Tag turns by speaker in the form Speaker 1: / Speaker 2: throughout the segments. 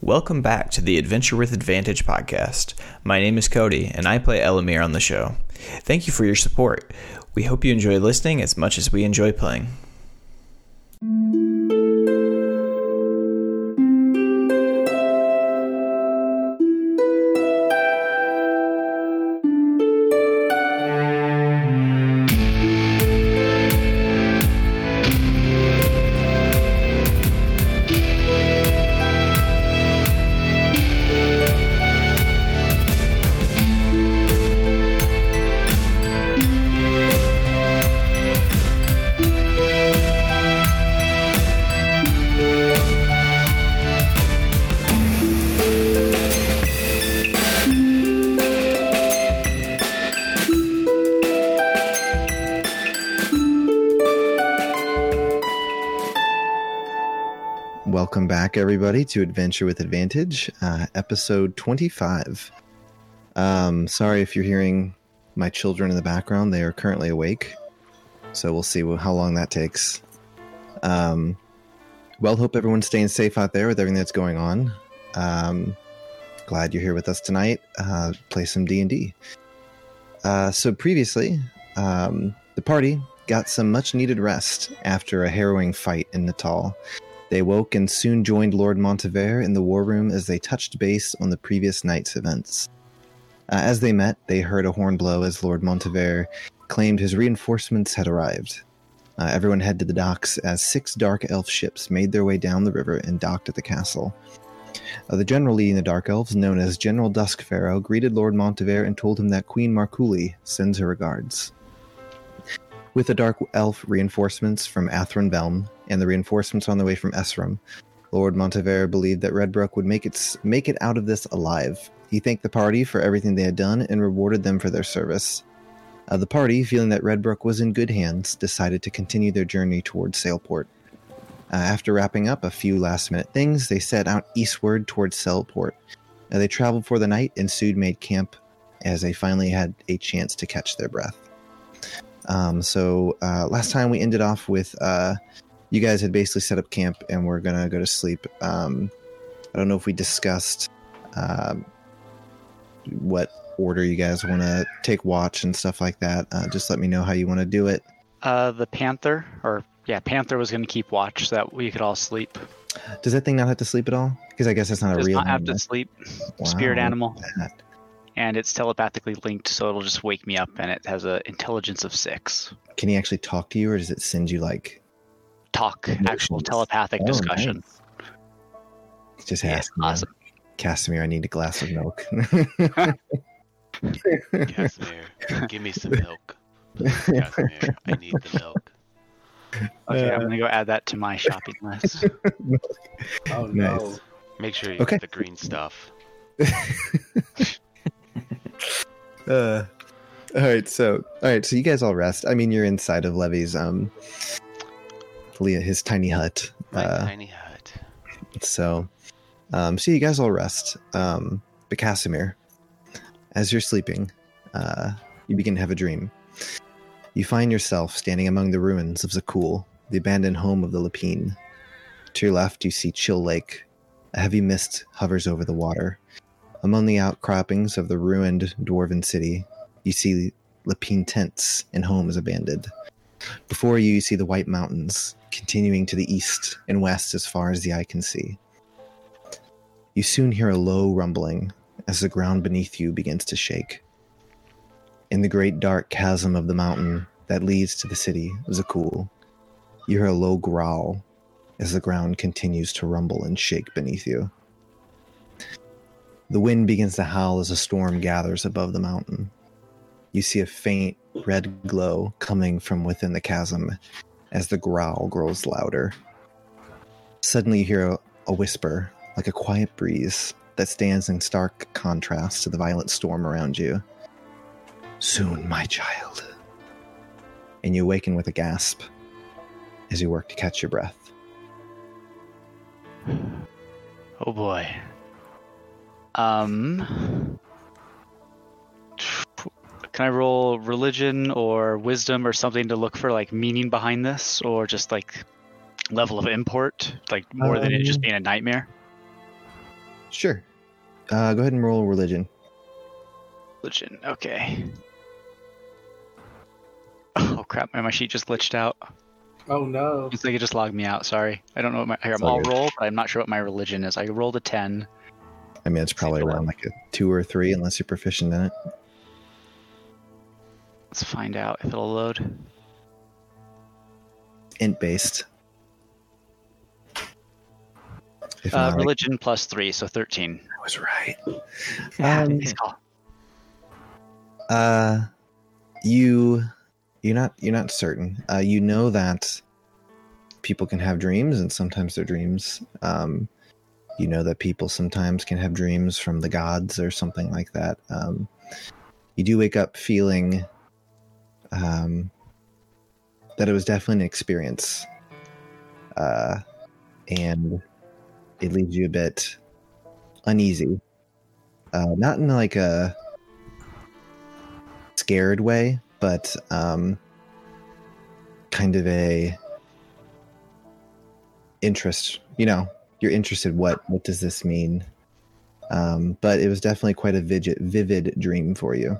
Speaker 1: Welcome back to the Adventure with Advantage podcast. My name is Cody, and I play Elamir on the show. Thank you for your support. We hope you enjoy listening as much as we enjoy playing.
Speaker 2: Welcome back, everybody, to Adventure with Advantage, uh, episode 25. Um, sorry if you're hearing my children in the background. They are currently awake. So we'll see wh- how long that takes. Um, well, hope everyone's staying safe out there with everything that's going on. Um, glad you're here with us tonight. Uh, play some D&D. Uh, so previously, um, the party got some much-needed rest after a harrowing fight in Natal. They woke and soon joined Lord Montevere in the war room as they touched base on the previous night's events. Uh, as they met, they heard a horn blow as Lord Montevere claimed his reinforcements had arrived. Uh, everyone headed to the docks as six dark elf ships made their way down the river and docked at the castle. Uh, the general leading the dark elves, known as General Dusk Pharaoh, greeted Lord Montevere and told him that Queen Marculi sends her regards. With the Dark Elf reinforcements from Athrun Velm and the reinforcements on the way from Esrim, Lord Montevere believed that Redbrook would make it, make it out of this alive. He thanked the party for everything they had done and rewarded them for their service. Uh, the party, feeling that Redbrook was in good hands, decided to continue their journey towards Sailport. Uh, after wrapping up a few last minute things, they set out eastward towards Sailport. Uh, they traveled for the night and soon made camp as they finally had a chance to catch their breath. Um, so uh, last time we ended off with uh, you guys had basically set up camp and we're gonna go to sleep. Um, I don't know if we discussed um, what order you guys want to take watch and stuff like that. Uh, just let me know how you want to do it.
Speaker 3: Uh, the Panther, or yeah, Panther was going to keep watch so that we could all sleep.
Speaker 2: Does that thing not have to sleep at all? Because I guess that's not
Speaker 3: Does
Speaker 2: a real
Speaker 3: not have
Speaker 2: animal.
Speaker 3: to sleep, spirit
Speaker 2: Wow,
Speaker 3: animal,
Speaker 2: look at that.
Speaker 3: and it's telepathically linked, so it'll just wake me up, and it has an intelligence of six.
Speaker 2: Can he actually talk to you, or does it send you like
Speaker 3: Talk, actual
Speaker 2: Emotions.
Speaker 3: telepathic
Speaker 2: Oh,
Speaker 3: discussion.
Speaker 2: nice. Just
Speaker 3: Yeah,
Speaker 2: ask. him,
Speaker 3: awesome.
Speaker 2: Casimir, I need a glass of milk.
Speaker 4: Casimir, give me some milk. Casimir, I need the milk.
Speaker 3: Okay, I'm going to go add that to my shopping list.
Speaker 5: Oh
Speaker 2: Nice.
Speaker 5: no.
Speaker 4: Make sure you
Speaker 2: Okay.
Speaker 4: get the green stuff.
Speaker 2: Uh, all right, so all right, so you guys all rest. I mean, you're inside of Levy's um, Leah, his tiny hut.
Speaker 4: My
Speaker 2: Uh,
Speaker 4: tiny hut.
Speaker 2: so, um, so you guys all rest. Um, but Casimir, as you're sleeping, uh, you begin to have a dream. You find yourself standing among the ruins of Zakul, the abandoned home of the Lapine. To your left, you see Chill Lake. A heavy mist hovers over the water. Among the outcroppings of the ruined dwarven city, you see Lapine tents and homes abandoned. Before you, you see the White Mountains, continuing to the east and west as far as the eye can see. You soon hear a low rumbling as the ground beneath you begins to shake. In the great dark chasm of the mountain that leads to the city, Zakul, you hear a low growl as the ground continues to rumble and shake beneath you. The wind begins to howl as a storm gathers above the mountain. You see a faint red glow coming from within the chasm as the growl grows louder. Suddenly, you hear a, a whisper, like a quiet breeze, that stands in stark contrast to the violent storm around you. Soon, my child. And you awaken with a gasp as you work to catch your breath.
Speaker 3: Oh boy. Um. Can I roll religion or wisdom or something to look for like meaning behind this or
Speaker 5: Um,
Speaker 3: just like level of import? Like more than it just being a nightmare?
Speaker 2: Sure. Uh, go ahead and roll religion.
Speaker 6: Religion. Okay. Oh crap! My my sheet just glitched out.
Speaker 5: Oh no.
Speaker 6: It's like it just logged me out. Sorry. I don't know what my here,
Speaker 2: It's all
Speaker 6: I'll
Speaker 2: good.
Speaker 6: roll, but I'm not sure what my religion is. I rolled a ten.
Speaker 2: I mean, it's probably around like a two or three, unless you're proficient in it.
Speaker 6: Let's find out if it'll load.
Speaker 2: Int based. If
Speaker 6: Uh,
Speaker 2: not,
Speaker 6: religion plus three, so thirteen.
Speaker 2: I was right. Um,
Speaker 6: Nice call.
Speaker 2: Uh, you, you're not you're not certain. Uh, you know that people can have dreams, and sometimes their dreams. Um, you know that people sometimes can have dreams from the gods or something like that. Um, you do wake up feeling um, that it was definitely an experience, uh, and it leaves you a bit uneasy. Uh, not in like a scared way, but um, kind of a interest. You know, you're interested. What what does this mean? Um, but it was definitely quite a vivid, vivid dream for you.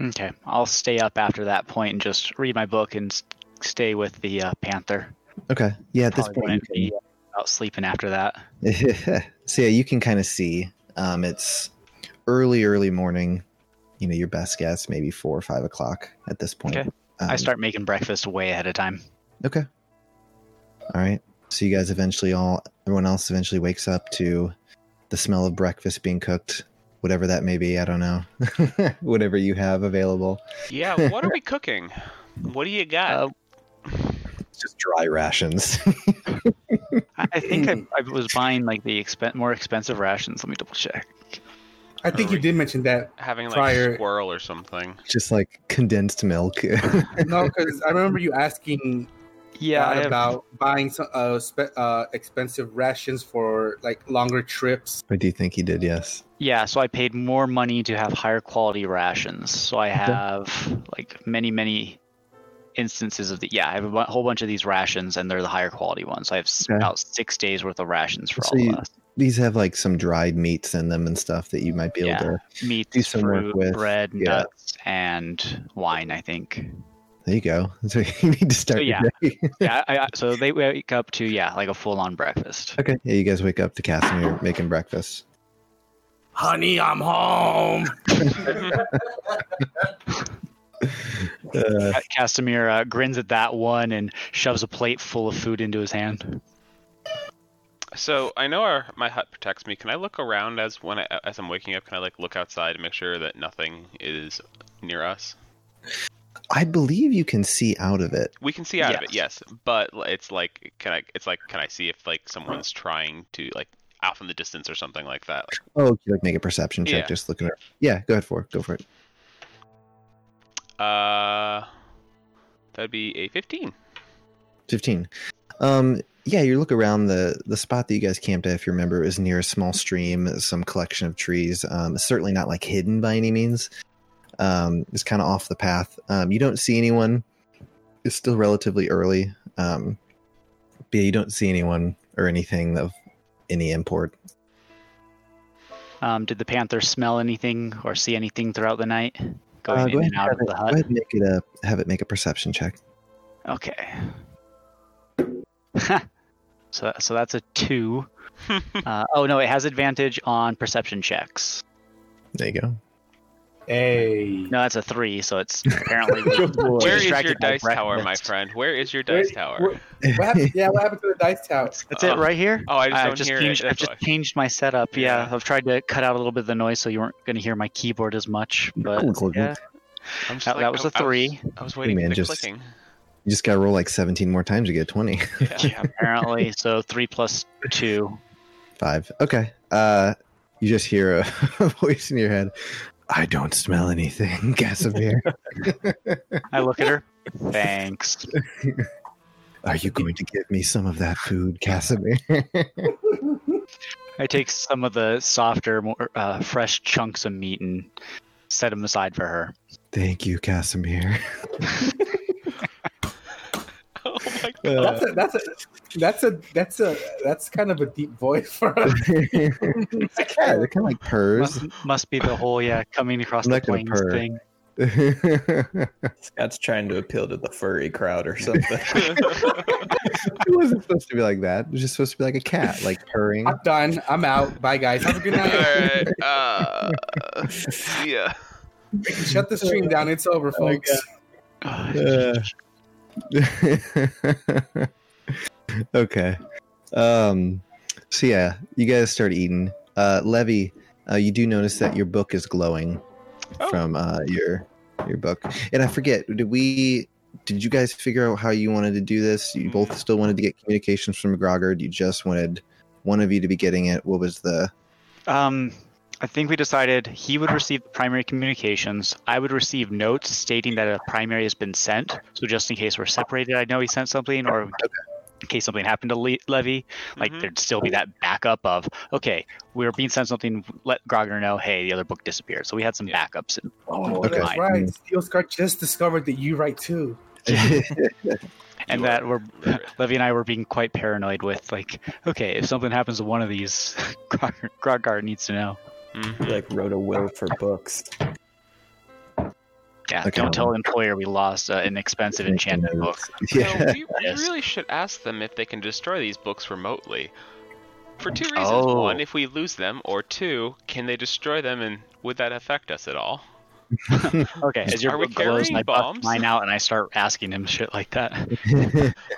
Speaker 6: Okay, I'll stay up after that point and just read my book and s- stay with the uh, panther.
Speaker 2: Okay, yeah. At this
Speaker 6: Probably
Speaker 2: point,
Speaker 6: wouldn't
Speaker 2: you
Speaker 6: be about sleeping after that.
Speaker 2: can, so yeah, you can kind of see. Um, it's early, early morning. You know, your best guess maybe four or five o'clock at this point.
Speaker 6: Okay. I
Speaker 2: Um,
Speaker 6: start making breakfast way ahead of time.
Speaker 2: Okay. All right. So you guys eventually all, everyone else eventually wakes up to the smell of breakfast being cooked, whatever that may be. I don't know. whatever you have available.
Speaker 4: Yeah, what are we cooking? What do you
Speaker 2: Uh,
Speaker 4: got?
Speaker 2: It's just dry rations.
Speaker 6: I I think I, I was buying like the expen- more expensive rations. Let me double check.
Speaker 5: I think you did mention that.
Speaker 4: Having like
Speaker 5: prior-
Speaker 4: squirrel or something.
Speaker 2: just like condensed milk.
Speaker 5: No, because I remember you asking
Speaker 6: Yeah,
Speaker 5: Dad about buying some uh, spe- uh, expensive rations for like longer trips.
Speaker 2: what do you think he did? Yes.
Speaker 6: yeah. So I paid more money to have higher quality rations. So I have like many, many instances of the yeah. I have a bu- whole bunch of these rations, and they're the higher quality ones. So I have s
Speaker 2: Okay.
Speaker 6: about six days worth of rations for
Speaker 2: So
Speaker 6: all
Speaker 2: you-
Speaker 6: of us.
Speaker 2: These have like some dried meats in them and stuff that you might be able
Speaker 6: Yeah.
Speaker 2: to.
Speaker 6: meat,
Speaker 2: do some work
Speaker 6: fruit,
Speaker 2: with,
Speaker 6: bread,
Speaker 2: yeah.
Speaker 6: nuts, and wine. I think.
Speaker 2: There you go. So you need to start. your
Speaker 6: yeah.
Speaker 2: day.
Speaker 6: Yeah. I, I, so they wake up to yeah, like a full-on breakfast.
Speaker 2: okay. Yeah, you guys wake up to Casimir making breakfast.
Speaker 5: Honey, I'm home.
Speaker 2: Uh,
Speaker 6: Ca- Casimir uh, grins at that one and shoves a plate full of food into his hand.
Speaker 4: So I know our my hut protects me. Can I look around as when I, as I'm waking up? Can I like look outside and make sure that nothing is near us?
Speaker 2: I believe you can see out of it.
Speaker 4: We can see out of it, yes. But l- it's like can I? It's like can I see if like someone's trying to like off in the distance or something like that? Like,
Speaker 2: Oh, you like make a perception check,
Speaker 4: Yeah.
Speaker 2: just looking. At, yeah, go ahead for it. Go for it.
Speaker 4: uh, that'd be a 15.
Speaker 2: Fifteen. Um, yeah, you look around the the spot that you guys camped at. If you remember, is near a small stream, some collection of trees. Um, it's certainly not like hidden by any means. Um, it's kind of off the path. Um, you don't see anyone. It's still relatively early. Um, but yeah, you don't see anyone or anything of any import.
Speaker 6: Um, did the panther smell anything or see anything throughout the night? Going
Speaker 2: Uh,
Speaker 6: in and out
Speaker 2: have
Speaker 6: of
Speaker 2: it, go
Speaker 6: the hut.
Speaker 2: ahead and make it a have it make a perception check.
Speaker 6: Okay. so so that's a two. uh, oh no, it has advantage on perception checks.
Speaker 2: There you go.
Speaker 5: Hey.
Speaker 6: No, that's a three, so it's apparently
Speaker 4: Where is your
Speaker 6: distracted by
Speaker 4: dice tower, my
Speaker 6: breakfast.
Speaker 4: friend? Where is your
Speaker 5: Where-
Speaker 4: dice tower?
Speaker 5: where- What happened, yeah, what happened to the dice tower?
Speaker 6: That's
Speaker 4: Oh.
Speaker 6: it right here.
Speaker 4: Oh, I just
Speaker 6: I've
Speaker 4: don't
Speaker 6: just
Speaker 4: hear
Speaker 6: changed,
Speaker 4: it.
Speaker 6: I've
Speaker 4: That's
Speaker 6: just
Speaker 4: why.
Speaker 6: changed my setup. Yeah.
Speaker 4: Yeah.
Speaker 6: I've tried to cut out a little bit of the noise so you weren't going to hear my keyboard as much. But
Speaker 2: Cool, cool, cool.
Speaker 6: yeah,
Speaker 4: I'm just
Speaker 6: that,
Speaker 4: like- oh,
Speaker 6: that was
Speaker 4: I-
Speaker 6: a three.
Speaker 4: I was, I was waiting
Speaker 2: man,
Speaker 4: for the
Speaker 2: just-
Speaker 4: clicking.
Speaker 2: You just gotta roll like seventeen more times to get a twenty.
Speaker 4: Yeah.
Speaker 6: apparently, so three plus two.
Speaker 2: Five. Okay. Uh, you just hear a, a voice in your head. I don't smell anything, Casimir.
Speaker 6: I look at her. Thanks.
Speaker 2: Are you going to give me some of that food, Casimir?
Speaker 6: I take some of the softer, more uh, fresh chunks of meat and set them aside for her.
Speaker 2: Thank you, Casimir.
Speaker 4: oh my
Speaker 5: That's a that's a that's a that's a that's kind of a deep voice for us.
Speaker 2: yeah, they're kind of like purrs.
Speaker 6: Must, must be the whole yeah coming across
Speaker 2: I'm
Speaker 6: the
Speaker 2: not gonna
Speaker 6: plains
Speaker 2: purr.
Speaker 6: thing.
Speaker 2: it
Speaker 1: Scott's trying to appeal to the furry crowd or something.
Speaker 2: wasn't supposed to be like that. It was just supposed to be like a cat, like purring.
Speaker 5: I'm done. I'm out. Bye guys. Have a good
Speaker 4: Mm-hmm. All
Speaker 5: night.
Speaker 4: right. Uh, yeah.
Speaker 5: Shut the stream down. It's over, folks.
Speaker 2: Uh. okay. Um. So yeah, you guys start eating. Uh, Levy, uh, you do notice that your book is glowing
Speaker 4: Oh.
Speaker 2: from uh, your your book, and I forget. Did we? Did you guys figure out how you wanted to do this? You both still wanted to get communications from McGrog, or you just wanted one of you to be getting it? What was the?
Speaker 6: Um, I think we decided he would receive the primary communications. I would receive notes stating that a primary has been sent. So just in case we're separated, I know he sent something, or in case something happened to Le- Levy, like
Speaker 4: Mhm.
Speaker 6: there'd still be that backup of okay, we were being sent something. Let Grogner know, hey, the other book disappeared. So we had some
Speaker 4: Yeah.
Speaker 6: backups. And,
Speaker 5: Oh,
Speaker 2: Okay.
Speaker 5: that's right. Steel Scar just discovered that you write too.
Speaker 6: and
Speaker 4: You
Speaker 6: that
Speaker 4: are
Speaker 6: we're
Speaker 4: literate.
Speaker 6: Levy and I were being quite paranoid with like, okay, if something happens to one of these, Grog- Grognar needs to know.
Speaker 4: Mhm.
Speaker 1: He, like wrote a will for books.
Speaker 6: Yeah,
Speaker 2: Okay.
Speaker 6: don't tell employer we lost uh, an expensive enchanted book.
Speaker 4: No,
Speaker 2: Yeah.
Speaker 4: we, we
Speaker 6: Yes.
Speaker 4: really should ask them if they can destroy these books remotely. For two reasons.
Speaker 6: Oh.
Speaker 4: One, if we lose them, or two, can they destroy them and would that affect us at all?
Speaker 6: Okay, as your
Speaker 4: Are we
Speaker 6: book glows,
Speaker 4: carrying
Speaker 6: and I bust
Speaker 4: bombs?
Speaker 6: mine out and I start asking him shit like that.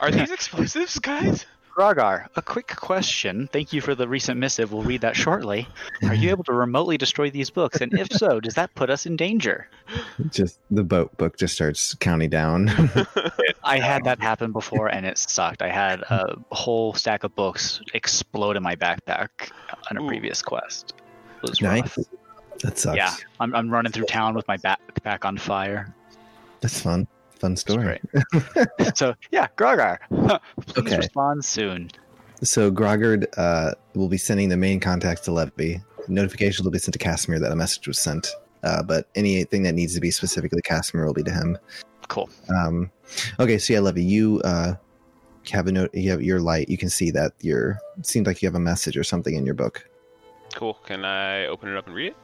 Speaker 4: Are these explosives, guys?
Speaker 6: Grogar, a quick question. Thank you for the recent missive. We'll read that shortly. Are you able to remotely destroy these books? And if so, does that put us in danger?
Speaker 2: just the boat book just starts counting down.
Speaker 6: I
Speaker 2: Um,
Speaker 6: had that happen before and it sucked. I had a whole stack of books explode in my backpack on a
Speaker 4: Ooh.
Speaker 6: previous quest. It was
Speaker 2: nice.
Speaker 6: rough.
Speaker 2: That sucks.
Speaker 6: Yeah, I'm, I'm running through town with my backpack on fire.
Speaker 2: That's fun. Fun
Speaker 6: It's
Speaker 2: story.
Speaker 6: great. so, yeah, Grogar, please
Speaker 2: Okay.
Speaker 6: respond soon.
Speaker 2: So Grogard uh, will be sending the main contacts to Levy. Notifications will be sent to Casimir that a message was sent. Uh, but anything that needs to be specifically Casimir will be to him.
Speaker 6: Cool.
Speaker 2: Um, okay, so yeah, Levy, you uh, have a note. You have your light. You can see that your it seems like you have a message or something in your book.
Speaker 4: cool. Can I open it up and read it?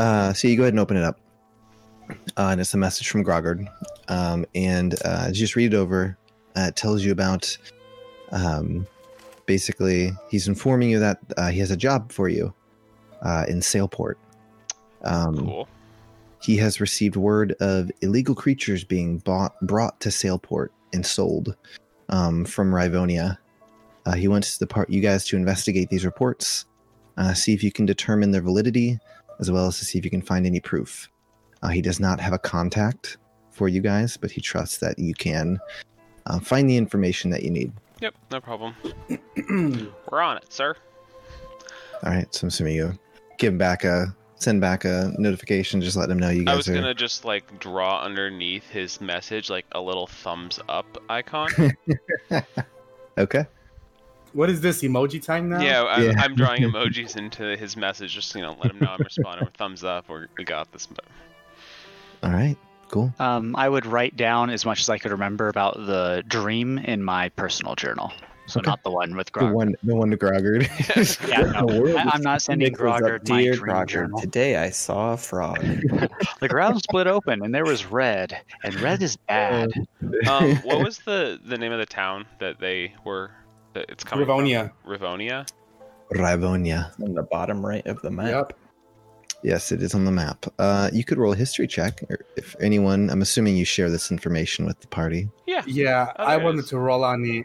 Speaker 2: Uh, so you go ahead and open it up, uh, and it's a message from Grogard. Um, and uh, as you just read it over, uh, it tells you about um, basically he's informing you that uh, he has a job for you uh, in Sailport. Um,
Speaker 4: Cool.
Speaker 2: He has received word of illegal creatures being bought, brought to Sailport and sold um, from Rivonia. Uh, he wants the part you guys to investigate these reports, uh, see if you can determine their validity, as well as to see if you can find any proof. Uh, he does not have a contact for you guys, but he trusts that you can uh, find the information that you need.
Speaker 4: Yep, no problem. We're on it, sir.
Speaker 2: All right, so I'm assuming you give him back a send back a notification, just let him know you guys
Speaker 4: I was
Speaker 2: are.
Speaker 4: gonna just like draw underneath his message like a little thumbs up icon.
Speaker 2: Okay.
Speaker 5: What is this emoji time now?
Speaker 4: yeah, I'm,
Speaker 2: Yeah.
Speaker 4: I'm drawing emojis into his message just you know let him know I'm responding with thumbs up or we got this.
Speaker 2: All right. Cool.
Speaker 6: Um, I would write down as much as I could remember about the dream in my personal journal. So
Speaker 2: Okay.
Speaker 6: not the one with
Speaker 2: The
Speaker 6: Grog.
Speaker 2: one, the one to Grogard.
Speaker 6: Yeah,
Speaker 2: What in the
Speaker 6: no,
Speaker 2: world
Speaker 6: I,
Speaker 2: is
Speaker 6: I'm not sending
Speaker 1: Nicholas up,
Speaker 6: Grogger my
Speaker 1: "Dear
Speaker 6: dream
Speaker 1: Grogger,
Speaker 6: journal.
Speaker 1: Today I saw a frog.
Speaker 6: The ground split open and there was red, and red
Speaker 2: Oh,
Speaker 6: is bad.
Speaker 4: Um, what was the the name of the town that they were? That it's coming. from?
Speaker 5: Rivonia.
Speaker 4: Rivonia.
Speaker 2: Rivonia.
Speaker 1: On the bottom right of the map.
Speaker 5: Yep.
Speaker 2: Yes, it is on the map. Uh, you could roll a history check, or if anyone. I'm assuming you share this information with the party.
Speaker 4: Yeah.
Speaker 5: Yeah,
Speaker 4: Oh,
Speaker 5: I
Speaker 4: there it
Speaker 5: wanted
Speaker 4: is.
Speaker 5: to roll on the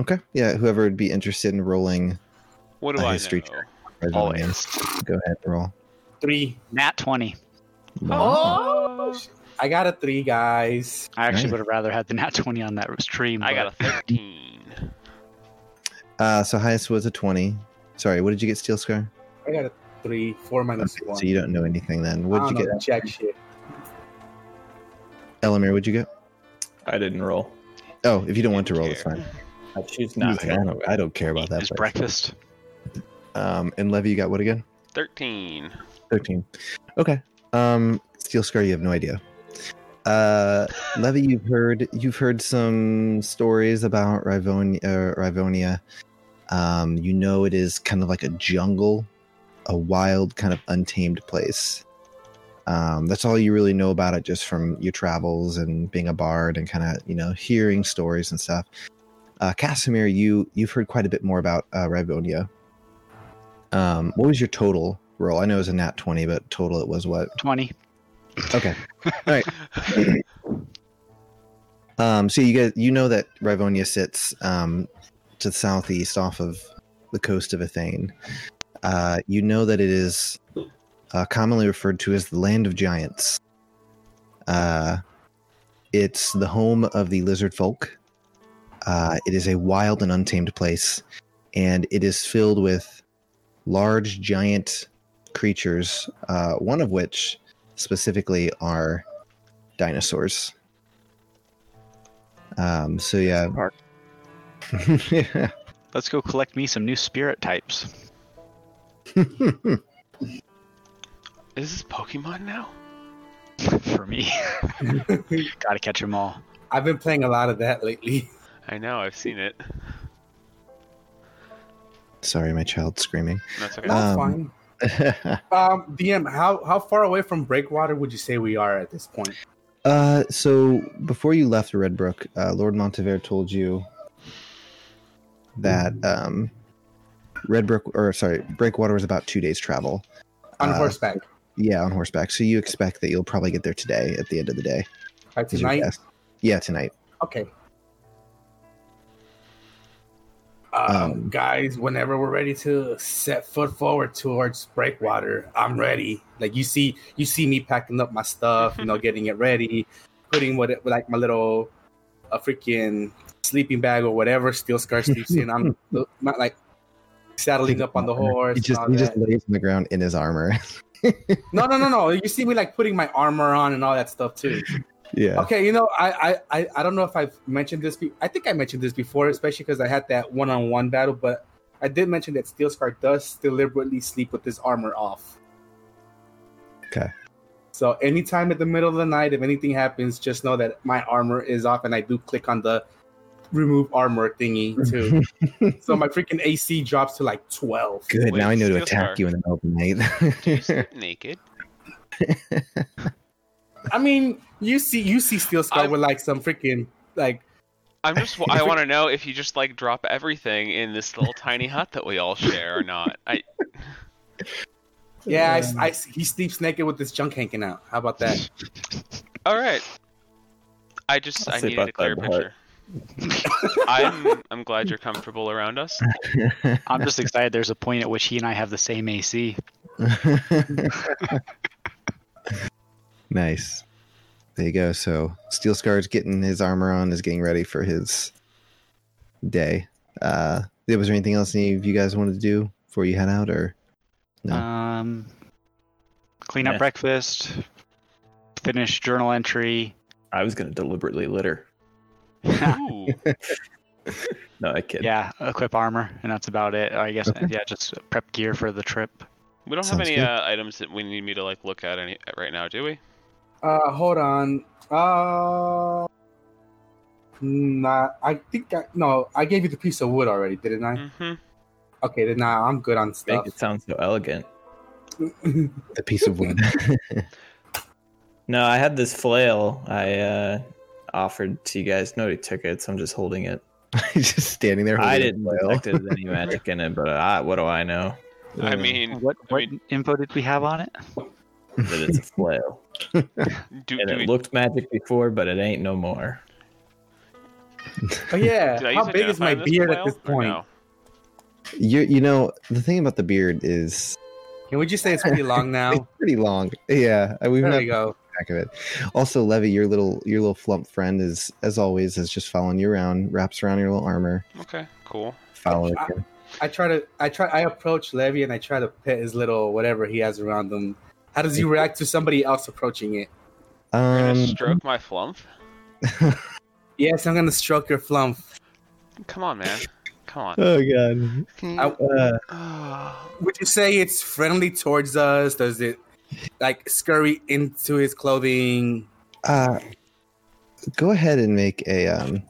Speaker 2: Okay. Yeah, whoever would be interested in rolling
Speaker 4: What do
Speaker 2: A
Speaker 4: I
Speaker 2: history
Speaker 4: know?
Speaker 2: check. Rivonia,
Speaker 6: Always.
Speaker 2: Go ahead and roll.
Speaker 5: three.
Speaker 6: Nat 20.
Speaker 5: Oh, sh- I got a three, guys.
Speaker 6: I actually
Speaker 2: Nice.
Speaker 6: would have rather had the Nat 20 on that stream.
Speaker 4: I got a
Speaker 6: but
Speaker 4: thirteen.
Speaker 2: Uh, so highest was a 20. Sorry, what did you get, Steel Scar?
Speaker 5: I got a three, four minus
Speaker 2: Okay,
Speaker 5: one.
Speaker 2: so you don't know anything then. What
Speaker 5: I
Speaker 2: did you
Speaker 5: don't
Speaker 2: get?
Speaker 5: know Jack shit.
Speaker 2: Elamir, what'd you get?
Speaker 1: I didn't roll.
Speaker 2: Oh, if you don't want to
Speaker 4: Didn't
Speaker 2: roll, it's fine.
Speaker 1: I choose
Speaker 2: He was
Speaker 1: not
Speaker 2: like, I
Speaker 1: to.
Speaker 2: don't, I don't care about that.
Speaker 6: It's
Speaker 2: place.
Speaker 6: breakfast.
Speaker 2: Um, and Levy, you got what again?
Speaker 4: Thirteen.
Speaker 2: 13 okay um steel scar you have no idea Uh, Levy, you've heard you've heard some stories about Rivonia. Uh, Rivonia. Um, you know it is kind of like a jungle, a wild, kind of untamed place. Um, that's all you really know about it, just from your travels and being a bard and kind of you know hearing stories and stuff. Uh, Casimir, you you've heard quite a bit more about uh, Rivonia. Um, what was your total roll? I know it was a nat twenty, but total it was what?
Speaker 3: 20.
Speaker 2: Okay. Um, so you guys, you know that Rivonia sits um, to the southeast off of the coast of Athane. Uh, you know that it is uh, commonly referred to as the land of giants. Uh, it's the home of the lizard folk. Uh, it is a wild and untamed place, and it is filled with large, giant creatures. Uh, one of which, specifically, are dinosaurs. Um, so yeah.
Speaker 3: Park.
Speaker 2: yeah.
Speaker 3: Let's go collect me some new spirit types.
Speaker 4: Is this Pokemon now?
Speaker 3: For me. Gotta catch them all.
Speaker 5: I've been playing a lot of that lately.
Speaker 4: I know, I've seen it.
Speaker 2: Sorry, my child screaming.
Speaker 4: That's okay.
Speaker 5: No, it's
Speaker 2: Um,
Speaker 5: fine. Um, DM, how how far away from Breakwater would you say we are at this point?
Speaker 2: Uh, so before you left Redbrook, uh, Lord Montevere told you that um, Redbrook, or sorry, Breakwater was about two days travel.
Speaker 5: On
Speaker 2: Uh,
Speaker 5: horseback.
Speaker 2: Yeah, on horseback. So you expect that you'll probably get there today. At the end of the day,
Speaker 5: Like
Speaker 2: is your
Speaker 5: tonight?
Speaker 2: guess. Yeah, tonight.
Speaker 5: Okay. Um,
Speaker 2: Um,
Speaker 5: guys, whenever we're ready to set foot forward towards Breakwater, I'm ready. Like you see, you see me packing up my stuff, you know, getting it ready, putting what it, like my little a freaking sleeping bag or whatever steel scar sleeps in. I'm not like saddling up on the horse.
Speaker 2: He just
Speaker 5: and all
Speaker 2: he
Speaker 5: that.
Speaker 2: just lays on the ground in his armor.
Speaker 5: No, no, no, no. You see me like putting my armor on and all that stuff too.
Speaker 2: yeah.
Speaker 5: Okay, you know, I, I- I, I don't know if I've mentioned this. Be- I think I mentioned this before, especially because I had that one-on-one battle. But I did mention that Steel Scar does deliberately sleep with his armor off.
Speaker 2: Okay.
Speaker 5: So anytime at the middle of the night, if anything happens, just know that my armor is off, and I do click on the remove armor thingy too. so my freaking AC drops to like twelve.
Speaker 2: Good. now I know to
Speaker 4: Steel
Speaker 2: attack
Speaker 4: Scar.
Speaker 2: you in the middle of the
Speaker 4: Do you
Speaker 2: night.
Speaker 4: sleep naked?
Speaker 5: I mean, you see, you see Steel Scar
Speaker 4: I'm-
Speaker 5: with like some freaking like
Speaker 4: I'm just. I want to know if you just like drop everything in this little tiny hut that we all share or not. I Um,
Speaker 5: yeah, I, I- he sleeps naked with his junk hanging out. How about that?
Speaker 4: all right. I just
Speaker 1: I'll
Speaker 4: I
Speaker 1: sleep
Speaker 4: needed a clear
Speaker 1: outside the hut.
Speaker 4: picture. I'm I'm glad you're comfortable around us.
Speaker 3: I'm just excited there's a point at which he and I have the same AC.
Speaker 2: nice. There you go. So Steel Scar's getting his armor on, is getting ready for his day. Uh yeah, was there anything else any of you guys wanted to do before you head out or No.
Speaker 3: Um, clean up
Speaker 1: Yeah.
Speaker 3: breakfast, finish journal entry.
Speaker 1: I was gonna deliberately litter.
Speaker 4: Ooh.
Speaker 1: No, I kid.
Speaker 3: yeah, equip armor, and that's about it. I guess yeah, just prep gear for the trip.
Speaker 4: We don't
Speaker 2: Sounds
Speaker 4: have any
Speaker 2: good.
Speaker 4: uh, items that we need me to like look at any right now, do we?
Speaker 5: Uh, hold on. Uh, nah, I think I, no, I gave you the piece of wood already, didn't I?
Speaker 4: Mm-hmm.
Speaker 5: Okay, then nah, I'm good on
Speaker 1: Make
Speaker 5: stuff.
Speaker 1: it sound so elegant.
Speaker 2: a piece of wood?
Speaker 1: No, I had this flail I uh, offered to you guys. Nobody took it, so I'm just holding it.
Speaker 2: just standing there.
Speaker 1: I
Speaker 2: holding
Speaker 1: didn't
Speaker 2: a flail.
Speaker 1: detect it as any magic in it, but I, what do I know?
Speaker 4: I
Speaker 2: Uh,
Speaker 4: mean,
Speaker 3: What
Speaker 4: Mm, I
Speaker 3: what
Speaker 4: mean,
Speaker 3: info did we have on it?
Speaker 1: That it's a flail.
Speaker 4: do,
Speaker 1: And
Speaker 4: do we,
Speaker 1: it looked magic before, but it ain't no more.
Speaker 5: Oh yeah,
Speaker 4: did I use
Speaker 5: how big is my
Speaker 4: identify this
Speaker 5: beard at
Speaker 4: flail
Speaker 5: this
Speaker 4: or
Speaker 5: point?
Speaker 4: no?
Speaker 2: you you know the thing about the beard is
Speaker 5: Can we just say it's pretty long
Speaker 2: it's
Speaker 5: now?
Speaker 2: pretty long. Yeah, we've
Speaker 5: there
Speaker 2: not
Speaker 5: we go.
Speaker 2: back of it. Also, Levy, your little your little flump friend is as always is just following you around, wraps around your little armor,
Speaker 4: Okay, cool.
Speaker 2: following
Speaker 5: I-
Speaker 2: you.
Speaker 5: I try to, I try, I approach Levy and I try to pet his little whatever he has around him. How does he react to somebody else approaching it?
Speaker 4: You're gonna
Speaker 2: Um,
Speaker 4: stroke my flump.
Speaker 5: Yes, I'm gonna stroke your flump.
Speaker 4: Come on, man. Come
Speaker 2: oh god.
Speaker 4: on.
Speaker 5: I-
Speaker 2: Uh,
Speaker 4: Ah.
Speaker 5: Would you say it's friendly towards us? Does it like scurry into his clothing?
Speaker 2: Uh, go ahead and make a um,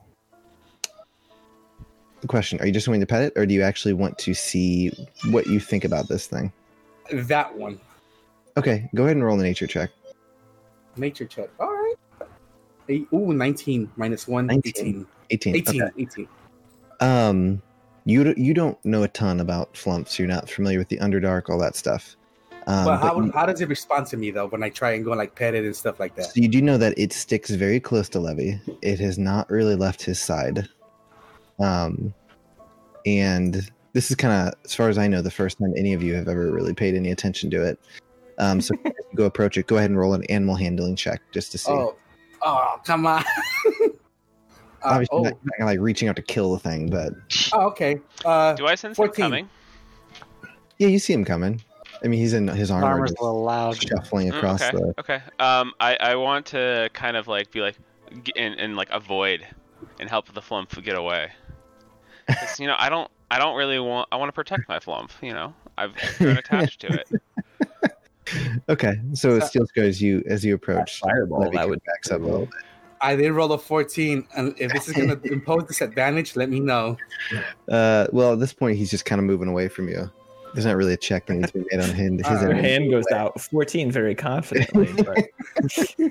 Speaker 2: question. Are you just wanting to pet it, or do you actually want to see what you think about this thing?
Speaker 5: That one.
Speaker 2: Okay, go ahead and roll a nature check.
Speaker 5: Nature check. All right. Eight, ooh, 19 minus 1,
Speaker 2: 19.
Speaker 5: 18.
Speaker 2: 18.
Speaker 5: 18,
Speaker 2: Okay.
Speaker 5: 18.
Speaker 2: Um, you d- you don't know a ton about flumps. You're not familiar with the Underdark, all that stuff. Um,
Speaker 5: but how,
Speaker 2: you-
Speaker 5: how does it respond to me, though, when I try and go and, like, pet it and stuff like that?
Speaker 2: So you do know that it sticks very close to Levy. It has not really left his side. Um, and this is kind of, as far as I know, the first time any of you have ever really paid any attention to it. Um, so if you go approach it. Go ahead and roll an animal handling check just to see.
Speaker 5: Oh, oh, come on. uh,
Speaker 2: Obviously,
Speaker 5: oh,
Speaker 2: not, not, like reaching out to kill the thing, but
Speaker 5: oh, okay. Uh,
Speaker 4: Do I sense
Speaker 5: 14.
Speaker 4: him coming?
Speaker 2: yeah, you see him coming. I mean, he's in his armor,
Speaker 6: Armor's
Speaker 2: just
Speaker 6: a little loud.
Speaker 2: shuffling
Speaker 4: Mm,
Speaker 2: across
Speaker 4: okay.
Speaker 2: the.
Speaker 4: Okay. Um, I, I want to kind of like be like g- and, and like avoid and help the flump get away. 'Cause, you know, I don't I don't really want I want to protect my flump. You know, I've grown attached to it.
Speaker 2: Okay, so it still goes you as you approach.
Speaker 1: Fireball,
Speaker 2: Levy
Speaker 1: that
Speaker 2: kinda
Speaker 1: would-
Speaker 2: backs up a little bit.
Speaker 5: I did roll a 14, and if this is going to impose disadvantage, let me know.
Speaker 2: Uh, well, at this point, he's just kind of moving away from you. There's not really a check that needs to be made on him. His
Speaker 5: Uh,
Speaker 1: Your
Speaker 2: end.
Speaker 1: hand goes out 14 very confidently. But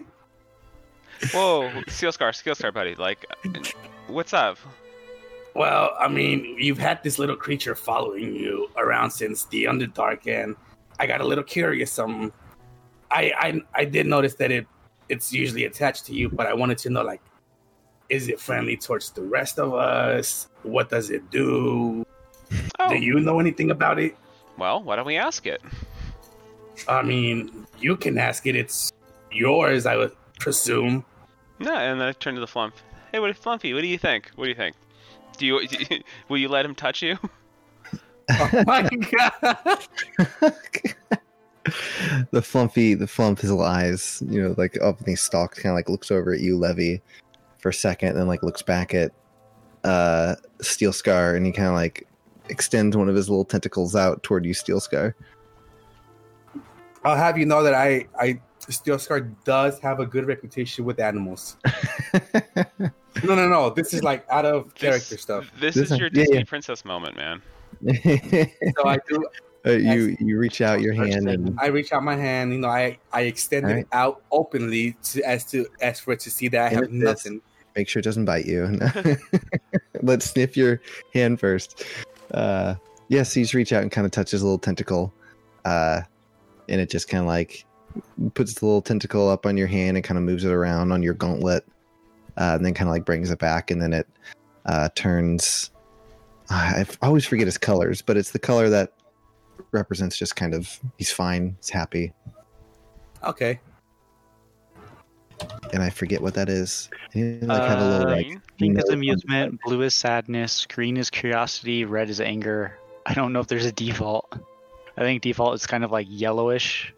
Speaker 4: Whoa, seal scar, seal scar, buddy. Like, what's up?
Speaker 5: Well, I mean, you've had this little creature following you around since the Underdark, and I got a little curious. Um, I I, I did notice that it it's usually attached to you, but I wanted to know like, is it friendly towards the rest of us? What does it do?
Speaker 4: Oh,
Speaker 5: Do you know anything about it?
Speaker 4: well, why don't we ask it?
Speaker 5: I mean, you can ask it. It's yours, I would presume.
Speaker 4: No, and then I turn to the flump. Hey, what, Flumpy, what do you think? What do you think? Do you, will you let him touch you?
Speaker 5: Oh my god!
Speaker 2: the flumpy, the flump, his little eyes, you know, like up and he stalks, kind of like looks over at you, Levy, for a second, then like looks back at uh, Steel Scar, and he kind of like extends one of his little tentacles out toward you, Steel Scar.
Speaker 5: I'll have you know that I I Steel Scar does have a good reputation with animals. No, no, no. This is like out of character
Speaker 4: This-
Speaker 5: stuff.
Speaker 4: This,
Speaker 2: This
Speaker 4: is
Speaker 2: is-
Speaker 4: your
Speaker 2: yeah,
Speaker 4: Disney
Speaker 2: yeah.
Speaker 4: princess moment, man.
Speaker 2: Uh,
Speaker 5: So I do.
Speaker 2: you you reach out your
Speaker 6: First
Speaker 2: hand,
Speaker 6: thing.
Speaker 2: and
Speaker 5: I reach out my hand. You know, I I extend
Speaker 2: All
Speaker 5: it out openly to as to as for it to see that I
Speaker 2: Give
Speaker 5: have
Speaker 2: it this.
Speaker 5: nothing.
Speaker 2: make sure it doesn't bite you. Let's sniff your hand first. Uh, yes, you just reach out and kind of touch his little tentacle, uh, and it just kind of like puts the little tentacle up on your hand and kind of moves it around on your gauntlet, uh, and then kind of like brings it back, and then it uh, turns. I I always forget his colors, but it's the color that represents just kind of he's fine, he's happy,
Speaker 5: Okay.
Speaker 2: and I forget what that is. He, like have a little
Speaker 6: Uh,
Speaker 4: Um,
Speaker 2: like
Speaker 6: Pink is
Speaker 2: nose on-
Speaker 6: amusement, blue is sadness, green is curiosity, red is anger. I don't know if there's a default. I think default is kind of like yellowish,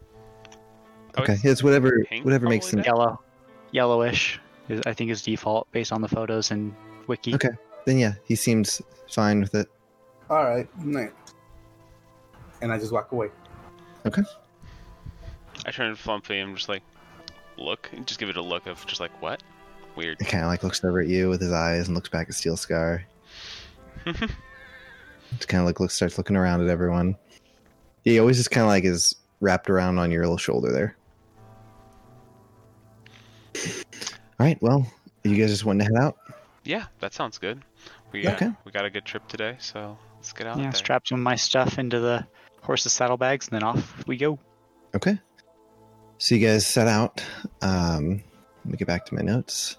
Speaker 4: I
Speaker 2: Okay,
Speaker 4: was-
Speaker 2: it's whatever
Speaker 4: pink
Speaker 2: whatever makes
Speaker 4: probably
Speaker 2: them
Speaker 4: then?
Speaker 6: yellow, yellowish. Is, I think is default based on the photos and wiki.
Speaker 2: Okay. then yeah, he seems fine with it.
Speaker 5: All right. Nice. And I just walk away.
Speaker 4: I turn to Flumpy and I'm just like, look, and just give it a look of just like, what? Weird.
Speaker 2: He kind of like looks over at you with his eyes and looks back at Steel Scar. Just kind of like looks, starts looking around at everyone. He always just kind of like is wrapped around on your little shoulder there. All right, well, you guys just want to head out.
Speaker 4: yeah, that sounds good. We
Speaker 2: Yeah. Okay.
Speaker 4: uh, we got a good trip today, so let's get out
Speaker 6: Yeah,
Speaker 4: there.
Speaker 6: strap Uh, some of my stuff into the horse's saddlebags and then off we go.
Speaker 2: Okay. So you guys set out. Um, let me get back to my notes.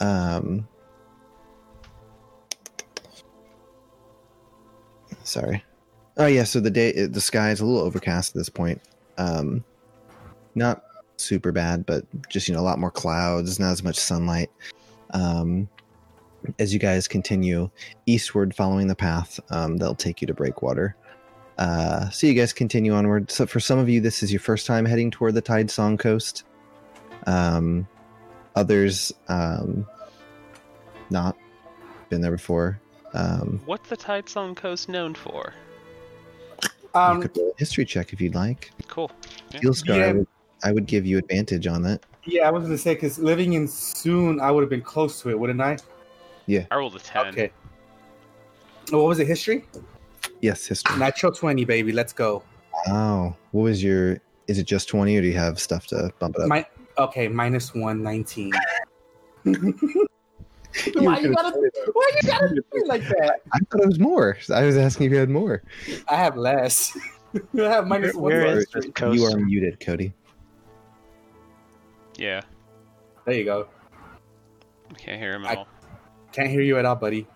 Speaker 2: Um, sorry. Oh yeah. So the day, it- the sky is a little overcast at this point. Um, not super bad, but just you know a lot more clouds, not as much sunlight. Um, as you guys continue eastward, following the path, um, that'll take you to Breakwater. Uh, so you guys continue onward. So for some of you, this is your first time heading toward the Tide Song Coast. Um, others, um, not been there before. Um,
Speaker 4: What's the Tide Song Coast known for?
Speaker 2: you
Speaker 5: Um.
Speaker 2: could roll a history check if you'd like.
Speaker 4: Cool.
Speaker 2: Steel Scar,
Speaker 5: Yeah.
Speaker 2: I, would, I would give you advantage on that.
Speaker 5: Yeah, I was gonna say because living in soon, I would have been close to it, wouldn't I?
Speaker 4: I rolled a ten.
Speaker 5: Okay. Oh, What was it? History?
Speaker 2: Yes, history.
Speaker 5: Natural twenty, baby. Let's go.
Speaker 2: Wow. What was your? Is it just twenty, or do you have stuff to bump it up?
Speaker 5: My okay, minus one nineteen.
Speaker 2: were
Speaker 5: why
Speaker 2: gonna
Speaker 5: you gotta? Why you gotta do it like that?
Speaker 2: I thought it was more. I was asking if you had more.
Speaker 5: I have less. I have minus one.
Speaker 6: Where
Speaker 5: less.
Speaker 6: is the coast?
Speaker 2: You are muted, Cody.
Speaker 4: Yeah.
Speaker 5: There you go.
Speaker 4: I can't hear him
Speaker 5: I-
Speaker 4: at all.
Speaker 5: Can't hear you at all, buddy.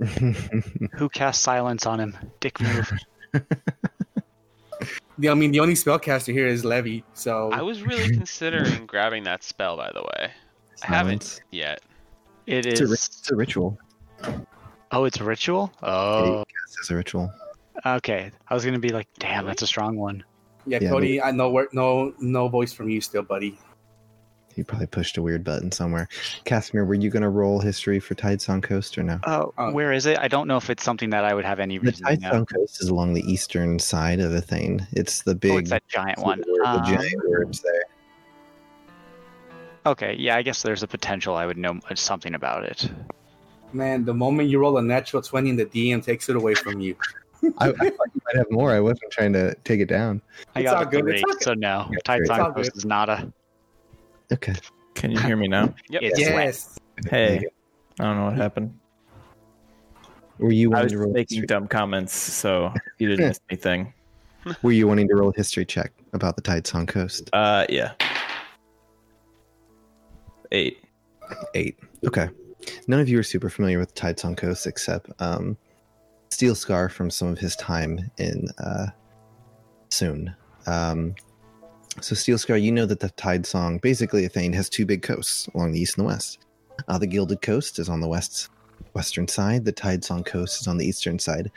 Speaker 2: Mm-hmm.
Speaker 6: Who cast silence on him? Dick move.
Speaker 5: The, I mean, the only spellcaster here is Levy. So
Speaker 4: I was really considering grabbing that spell, by the way. I haven't
Speaker 2: Silence.
Speaker 4: yet.
Speaker 6: It
Speaker 2: It's a, ri-
Speaker 6: is.
Speaker 2: it's a ritual.
Speaker 6: Oh, it's a ritual. Oh,
Speaker 2: Yes, it's a ritual.
Speaker 6: okay. I was gonna be like, damn, that's a strong one.
Speaker 5: yeah,
Speaker 2: Yeah,
Speaker 5: Cody, I know where, no no voice from you still, buddy.
Speaker 2: You probably pushed a weird button somewhere. Casimir, were you going to roll history for Tidesong Coast or no?
Speaker 6: Oh,
Speaker 5: Oh.
Speaker 6: where is it? I don't know if it's something that I would have any
Speaker 2: The
Speaker 6: reason to know.
Speaker 2: Tidesong Coast is along the eastern side of Athene. It's the big
Speaker 6: Oh, it's that giant one.
Speaker 2: The, word- the
Speaker 6: Um,
Speaker 2: giant words there.
Speaker 6: okay, yeah, I guess there's a potential I would know something about it.
Speaker 5: Man, the moment you roll a natural twenty, and the DM takes it away from you.
Speaker 2: I, I thought you might have more. I wasn't trying to take it down.
Speaker 6: I
Speaker 5: It's
Speaker 6: got
Speaker 5: all
Speaker 6: a
Speaker 5: good,
Speaker 6: three,
Speaker 5: it's all good.
Speaker 6: so no.
Speaker 2: It's
Speaker 6: Tight
Speaker 5: all
Speaker 6: Song
Speaker 5: good.
Speaker 6: Coast is not a.
Speaker 2: Okay.
Speaker 1: Can you hear me now?
Speaker 4: Yep.
Speaker 6: It's wet.
Speaker 5: Yes.
Speaker 1: Hey, I don't know what happened.
Speaker 2: Were you
Speaker 1: I
Speaker 2: wanting
Speaker 1: was
Speaker 2: to roll?
Speaker 1: making
Speaker 2: history-
Speaker 1: dumb comments, so you didn't miss anything.
Speaker 2: Were you wanting to roll a history check about the Tidesong Coast?
Speaker 1: Uh, yeah. Eight.
Speaker 2: Eight. Okay. None of you are super familiar with Tidesong Coast except um, Steel Scar from some of his time in uh, Soon. Um, so, Steel Scar, you know that the Tide Song, basically, Athane has two big coasts along the east and the west. Uh, the Gilded Coast is on the west western side. The Tide Song Coast is on the eastern side.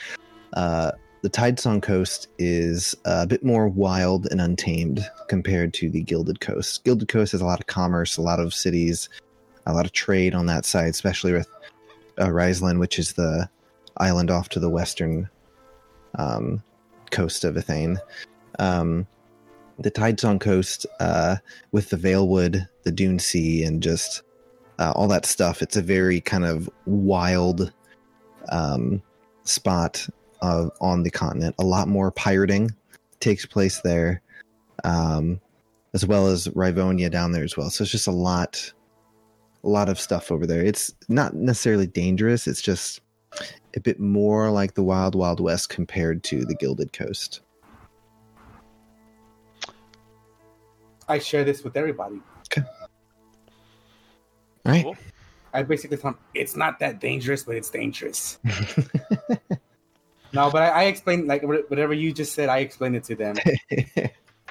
Speaker 2: Uh, the Tide Song Coast is a bit more wild and untamed compared to the Gilded Coast. Gilded Coast has a lot of commerce, a lot of cities, a lot of trade on that side, especially with uh, Riseland, which is the island off to the western um, coast of Ithane. Um, the Tidesong coast, uh, with the Valewood, the Dune Sea, and just uh, all that stuff, it's a very kind of wild um, spot of, on the continent. A lot more pirating takes place there, um, as well as Rivonia down there as well. So it's just a lot a lot of stuff over there. It's not necessarily dangerous. It's just a bit more like the Wild Wild West compared to the Gilded Coast.
Speaker 5: I share this with everybody.
Speaker 2: All right.
Speaker 4: Cool.
Speaker 5: I basically tell them it's not that dangerous, but it's dangerous. no, but I, I explained like wh- whatever you just said. I explained it to them.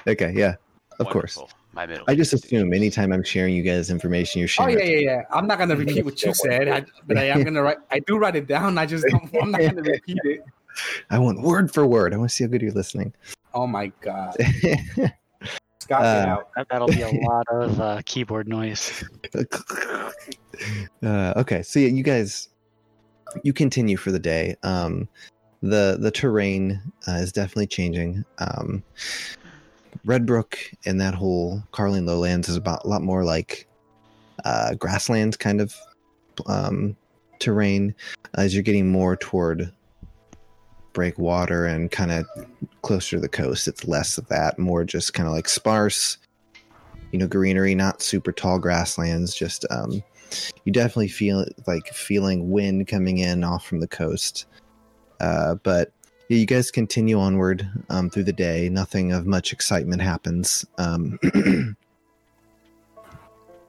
Speaker 2: okay. Yeah. Of course.
Speaker 4: Wonderful. My middle.
Speaker 2: I just assume anytime I'm sharing you guys information, you're
Speaker 5: Oh
Speaker 2: sharing.
Speaker 5: yeah, yeah, yeah. I'm not gonna repeat what you said, I, but I am gonna write. I do write it down. I just don't, I'm not gonna repeat it.
Speaker 2: I want word for word. I want to see how good you're listening.
Speaker 5: Oh my god, Scott, get
Speaker 1: Uh,
Speaker 2: Um,
Speaker 5: out.
Speaker 6: That, that'll be a lot of uh, keyboard noise.
Speaker 2: uh, okay, so yeah, you guys, you continue for the day. Um, the the terrain uh, is definitely changing. Um, Red Brook and that whole Carling Lowlands is about a lot more like uh, grasslands kind of um, terrain as you're getting more toward breakwater and kind of closer to the coast. It's less of that, more just kind of like sparse you know greenery not super tall grasslands just um you definitely feel like feeling wind coming in off from the coast uh but yeah, you guys continue onward um through the day nothing of much excitement happens um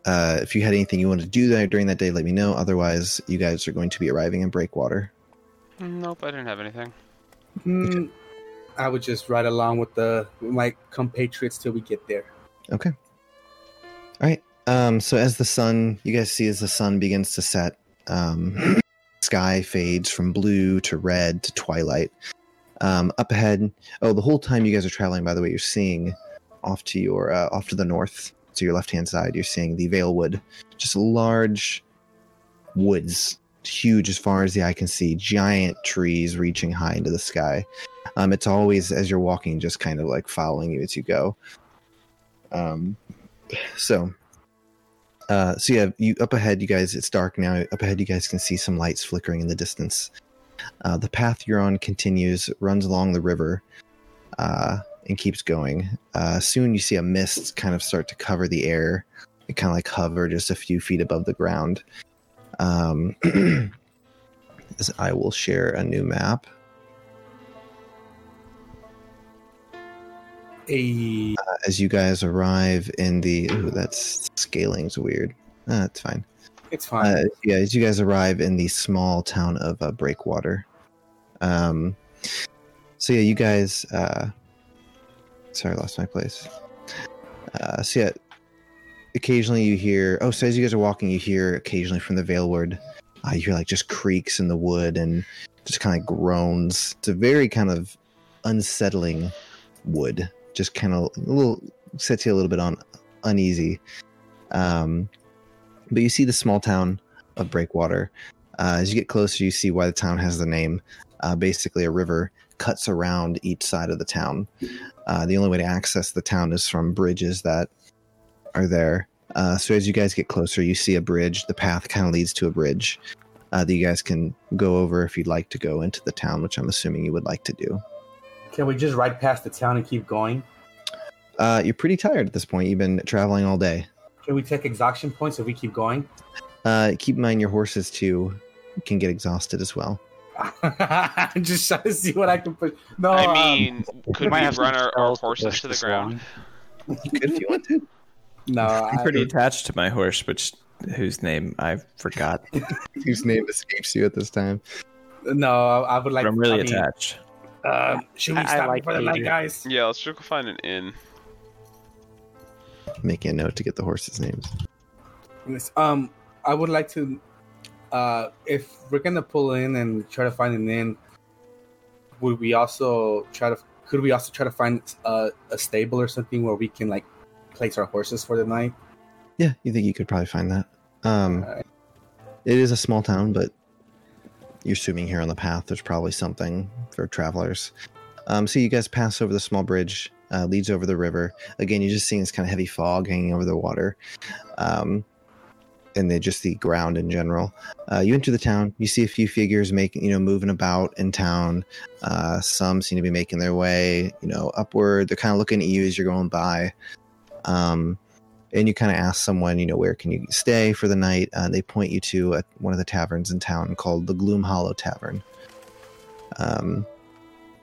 Speaker 2: uh if you had anything you want to do there during that day let me know otherwise you guys are going to be arriving in breakwater
Speaker 4: Nope, I didn't have anything.
Speaker 5: Hmm, I would just ride along with the with my compatriots till we get there.
Speaker 2: All right. Um, so as the sun, you guys see as the sun begins to set, um, sky fades from blue to red to twilight. Um, up ahead, oh, the whole time you guys are traveling, by the way, you're seeing off to your uh, off to the north, to your left hand side, you're seeing the Valewood, just large woods, huge as far as the eye can see, giant trees reaching high into the sky. Um, it's always as you're walking, just kind of like following you as you go. Um, So, uh, so yeah, you up ahead, you guys. It's dark now. Up ahead, you guys can see some lights flickering in the distance. Uh, the path you're on continues, runs along the river, uh, and keeps going. Uh, soon, you see a mist kind of start to cover the air. It kind of like hover just a few feet above the ground. Um, as I will share a new map.
Speaker 5: Hey,
Speaker 2: as you guys arrive in the ooh, that's scaling's weird uh, that's fine
Speaker 5: it's
Speaker 2: uh,
Speaker 5: fine.
Speaker 2: yeah as you guys arrive in the small town of uh, breakwater um so yeah you guys uh sorry i lost my place uh so yeah occasionally you hear oh so as you guys are walking you hear occasionally from the veilward uh, you hear like just creaks in the wood and just kind of groans it's a very kind of unsettling wood just kind of a little sets you a little bit on uneasy. Um, but you see the small town of Breakwater. Uh, as you get closer, you see why the town has the name. Uh, basically, a river cuts around each side of the town. Uh, the only way to access the town is from bridges that are there. Uh, so as you guys get closer, you see a bridge. The path kind of leads to a bridge uh, that you guys can go over if you'd like to go into the town, which I'm assuming you would like to do.
Speaker 5: Can we just ride past the town and keep going?
Speaker 2: Uh, you're pretty tired at this point. You've been traveling all day.
Speaker 5: Can we take exhaustion points if we keep going?
Speaker 2: Uh, keep in mind your horses too can get exhausted as well.
Speaker 5: I'm just trying to see what I can push. No,
Speaker 4: I
Speaker 5: um,
Speaker 4: mean, could we
Speaker 6: might have
Speaker 4: run
Speaker 6: some
Speaker 4: our, our
Speaker 6: spells to
Speaker 4: horses
Speaker 6: push
Speaker 4: to the
Speaker 6: this
Speaker 4: ground?
Speaker 6: along.
Speaker 2: You could if you want to.
Speaker 5: no.
Speaker 1: I'm
Speaker 5: I,
Speaker 1: pretty attached to my horse, which whose name I forgot.
Speaker 2: Whose name escapes you at this time?
Speaker 5: no, I would like.
Speaker 1: but I'm really
Speaker 5: I mean,
Speaker 1: attached.
Speaker 5: Uh, should we
Speaker 6: I- I
Speaker 5: stop
Speaker 6: like
Speaker 5: before the
Speaker 6: the
Speaker 5: night,
Speaker 6: idea.
Speaker 5: guys?
Speaker 4: Yeah, let's go find an inn.
Speaker 2: Making a note to get the horses' names.
Speaker 5: Yes, Um, I would like to, uh, if we're gonna pull in and try to find an inn, would we also try to? Could we also try to find a, a stable or something where we can like place our horses for the night?
Speaker 2: Yeah, you think you could probably find that. Um,
Speaker 5: Alright.
Speaker 2: It is a small town, but you're assuming here on the path there's probably something for travelers. Um, so you guys pass over the small bridge, uh, leads over the river. Again, you're just seeing this kind of heavy fog hanging over the water, um, and then just the ground in general. Uh, you enter the town. You see a few figures making, you know, moving about in town. Uh, some seem to be making their way, you know, upward. They're kind of looking at you as you're going by. Um, and you kind of ask someone, you know, where can you stay for the night? Uh, they point you to uh one of the taverns in town called the Gloom Hollow Tavern. Um,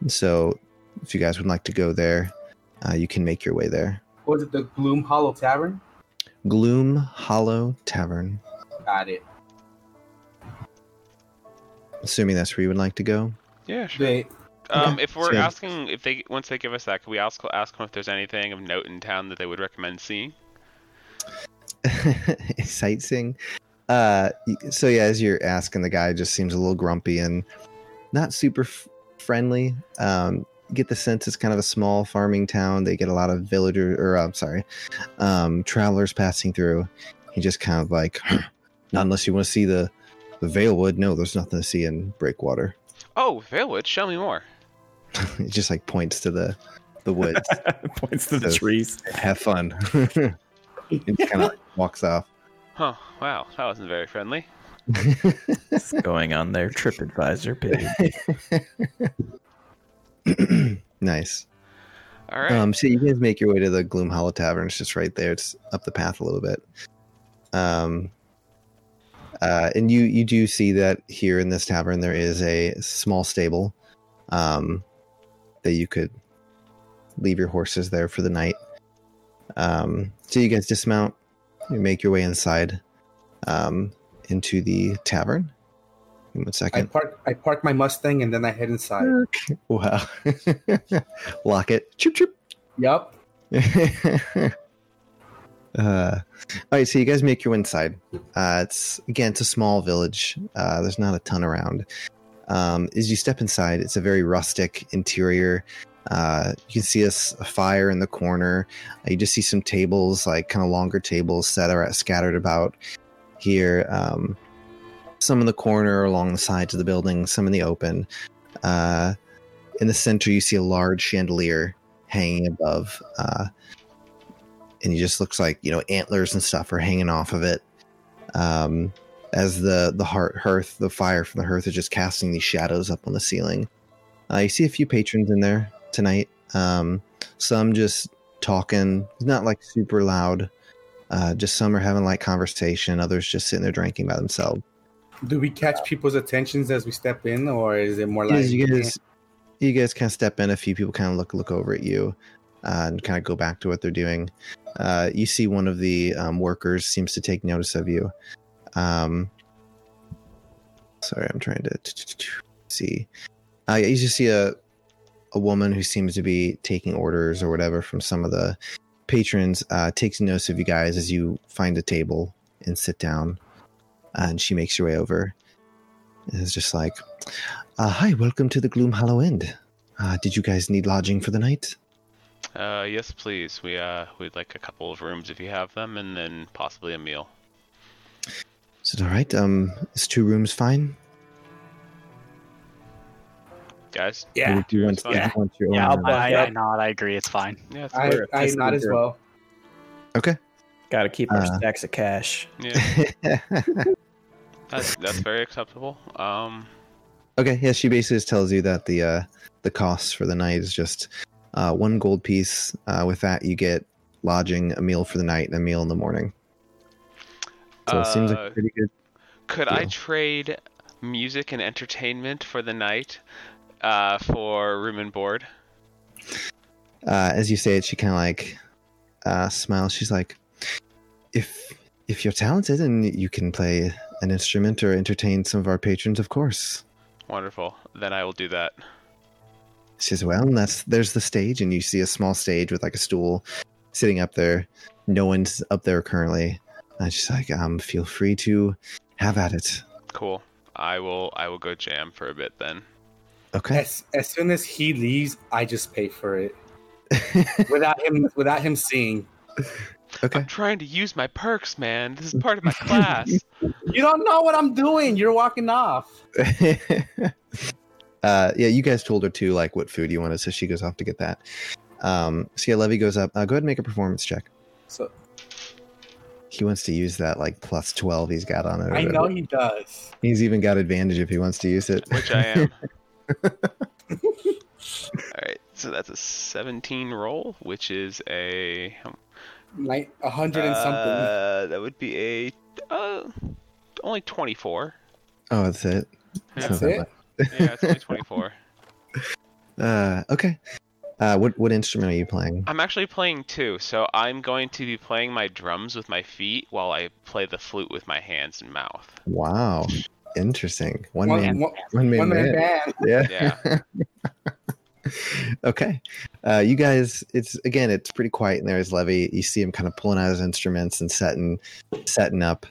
Speaker 2: so if you guys would like to go there, uh, you can make your way there.
Speaker 5: Was it the Gloom Hollow Tavern?
Speaker 2: Gloom Hollow Tavern.
Speaker 5: Got it.
Speaker 2: Assuming that's where you would like to go.
Speaker 4: Yeah, sure.
Speaker 5: They,
Speaker 4: Um, if we're
Speaker 2: So-
Speaker 4: asking, if they once they give us that, can we ask ask them if there's anything of note in town that they would recommend seeing?
Speaker 2: Sightseeing. Uh, y- so yeah, as you're asking, the guy just seems a little grumpy and not super f- friendly. Um, you get the sense it's kind of a small farming town. They get a lot of villager or I'm sorry, um, travelers passing through. He just kind of like, not unless you want to see the the Valewood. No, there's nothing to see in Breakwater.
Speaker 4: Oh, Valewood, show me more.
Speaker 2: It just like points to the the woods.
Speaker 1: Points to the
Speaker 2: So-
Speaker 1: trees.
Speaker 2: Have fun. and kind of walks off.
Speaker 4: Huh? Wow, that wasn't very friendly.
Speaker 1: What's going on there? TripAdvisor page.
Speaker 2: nice.
Speaker 4: All right.
Speaker 2: Um, so you guys make your way to the Gloom Hollow Tavern. It's just right there. It's up the path a little bit. Um, uh, and you you do see that here in this tavern there is a small stable, um, that you could leave your horses there for the night. Um, so you guys dismount, you make your way inside, um, into the tavern. Give me One
Speaker 5: I
Speaker 2: second.
Speaker 5: park. I park my Mustang and then I head inside.
Speaker 2: Wow. Lock it. Chirp chirp.
Speaker 5: Yup.
Speaker 2: uh, all right, so you guys make your way inside. Uh, it's again, it's a small village. Uh, there's not a ton around. Um, as you step inside, it's a very rustic interior. Uh, you can see a, s- a fire in the corner. Uh, you just see some tables, like kind of longer tables, set are scattered about here. Um, some in the corner, along the sides of the building, some in the open. Uh, in the center, you see a large chandelier hanging above. Uh, and he just looks like you know antlers and stuff are hanging off of it. Um, as the the heart, hearth, the fire from the hearth is just casting these shadows up on the ceiling. Uh, you see a few patrons in there tonight. Um, some just talking, not like super loud. Uh, just some are having light conversation. Others just sitting there drinking by themselves.
Speaker 5: Do we catch people's attentions as we step in, or is it more like
Speaker 2: As you guys, you guys kind of step in. A few people kind of look look over at you, uh, and kind of go back to what they're doing. Uh, you see one of the um, workers seems to take notice of you. Um, sorry, I'm trying to see. Uh, yeah, you just see a a woman who seems to be taking orders or whatever from some of the patrons. Uh, takes notice of you guys as you find a table and sit down, uh, and she makes your way over. And it's just like, uh, hi, welcome to the Gloom Hollow End. Uh, did you guys need lodging for the night?
Speaker 4: Uh, yes, please. We uh, we'd like a couple of rooms if you have them, and then possibly a meal.
Speaker 2: Is it all right? Um, is two rooms fine?
Speaker 4: Guys,
Speaker 5: yeah,
Speaker 2: Do you want,
Speaker 4: fine.
Speaker 2: do you want your
Speaker 6: Yeah,
Speaker 2: own
Speaker 6: I'll
Speaker 2: room?
Speaker 6: buy, I,
Speaker 5: Yep.
Speaker 6: I nod. I agree. It's fine.
Speaker 4: yeah, it's
Speaker 5: I,
Speaker 4: fair.
Speaker 5: I not as well.
Speaker 2: Okay.
Speaker 1: Got to keep our
Speaker 2: Uh.
Speaker 1: stacks of cash.
Speaker 4: yeah, that's, that's very acceptable. Um,
Speaker 2: okay. Yeah, she basically just tells you that the uh, the cost for the night is just uh, one gold piece. Uh, with that, you get lodging, a meal for the night, and a meal in the morning. So it seems like
Speaker 4: Uh,
Speaker 2: a pretty good.
Speaker 4: Could I
Speaker 2: Yeah.
Speaker 4: trade music and entertainment for the night uh, for room and board?
Speaker 2: uh, as you say it, she kind of like uh, smiles. She's like, "If if you're talented and you can play an instrument or entertain some of our patrons, of course."
Speaker 4: Wonderful. Then I will do that.
Speaker 2: She says, "Well, and that's there's the stage, and you see a small stage with like a stool sitting up there. No one's up there currently." And she's like, "Um, feel free to have at it."
Speaker 4: Cool. I will. I will go jam for a bit then.
Speaker 2: Okay.
Speaker 5: As, as soon as he leaves, I just pay for it without him without him seeing.
Speaker 2: Okay.
Speaker 4: I'm trying to use my perks, man. This is part of my class.
Speaker 5: You don't know what I'm doing. You're walking off.
Speaker 2: uh, yeah, you guys told her too, like what food you wanted, so she goes off to get that. Um, so yeah, Levy goes up. Uh, go ahead and make a performance check.
Speaker 5: So
Speaker 2: He wants to use that like plus twelve he's got on it. or
Speaker 5: I know
Speaker 2: whatever.
Speaker 5: he does.
Speaker 2: He's even got advantage if he wants to use it.
Speaker 4: which I am. All right, so that's a 17 roll, which is a
Speaker 5: Like a hundred and something.
Speaker 4: Uh, that would be a uh, only 24.
Speaker 2: Oh, that's it. It's not
Speaker 5: That's
Speaker 2: that
Speaker 5: it.
Speaker 4: Yeah, it's only 24.
Speaker 2: bad. Uh, okay. Uh, what what instrument are you playing?
Speaker 4: I'm actually playing two, so I'm going to be playing my drums with my feet while I play the flute with my hands and mouth.
Speaker 2: Wow, interesting. One
Speaker 5: One,
Speaker 2: man,
Speaker 5: one-
Speaker 2: one man,
Speaker 5: one man
Speaker 2: band.
Speaker 5: band.
Speaker 2: Yeah.
Speaker 4: Yeah,
Speaker 2: okay. Uh, you guys, it's again, it's pretty quiet in there as Levy. You see him kind of pulling out his instruments and setting, setting up,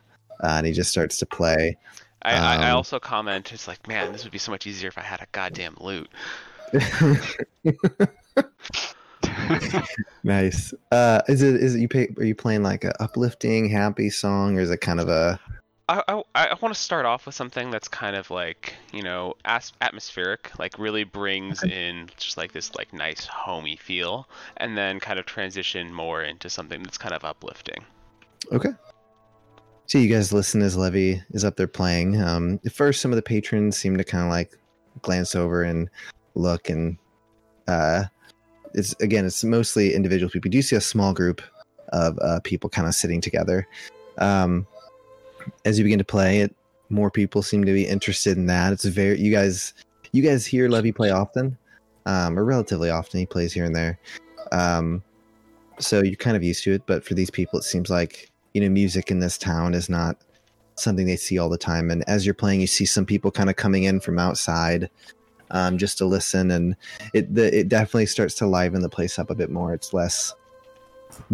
Speaker 2: uh, and he just starts to play.
Speaker 4: I, I, I
Speaker 2: Um.
Speaker 4: also comment. It's like, man, this would be so much easier if I had a goddamn lute.
Speaker 2: nice. Uh, is it is it you pay? Are you playing like a uplifting, happy song, or is it kind of a?
Speaker 4: I, I, want to start off with something that's kind of like you know as- atmospheric, like really brings in just like this like nice homey feel, and then kind of transition more into something that's kind of uplifting.
Speaker 2: So you guys listen as Levy is up there playing. Um, at first, some of the patrons seem to kind of like glance over and look, and uh, it's again, it's mostly individual people. You do see a small group of uh, people kind of sitting together. Um, as you begin to play, it more people seem to be interested in that. It's very you guys. You guys hear Levy play often, um, or relatively often. He plays here and there, um, so you're kind of used to it. But for these people, it seems like you know music in this town is not something they see all the time and as you're playing you see some people kind of coming in from outside um, just to listen and it the, it definitely starts to liven the place up a bit more it's less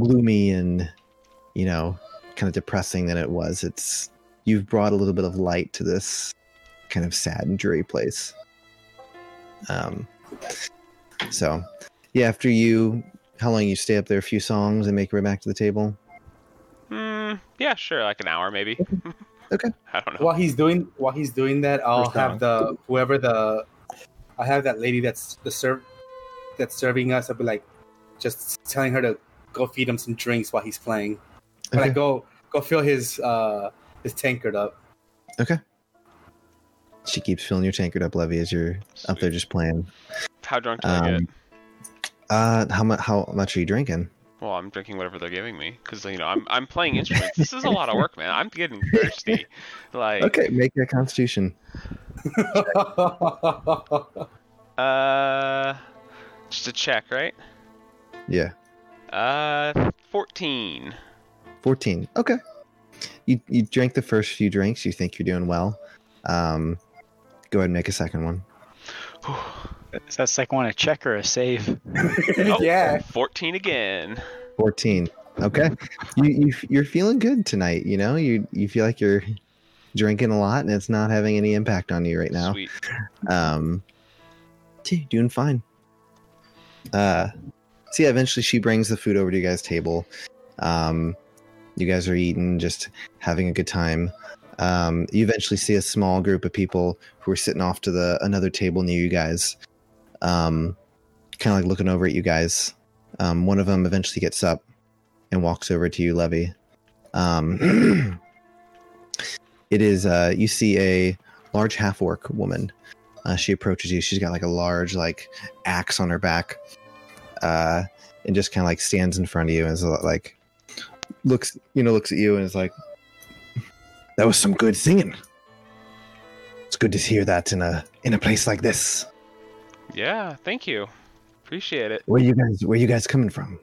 Speaker 2: gloomy and you know kind of depressing than it was it's you've brought a little bit of light to this kind of sad and dreary place um so yeah after you how long you stay up there a few songs and make your way back to the table
Speaker 4: Hmm. yeah, sure, like an hour maybe.
Speaker 2: Okay.
Speaker 4: I don't know.
Speaker 5: While he's doing while he's doing that, I'll
Speaker 1: First
Speaker 5: have the whoever the I have that lady that's the serve that's serving us. I'll be like just telling her to go feed him some drinks while he's playing. But I
Speaker 2: Okay.
Speaker 5: go go fill his uh his tankard up.
Speaker 2: Okay. She keeps filling your tankard up, Levy, as you're up there
Speaker 4: Sweet.
Speaker 2: just playing.
Speaker 4: How drunk do I get?
Speaker 2: Um, uh, how much? How much are you drinking?
Speaker 4: Well, I'm drinking whatever they're giving me because you know I'm I'm playing instruments. this is a lot of work, man. I'm getting thirsty. Like
Speaker 2: Okay, make a Constitution.
Speaker 4: uh, just a check, right?
Speaker 2: Yeah,
Speaker 4: Uh, fourteen.
Speaker 2: fourteen. Okay. You you drank the first few drinks. You think you're doing well. Um, go ahead and make a second one.
Speaker 6: Is that second one a check or a save?
Speaker 5: yeah.
Speaker 4: Oh, Fourteen again.
Speaker 2: 14 okay you, you you're feeling good tonight you know you you feel like you're drinking a lot and it's not having any impact on you right now
Speaker 4: Sweet.
Speaker 2: um gee, you're doing fine uh see eventually she brings the food over to you guys table um you guys are eating just having a good time um you eventually see a small group of people who are sitting off to the another table near you guys um kind of like looking over at you guys um one of them eventually gets up and walks over to you levy um it is uh you see a large half orc woman uh, she approaches you. She's got like a large like axe on her back, uh, and just kind of like stands in front of you and is like looks you know looks at you and is like, "That was some good singing. It's good to hear that in a in a place like this.
Speaker 4: Yeah, thank you. Appreciate it.
Speaker 2: Where you guys where you guys coming from?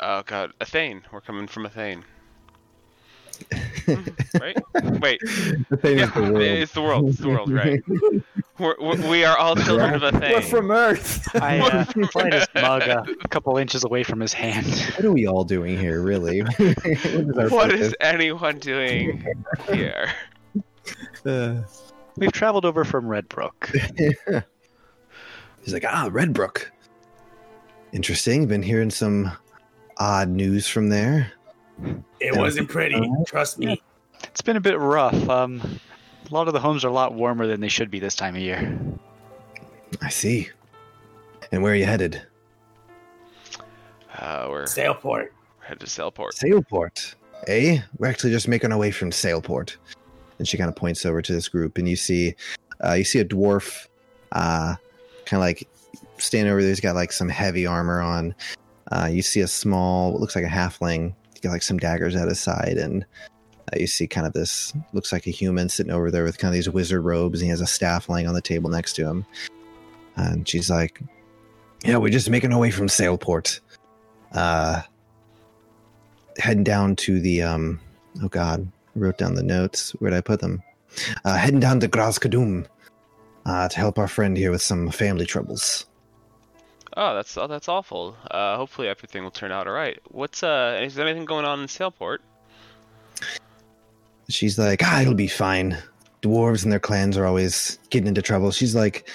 Speaker 4: Oh god, a thane. We're coming from a thane. right? Wait.
Speaker 2: The thing
Speaker 4: Yeah,
Speaker 2: is the world.
Speaker 4: it's the world. It's the world, right? We're, we're, we are all children of a thane.
Speaker 1: We're from Earth.
Speaker 6: I uh, planted his mug uh, a couple inches away from his hand.
Speaker 2: what are we all doing here, really? what is our
Speaker 4: What is
Speaker 2: purpose?
Speaker 4: anyone doing here?
Speaker 2: Uh,
Speaker 6: We've traveled over from Redbrook.
Speaker 2: He's like, ah, Redbrook. Interesting. Been hearing some odd news from there.
Speaker 5: It wasn't pretty, trust me.
Speaker 6: It's been a bit rough. Um, a lot of the homes are a lot warmer than they should be this time of year.
Speaker 2: I see. And where are you headed?
Speaker 4: Uh, we're
Speaker 5: Sailport.
Speaker 4: headed to Sailport.
Speaker 2: Sailport. Eh? We're actually just making our way from Sailport. And she kind of points over to this group, and you see, uh, you see a dwarf, uh, kind of like standing over there. He's got like some heavy armor on. Uh, you see a small, what looks like a halfling. He's got like some daggers at his side, and uh, you see kind of this looks like a human sitting over there with kind of these wizard robes, and he has a staff laying on the table next to him. And she's like, "Yeah, we're just making our way from Sailport." Uh, heading down to the um oh god I wrote down the notes where'd i put them uh heading down to graz kadum uh to help our friend here with some family troubles
Speaker 4: Oh, that's oh, that's awful. Uh, hopefully everything will turn out all right. What's uh? Is there anything going on in Sailport?
Speaker 2: she's like ah it'll be fine dwarves and their clans are always getting into trouble she's like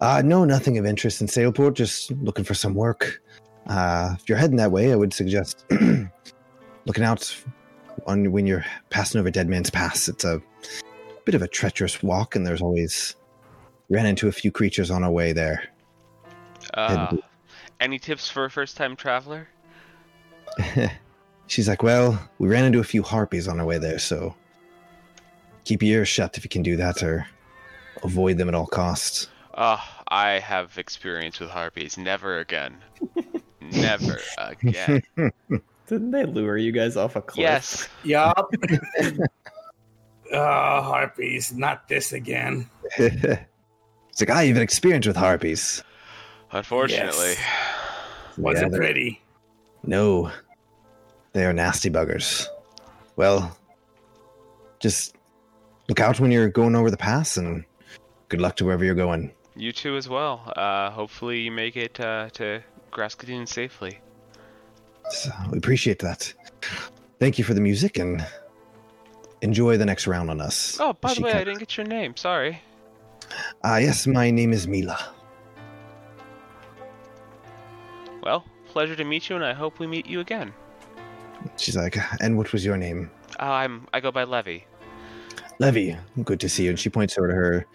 Speaker 2: uh no nothing of interest in sailport just looking for some work uh if you're heading that way i would suggest looking out on when you're passing over dead man's pass it's a bit of a treacherous walk and there's always ran into a few creatures on our way there
Speaker 4: Uh,
Speaker 2: And-
Speaker 4: any tips for a first-time traveler?
Speaker 2: She's like, Well, we ran into a few harpies on our way there, so keep your ears shut if you can do that or avoid them at all costs.
Speaker 4: Oh, I have experience with harpies. Never again. Never again.
Speaker 1: Didn't they lure you guys off a cliff?
Speaker 4: yes.
Speaker 5: Yup. oh, harpies, not this again.
Speaker 2: it's like, I even experience with harpies.
Speaker 4: Unfortunately.
Speaker 2: Yeah,
Speaker 5: Wasn't
Speaker 2: they're-
Speaker 5: pretty.
Speaker 2: No, they are nasty buggers. Well, just look out when you're going over the pass and good luck to wherever you're going.
Speaker 4: You too as well. Uh, hopefully you make it uh, to Graskadine safely.
Speaker 2: So we appreciate that. Thank you for the music and enjoy the next round on us.
Speaker 4: Oh, by
Speaker 2: She
Speaker 4: the way,
Speaker 2: kin-
Speaker 4: I didn't get your name. Sorry.
Speaker 2: Ah, yes, my name is Mila.
Speaker 4: Well, pleasure to meet you, and I hope we meet you again.
Speaker 2: She's like, and what was your name?
Speaker 4: Uh, I'm I go by Levy.
Speaker 2: Levy. Good to see you. And she points over to her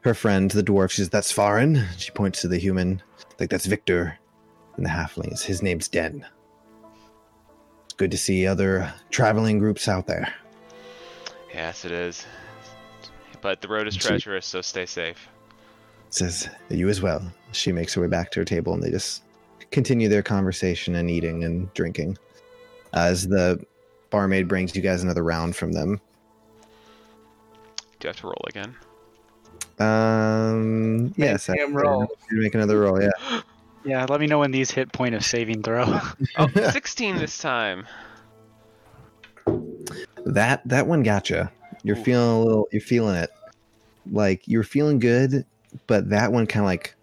Speaker 2: her friend, the dwarf. She says, That's Farin. She points to the human. Like, that's Victor. and the halflings. His name's Den. It's good to see other traveling groups out there.
Speaker 4: Yes, it is. But the road is
Speaker 2: Gee.
Speaker 4: treacherous, so stay safe.
Speaker 2: Says, You as well. She makes her way back to her table and they just continue their conversation and eating and drinking. As the barmaid brings you guys another round from them.
Speaker 4: Do you have to roll again?
Speaker 2: Um, yes, I-
Speaker 5: him roll.
Speaker 2: you make another roll, yeah.
Speaker 6: Yeah, let me know when these hit point of saving throw.
Speaker 4: Oh, 16 this time.
Speaker 2: That that one gotcha. You're
Speaker 4: Ooh.
Speaker 2: feeling a little. You're feeling it. Like you're feeling good, but that one kind of like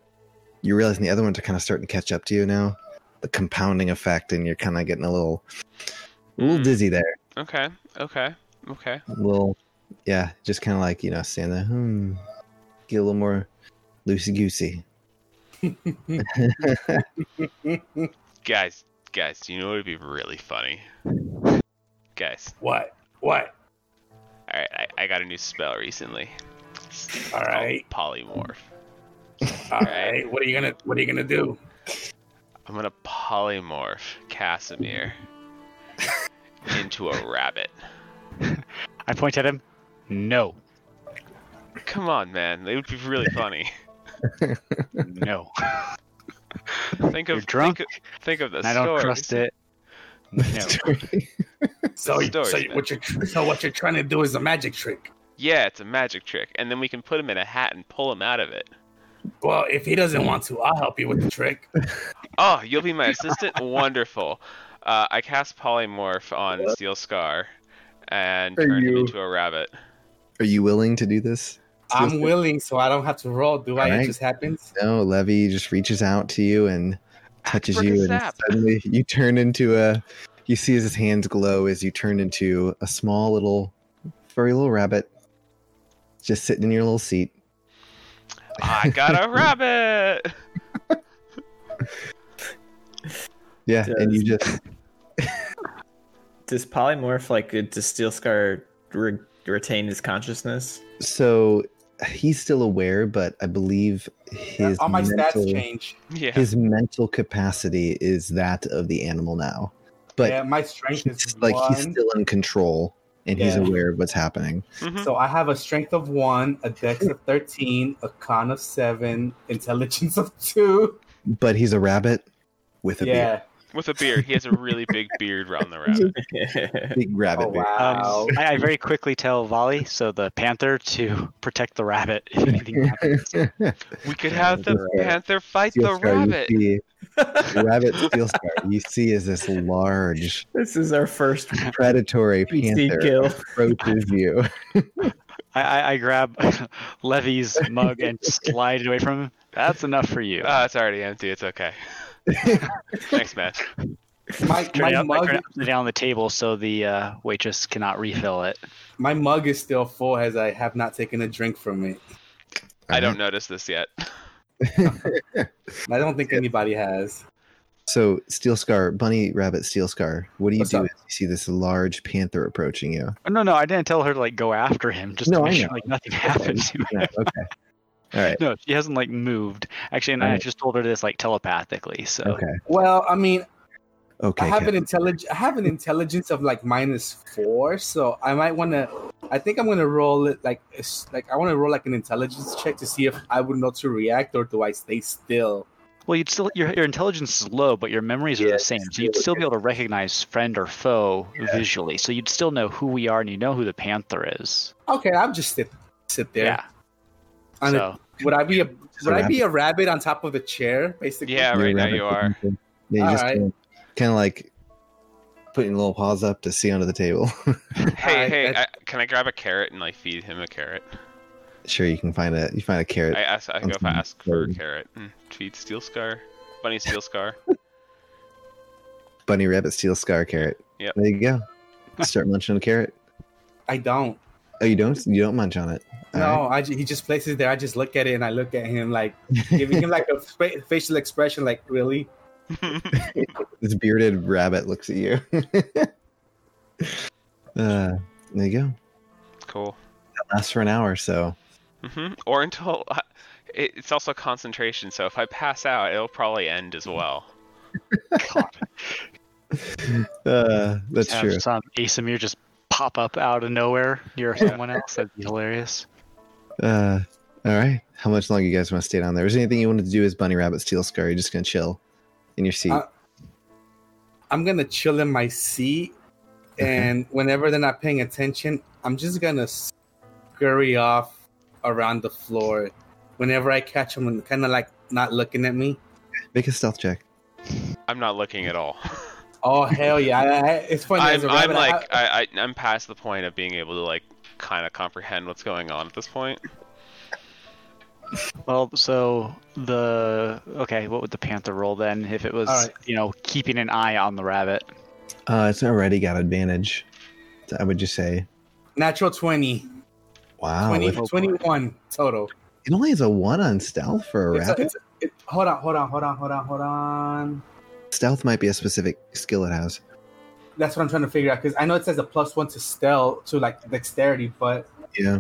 Speaker 2: you're realizing the other ones are kind of starting to catch up to you now. The compounding effect, and you're kind of getting a little, a little
Speaker 4: Mm.
Speaker 2: dizzy there.
Speaker 4: Okay, okay, okay.
Speaker 2: A little, yeah, just kind of like you know, standing there, hmm, get a little more loosey goosey.
Speaker 4: Guys, guys, do you know what would be really funny? Guys,
Speaker 5: What? What?
Speaker 4: alright, I, I got a new spell recently.
Speaker 5: All right.
Speaker 4: Polymorph.
Speaker 5: All right. What are you gonna What are you gonna do?
Speaker 4: I'm gonna polymorph Casimir into a rabbit.
Speaker 6: I point at him. No,
Speaker 4: Come on, man. It would be really funny.
Speaker 6: no,
Speaker 4: Think of
Speaker 6: You're drunk,
Speaker 4: Think of, think of the
Speaker 6: and I don't
Speaker 4: stories.
Speaker 6: trust it. No.
Speaker 5: So,
Speaker 4: Story,
Speaker 5: so
Speaker 4: man.
Speaker 5: what you're so what you're trying to do is a magic trick.
Speaker 4: Yeah, it's a magic trick, and then we can put him in a hat and pull him out of it.
Speaker 5: Well, if he doesn't want to, I'll help you with the trick.
Speaker 4: Oh, you'll be my assistant. Wonderful. Uh, I cast polymorph on Steel Scar, and
Speaker 2: Are
Speaker 4: turned him
Speaker 2: you-
Speaker 4: into a rabbit.
Speaker 2: Are you willing to do this?
Speaker 5: I'm willing, so I don't have to roll, do I?
Speaker 2: All right.
Speaker 5: It just happens.
Speaker 2: No, Levy just reaches out to you and touches you, and
Speaker 4: Abracasap.
Speaker 2: suddenly you turn into a. You see as his hands glow as you turn into a small little, furry little rabbit, just sitting in your little seat.
Speaker 4: I got a rabbit.
Speaker 2: Yeah, and you just
Speaker 1: Does polymorph like uh, does Steel Scar re- retain his consciousness?
Speaker 2: so he's still aware, but I believe his
Speaker 5: All my
Speaker 2: mental,
Speaker 5: stats change.
Speaker 4: Yeah.
Speaker 2: his mental capacity is that of the animal now, but
Speaker 5: yeah, my strength
Speaker 2: he's,
Speaker 5: is
Speaker 2: like
Speaker 5: one.
Speaker 2: he's still in control and he's
Speaker 5: Yeah.
Speaker 2: aware of what's happening.
Speaker 4: Mhm.
Speaker 5: So I have a strength of one, a dex of thirteen, a con of seven, intelligence of two.
Speaker 2: But he's a rabbit with a beard.
Speaker 5: yeah.
Speaker 4: With a beard, he has a really big beard around the rabbit.
Speaker 2: big rabbit
Speaker 5: Oh
Speaker 2: beard.
Speaker 5: wow.
Speaker 6: Um, I, I very quickly tell Volley, so the panther, to protect the rabbit if anything happens.
Speaker 4: We could have the
Speaker 2: Yeah.
Speaker 4: panther fight
Speaker 2: Steel
Speaker 4: the
Speaker 5: Oh,
Speaker 2: Star, you
Speaker 4: rabbit.
Speaker 2: see- rabbit steel star you see is this large
Speaker 1: this is our first
Speaker 2: predatory
Speaker 1: PC
Speaker 2: panther
Speaker 1: kill.
Speaker 2: approaches you.
Speaker 6: I, I, I grab Levy's mug and slide it away from him. That's enough for you.
Speaker 4: Ah, it's already empty. It's okay. Next match.
Speaker 5: My,
Speaker 6: Turn it
Speaker 5: my
Speaker 6: up- I
Speaker 5: mug
Speaker 6: turn it upside down on the table so the uh, waitress cannot refill it.
Speaker 5: my mug is still full as I have not taken a drink from it.
Speaker 4: I don't notice this yet.
Speaker 5: I don't think anybody has.
Speaker 2: So steel scar, bunny rabbit steel scar. What do you
Speaker 5: What's
Speaker 2: do?
Speaker 5: up?
Speaker 2: if You see this large panther approaching you.
Speaker 6: Oh, No, no, I didn't tell her to like go after him. Just
Speaker 2: No,
Speaker 6: to make
Speaker 2: I
Speaker 6: sure
Speaker 2: know.
Speaker 6: like nothing happened to him.
Speaker 2: No, okay. All right.
Speaker 6: No, she hasn't like moved. Actually, and I
Speaker 2: Right.
Speaker 6: just told her this like telepathically. So
Speaker 2: Okay.
Speaker 5: Well, I mean,
Speaker 2: Okay.
Speaker 5: I have
Speaker 2: Kat.
Speaker 5: an intellig I have an intelligence of like minus four, so I might want to. I think I'm gonna roll it like it's- like I want to roll like an intelligence check to see if I would know to react or do I stay still.
Speaker 6: well, you'd still your your intelligence is low, but your memories are
Speaker 2: Yeah,
Speaker 6: the same,
Speaker 2: it's
Speaker 6: so you'd
Speaker 2: really
Speaker 6: still be able to recognize friend or foe visually. So you'd still know who we are, and you know who the panther is.
Speaker 5: Okay, I'll just sit sit there.
Speaker 6: Yeah.
Speaker 5: On a-
Speaker 6: So
Speaker 5: would I be a
Speaker 2: It's a
Speaker 5: would I be a rabbit on top of a chair basically?
Speaker 4: Yeah,
Speaker 2: You're a
Speaker 4: right now
Speaker 2: rabbit
Speaker 4: you are.
Speaker 2: panther. Yeah, you
Speaker 5: All
Speaker 2: just
Speaker 5: right.
Speaker 2: kind of like putting little paws up to see under the table.
Speaker 4: Hey,
Speaker 5: Alright,
Speaker 4: hey, I,
Speaker 5: that's-
Speaker 4: can I grab a carrot and like feed him a carrot?
Speaker 2: sure, you can find a you find a carrot.
Speaker 4: I ask, I go if I
Speaker 2: Something
Speaker 4: ask for a
Speaker 2: very-
Speaker 4: carrot. Mm, feed Steel Scar, Bunny Steel Scar.
Speaker 2: Bunny rabbit steel scar carrot.
Speaker 4: Yep.
Speaker 2: There you go. Start munching on a carrot.
Speaker 5: I don't.
Speaker 2: Oh, you don't you don't munch on it. All right.
Speaker 5: No, I ju- he just places it there. I just look at it and I look at him like giving him like a fa- facial expression like really.
Speaker 2: this bearded rabbit looks at you. uh, there you go.
Speaker 4: cool.
Speaker 2: That lasts for an hour, so
Speaker 4: hmm Or until it, it's also concentration. So if I pass out, it'll probably end as well.
Speaker 6: God,
Speaker 2: Uh, that's
Speaker 6: have
Speaker 2: true.
Speaker 6: some Asamir just pop up out of nowhere near someone else. That'd be hilarious.
Speaker 2: Uh, all right. How much longer you guys want to stay down there? Is there anything you wanted to do as Bunny Rabbit Steel Scar? You're just gonna chill in your seat.
Speaker 5: Uh, I'm gonna chill in my seat, and whenever they're not paying attention, I'm just gonna scurry off around the floor. Whenever I catch them, and kind of like not looking at me.
Speaker 2: Make a stealth check.
Speaker 4: I'm not looking at all.
Speaker 5: Oh hell yeah! I, I, it's funny. as
Speaker 4: I'm,
Speaker 5: a
Speaker 4: I'm
Speaker 5: rabbit, I-
Speaker 4: like I, I I'm past the point of being able to like kind of comprehend what's going on at this point.
Speaker 6: Well, so the okay, what would the panther roll then if it was
Speaker 5: All right.
Speaker 6: you know keeping an eye on the rabbit?
Speaker 2: Uh, it's already got advantage. I would just say,
Speaker 5: natural 20,
Speaker 2: wow. Oh,
Speaker 5: 20
Speaker 4: Oh,
Speaker 2: with-
Speaker 5: 21 total.
Speaker 2: it only has a one on stealth for a
Speaker 5: It's a-
Speaker 2: rabbit.
Speaker 5: it's a- it- hold on, hold on, hold on, hold on, hold on.
Speaker 2: stealth might be a specific skill it has.
Speaker 5: That's what I'm trying to figure out because I know it says a plus one to stealth to like dexterity, but
Speaker 2: Yeah.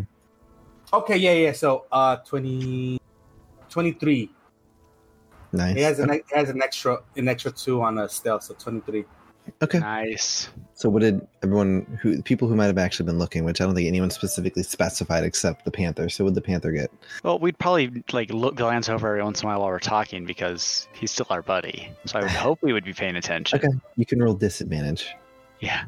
Speaker 5: okay, yeah, yeah. So uh, 20, 23.
Speaker 2: Nice.
Speaker 5: It has an it has an extra an extra two on a stealth, so 23.
Speaker 2: okay.
Speaker 6: Nice.
Speaker 2: So what did everyone who people who might have actually been looking, which I don't think anyone specifically specified except the Panther. So what did the Panther get?
Speaker 6: Well, we'd probably like look glance over every once in a while while we're talking because he's still our buddy. So I would hope we would be paying attention.
Speaker 2: Okay. You can roll disadvantage,
Speaker 6: Yeah.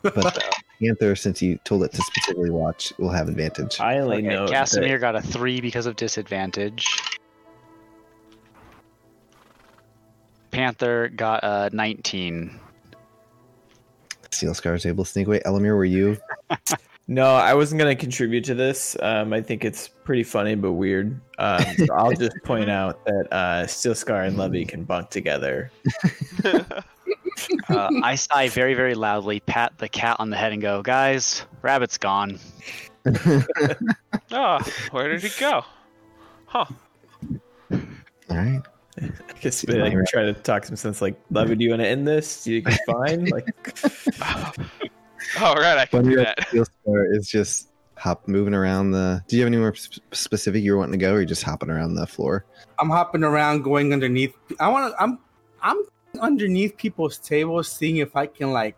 Speaker 2: but the Panther, since you told it to specifically watch, will have advantage.
Speaker 1: I only
Speaker 6: Okay,
Speaker 1: know
Speaker 6: Casimir got a three because of disadvantage. Panther got a nineteen.
Speaker 2: Steel Scar is able to sneak away. Elamir, were you?
Speaker 1: No, I wasn't going to contribute to this. Um, I think it's pretty funny but weird. Um, so I'll just point out that uh, Steel Scar and Levy can bunk together.
Speaker 6: Uh, I sigh very, very loudly, pat the cat on the head, and go, "Guys, rabbit's gone."
Speaker 4: Oh, where did he go? Huh?
Speaker 2: All right.
Speaker 1: I guess they like, try to talk some sense. Like, Levy, do you want to end this? Do you think it's fine? Like,
Speaker 4: Oh right, I can
Speaker 2: Bunny
Speaker 4: do
Speaker 2: Rabbit
Speaker 4: that.
Speaker 2: Steel Scar is just hop moving around the. Do you have any more sp- specific you were wanting to go, or you just hopping around the floor?
Speaker 5: I'm hopping around, going underneath. I want to. I'm I'm underneath people's tables, seeing if I can like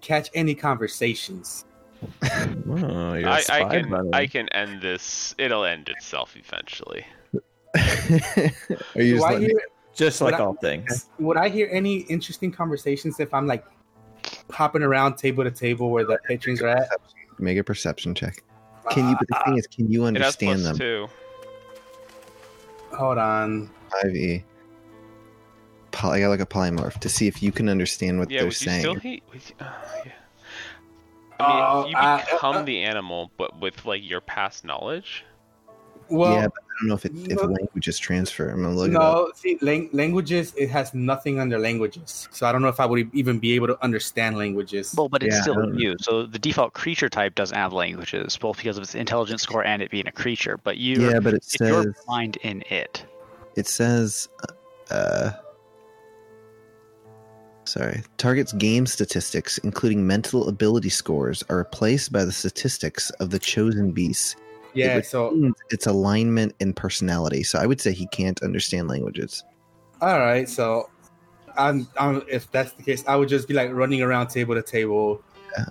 Speaker 5: catch any conversations.
Speaker 1: oh, you're a
Speaker 4: I, I
Speaker 1: spy bunny.
Speaker 4: can I can end this. It'll end itself eventually.
Speaker 2: Are you
Speaker 5: Do
Speaker 2: just
Speaker 5: I
Speaker 2: letting
Speaker 5: hear?
Speaker 1: just
Speaker 5: But
Speaker 1: like
Speaker 5: I-
Speaker 1: all things.
Speaker 5: Would I hear any interesting conversations if I'm like hopping around table to table where the patrons are at?
Speaker 2: make a perception check? Can you? But the thing is, can you
Speaker 4: It has
Speaker 2: understand
Speaker 4: plus
Speaker 2: them?
Speaker 4: two.
Speaker 5: Hold on.
Speaker 2: Five E. Poly, I gotta look at polymorph to see if you can understand what
Speaker 4: Yeah,
Speaker 2: they're
Speaker 4: would you still
Speaker 2: saying.
Speaker 4: hate? would you- oh, yeah. I mean,
Speaker 5: Oh,
Speaker 4: you
Speaker 5: uh,
Speaker 4: become
Speaker 5: uh,
Speaker 4: the animal, but with like your past knowledge.
Speaker 5: Well,
Speaker 2: yeah, but I don't know if it, if
Speaker 5: no-
Speaker 2: language is transfer. I'm gonna look it up.
Speaker 5: no. See, lang- languages. It has nothing under languages, so I don't know if I would e-, even be able to understand languages.
Speaker 6: Well, but it's
Speaker 2: Yeah, I
Speaker 6: still
Speaker 2: don't
Speaker 6: you. So the default creature type doesn't have languages, both because of its intelligence score and it being a creature. But you,
Speaker 2: Yeah, but it
Speaker 6: if you're
Speaker 2: says
Speaker 6: blind in it,
Speaker 2: it says. Uh, sorry. Target's game statistics, including mental ability scores, are replaced by the statistics of the chosen beast.
Speaker 5: yeah.
Speaker 2: would
Speaker 5: So
Speaker 2: Its alignment and personality. So I would say he can't understand languages.
Speaker 5: All right, so I'm, I'm if that's the case, I would just be like running around table to table.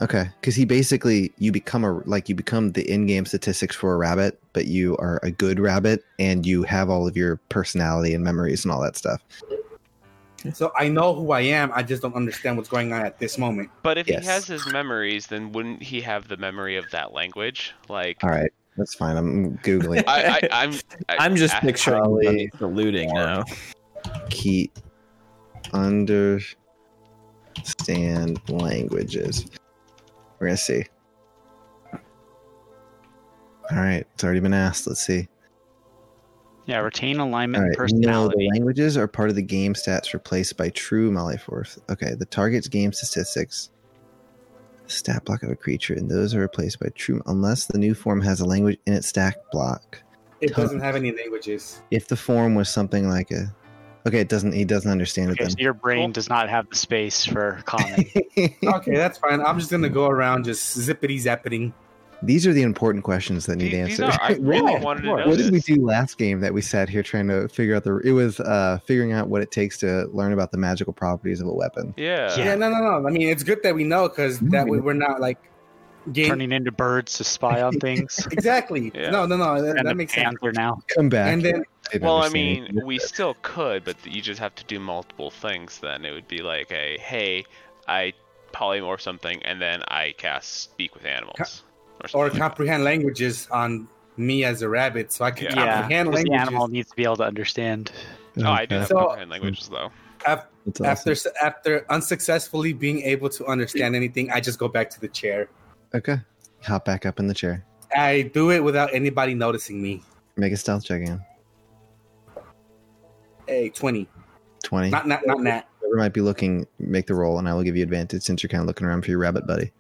Speaker 2: Okay, because he basically you become a like you become the in-game statistics for a rabbit, but you are a good rabbit and you have all of your personality and memories and all that stuff.
Speaker 5: So I know who I am. I just don't understand what's going on at this moment.
Speaker 4: But if
Speaker 2: Yes.
Speaker 4: he has his memories, then wouldn't he have the memory of that language? Like,
Speaker 2: All right, that's fine. I'm googling
Speaker 4: I, I, I'm I,
Speaker 1: I'm just
Speaker 4: I-
Speaker 1: picturing
Speaker 2: Probably-
Speaker 1: Bunny saluting now.
Speaker 2: key understand languages. We're gonna see. All right, it's already been asked. Let's see.
Speaker 6: yeah, retain alignment
Speaker 2: All
Speaker 6: and
Speaker 2: right. No, the
Speaker 6: personality.
Speaker 2: languages are part of the game stats replaced by true Maliforth. Okay, the target's game statistics. Stat block of a creature, and those are replaced by true unless the new form has a language in its stat block.
Speaker 5: It doesn't have any languages.
Speaker 2: If the form was something like a Okay, it doesn't he doesn't understand it
Speaker 6: Okay, so
Speaker 2: then.
Speaker 6: your brain does not have the space for comment.
Speaker 5: Okay, that's fine. I'm just gonna go around just zippity zapping.
Speaker 2: These are the important questions that need
Speaker 4: These- these
Speaker 2: answers.
Speaker 4: are- I really
Speaker 5: Right.
Speaker 4: wanted to
Speaker 5: What
Speaker 4: know
Speaker 2: what did we
Speaker 4: this.
Speaker 2: do last game that we sat here trying to figure out the? It was uh, figuring out what it takes to learn about the magical properties of a weapon.
Speaker 4: Yeah.
Speaker 5: Yeah, no, no, no. I mean, it's good that we know because that way we're not like game.
Speaker 6: turning into birds to spy on things.
Speaker 5: Exactly.
Speaker 4: Yeah.
Speaker 5: No, no, no. That,
Speaker 6: and
Speaker 5: that makes sense.
Speaker 6: panther now.
Speaker 2: Come back.
Speaker 5: And then
Speaker 2: didn't
Speaker 4: Well, I
Speaker 2: understand
Speaker 4: mean,
Speaker 2: anything.
Speaker 4: we still could, but you just have to do multiple things. Then it would be like a hey, I polymorph something, and then I cast speak with animals,
Speaker 5: or
Speaker 4: something like that.
Speaker 5: comprehend languages on me as a rabbit, so I can
Speaker 4: Yeah.
Speaker 6: Yeah,
Speaker 5: comprehend
Speaker 6: 'cause the
Speaker 5: languages.
Speaker 6: animal needs to be able to understand.
Speaker 4: Oh, I do have
Speaker 5: So-
Speaker 4: comprehend languages though.
Speaker 5: Af-
Speaker 2: That's
Speaker 5: After
Speaker 2: awesome.
Speaker 5: s after unsuccessfully being able to understand anything, I just go back to the chair.
Speaker 2: okay, hop back up in the chair.
Speaker 5: I do it without anybody noticing me.
Speaker 2: Make a stealth check again.
Speaker 5: Hey, twenty.
Speaker 2: Twenty.
Speaker 5: Not not not that.
Speaker 2: Whoever might be looking, make the roll, and I will give you advantage since you're kind of looking around for your rabbit buddy.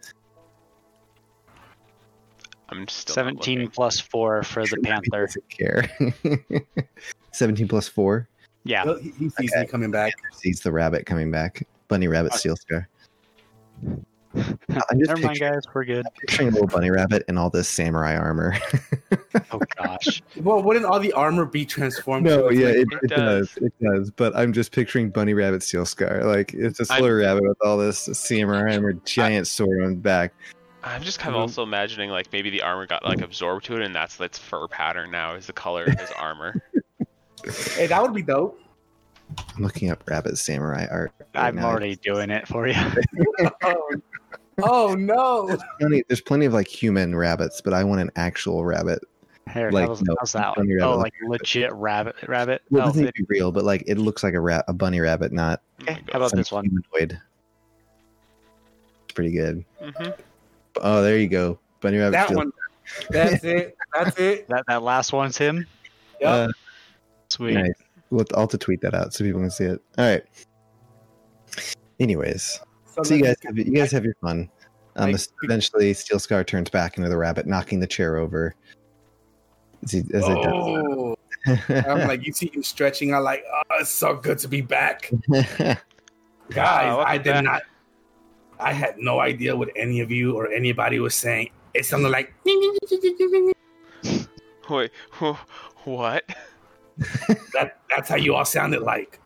Speaker 4: I'm still not
Speaker 6: Seventeen
Speaker 4: looking.
Speaker 6: plus four for the panther.
Speaker 2: Doesn't care. Seventeen plus four
Speaker 6: Yeah,
Speaker 5: Well, He, he sees me coming back.
Speaker 2: sees the rabbit coming back. Bunny rabbit steals scar. I'm just
Speaker 6: never mind,
Speaker 2: picturing,
Speaker 6: guys. We're good.
Speaker 2: picturing a little bunny rabbit in all this samurai armor.
Speaker 6: Oh gosh,
Speaker 5: Well, wouldn't all the armor be transformed?
Speaker 2: No,
Speaker 5: to-
Speaker 2: yeah, it,
Speaker 4: it
Speaker 2: it does. It does. But I'm just picturing Bunny Rabbit Steel Scar. Like it's a slow rabbit with all this samurai armor, giant sword on his back.
Speaker 4: I'm just kind of also imagining like maybe the armor got like absorbed to it, and that's its fur pattern now is the color of his armor.
Speaker 5: Hey, that would be dope.
Speaker 2: I'm looking up rabbit samurai art. right
Speaker 6: I'm
Speaker 2: now.
Speaker 6: already doing it for you.
Speaker 5: Oh, oh no!
Speaker 2: Plenty- there's plenty of like human rabbits, but I want an actual rabbit.
Speaker 6: Here,
Speaker 2: Like,
Speaker 6: how's,
Speaker 2: no,
Speaker 6: how's that?
Speaker 2: bunny
Speaker 6: One?
Speaker 2: rabbit
Speaker 6: Oh,
Speaker 2: looks
Speaker 6: like legit rabbit, rabbit.
Speaker 2: Well, it
Speaker 6: oh,
Speaker 2: doesn't
Speaker 6: it,
Speaker 2: need to be real, but like it looks like a rat, a bunny rabbit, not
Speaker 4: Oh
Speaker 6: okay. How about
Speaker 2: some
Speaker 6: this one?
Speaker 2: humanoid. It's pretty good.
Speaker 4: hmm
Speaker 2: Oh, there you go, bunny rabbit.
Speaker 5: That
Speaker 2: Steel-
Speaker 5: one. That's it. That's it.
Speaker 6: That that last one's him.
Speaker 5: Yep.
Speaker 2: Uh,
Speaker 6: Sweet.
Speaker 2: Nice. Well, I'll have to tweet that out so people can see it. All right. Anyways, so you guys,
Speaker 5: let's-
Speaker 2: have, you guys have your fun. Um,
Speaker 5: Like-
Speaker 2: eventually, Steel Scar turns back into the rabbit, knocking the chair over. As, he, as
Speaker 5: Oh,
Speaker 2: it
Speaker 5: I'm like, you see him stretching. I'm like, oh, it's so good to be back,
Speaker 2: does.
Speaker 5: guys.
Speaker 4: Wow, look
Speaker 5: I
Speaker 4: at
Speaker 5: did
Speaker 4: that.
Speaker 5: not. I had no idea what any of you or anybody was saying. It sounded like that.
Speaker 4: Wait, wh- what?
Speaker 5: That's how you all sounded like.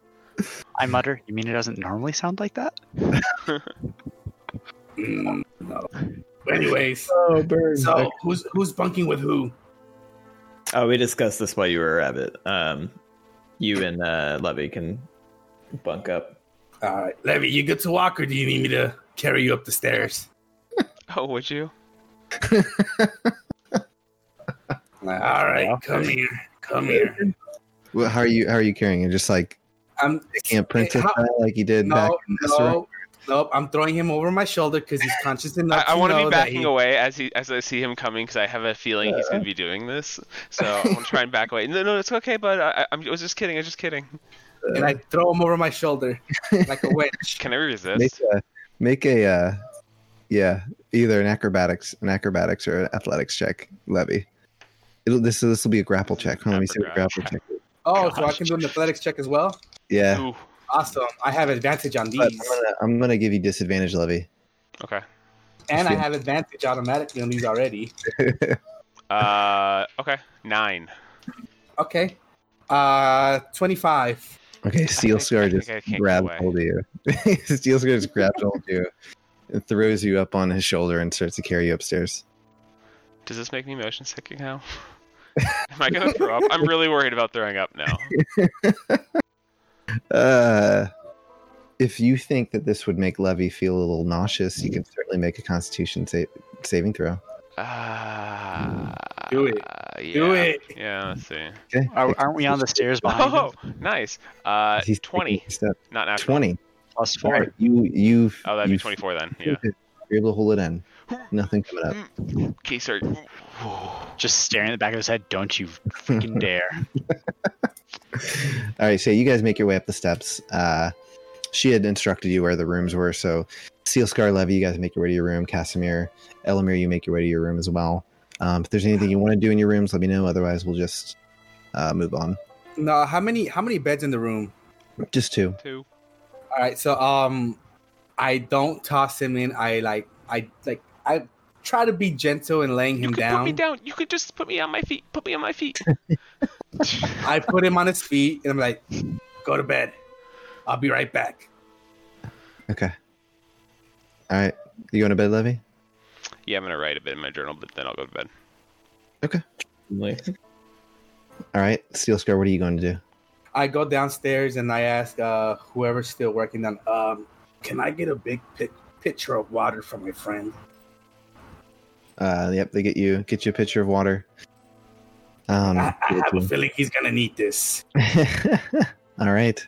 Speaker 6: I mutter. You mean it doesn't normally sound like that?
Speaker 5: Mm, no. But anyways,
Speaker 2: oh, bird.
Speaker 5: so who's who's bunking with who?
Speaker 1: Oh, we discussed this while you were a rabbit. Um, you and uh, Levy can bunk up.
Speaker 5: All right, Levy, you good to walk, or do you need me to carry you up the stairs?
Speaker 4: Oh, would you?
Speaker 5: I'm like, all right, come here, come here.
Speaker 2: well, how are you? How are you carrying it? Just like
Speaker 5: I'm
Speaker 2: taking a princess
Speaker 5: How-
Speaker 2: eye like you did back
Speaker 5: no,
Speaker 2: in this room?
Speaker 5: no, nope. I'm throwing him over my shoulder because he's conscious
Speaker 4: I,
Speaker 5: enough.
Speaker 4: I want to
Speaker 5: know
Speaker 4: be
Speaker 5: that
Speaker 4: backing
Speaker 5: he-
Speaker 4: away as he as I see him coming because I have a feeling he's going to be doing this. So I'm going to try and back away. No, no, it's okay, bud. I, I, I'm- I was just kidding. I was just kidding.
Speaker 5: and I throw him over my shoulder like a witch.
Speaker 4: Can I resist?
Speaker 2: Make a, make a uh, yeah, either an acrobatics, an acrobatics or an athletics check, Levy. It'll, this this will be a grapple check. Hold on, let me see what grapple check. Is.
Speaker 5: Oh, so I can do an athletics check as well.
Speaker 2: Yeah,
Speaker 4: Ooh,
Speaker 5: Awesome! I have advantage on
Speaker 2: but I'm
Speaker 5: these,
Speaker 2: gonna, I'm gonna give you disadvantage, Levy.
Speaker 4: okay.
Speaker 5: and I have advantage automatically on these already.
Speaker 4: Uh, okay. Nine.
Speaker 5: Okay, uh, twenty-five.
Speaker 2: Okay, Steel
Speaker 4: think- I
Speaker 2: Scar
Speaker 4: think
Speaker 2: just
Speaker 4: I can't
Speaker 2: grabs
Speaker 4: get away.
Speaker 2: hold of you. Steel Scar just grabs hold of you and throws you up on his shoulder and starts to carry you upstairs.
Speaker 4: Does this make me motion sick now? Am I going to throw up? I'm really worried about throwing up now.
Speaker 2: Uh, if you think that this would make Levy feel a little nauseous, you can
Speaker 4: Mm-hmm.
Speaker 2: certainly make a Constitution sa- saving throw.
Speaker 4: Ah.
Speaker 5: Do it.
Speaker 4: yeah.
Speaker 5: Do it.
Speaker 4: Yeah, let's see.
Speaker 2: Okay,
Speaker 6: Are, aren't we on the stairs behind him?
Speaker 4: Oh, nice. Uh,
Speaker 2: He's taking
Speaker 4: 20.
Speaker 2: a step.
Speaker 4: Not natural.
Speaker 2: Twenty.
Speaker 6: Plus
Speaker 2: All
Speaker 6: four.
Speaker 2: right, you you.
Speaker 4: Oh, that'd be
Speaker 2: you-
Speaker 4: 24 then. Yeah.
Speaker 2: You're able to hold it in. Nothing coming up.
Speaker 4: Okay, sir.
Speaker 6: Just staring at the back of his head. Don't you freaking dare!
Speaker 4: Mm-hmm.
Speaker 2: All right, so you guys make your way up the steps. Uh, she had instructed you where the rooms were, so Seal Scar Levy, you guys make your way to your room. Casimir, Elamir, you make your way to your room as well. Um, if there's anything you want to do in your rooms, let me know. Otherwise, we'll just uh, move on.
Speaker 5: No, how many? How many beds in the room?
Speaker 2: Just two.
Speaker 4: Two.
Speaker 5: All right, so um, I don't toss him in. I like, I like, I try to be gentle in laying
Speaker 4: You
Speaker 5: him
Speaker 4: could
Speaker 5: down.
Speaker 4: put me down. You could just put me on my feet. Put me on my feet.
Speaker 5: I put him on his feet and I'm like, go to bed. I'll be right back.
Speaker 2: Okay. All right. You going to bed, Levy?
Speaker 4: yeah, I'm gonna write a bit in my journal, but then I'll go to bed.
Speaker 2: All right. Steel Scar, what are you going to do?
Speaker 5: I go downstairs and I ask uh, whoever's still working on, um, can I get a big pit- pitcher of water for my friend?
Speaker 2: Uh, yep, they get you get you a pitcher of water. Um,
Speaker 5: I, I
Speaker 2: give it
Speaker 5: have
Speaker 2: to
Speaker 5: a
Speaker 2: him.
Speaker 5: feeling he's gonna need this.
Speaker 2: All right.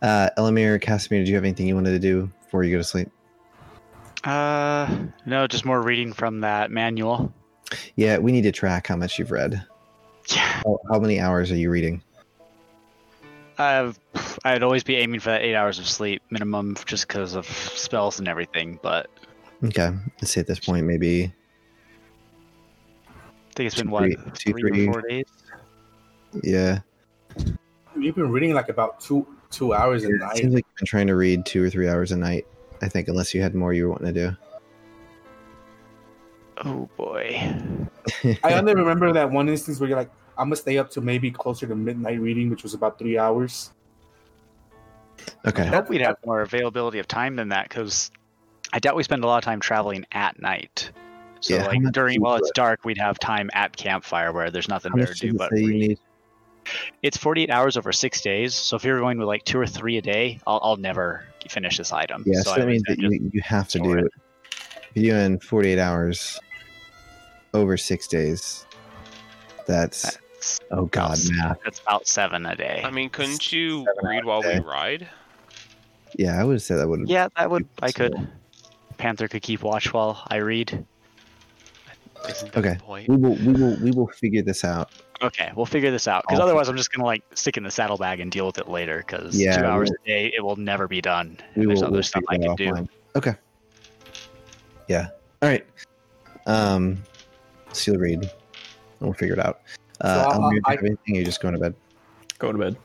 Speaker 2: Uh, Elamir, Casimir, did you have anything you wanted to do before you go to sleep?
Speaker 6: Uh, no, just more reading from that manual.
Speaker 2: Yeah, we need to track how much you've read.
Speaker 6: Yeah,
Speaker 2: How, how many hours are you reading?
Speaker 6: I've, I'd always be aiming for that eight hours of sleep minimum, just because of spells and everything. But
Speaker 2: Okay, let's say at this point maybe
Speaker 6: I think it's been
Speaker 2: Two,
Speaker 6: what
Speaker 2: three- two,
Speaker 6: three,
Speaker 2: three.
Speaker 6: or four days.
Speaker 2: yeah.
Speaker 5: You've been reading like about two two hours a
Speaker 2: It
Speaker 5: night.
Speaker 2: seems like you've been trying to read two or three hours a night. I think unless you had more you were wanting to
Speaker 6: Oh boy.
Speaker 2: do.
Speaker 5: I only remember that one instance where you're like, I'm gonna stay up to maybe closer to midnight reading, which was about three hours.
Speaker 6: I
Speaker 2: okay,
Speaker 6: hope we'd have more availability of time than that, because I doubt we spend a lot of time traveling at night. So
Speaker 2: Yeah, how
Speaker 6: like
Speaker 2: much do
Speaker 6: during
Speaker 2: you
Speaker 6: while it's dark, we'd have time at campfire where there's nothing
Speaker 2: how
Speaker 6: better to
Speaker 2: much do
Speaker 6: do.
Speaker 2: you
Speaker 6: But
Speaker 2: say you
Speaker 6: read.
Speaker 2: need?
Speaker 6: it's 48 hours over six days. So if you're going with like two or three a day, I'll, I'll never finish this item.
Speaker 2: Yeah, so,
Speaker 6: I
Speaker 2: that
Speaker 6: would
Speaker 2: means
Speaker 6: say
Speaker 2: that you, you have to do
Speaker 6: ignore
Speaker 2: it.
Speaker 6: it.
Speaker 2: If you do it in 48 hours over six days, that's
Speaker 6: That's
Speaker 2: oh god,
Speaker 6: about-
Speaker 2: math.
Speaker 6: That's about seven a day.
Speaker 4: I mean, couldn't you
Speaker 2: Seven
Speaker 4: read while
Speaker 2: day.
Speaker 4: we ride?
Speaker 2: Yeah, I would say that would.
Speaker 6: yeah, that would I could. Panther could keep watch while I read.
Speaker 4: Isn't that
Speaker 2: Okay.
Speaker 4: the point?
Speaker 2: We will, we will, we will figure this out.
Speaker 6: Okay, we'll figure this out because
Speaker 2: Awesome.
Speaker 6: otherwise I'm just gonna like stick in the saddlebag and deal with it later. Because
Speaker 2: Yeah,
Speaker 6: two
Speaker 2: we
Speaker 6: hours a day, it will never be done.
Speaker 2: We
Speaker 6: There's
Speaker 2: will.
Speaker 6: other
Speaker 2: we'll
Speaker 6: stuff I
Speaker 2: figure that
Speaker 6: can do.
Speaker 2: offline. Okay. Yeah. All right. Um, seal read. and We'll figure it out. Uh,
Speaker 5: So,
Speaker 2: Elmer,
Speaker 5: uh,
Speaker 2: do you
Speaker 5: I-
Speaker 2: have anything? or You're just going to bed.
Speaker 1: Go to bed.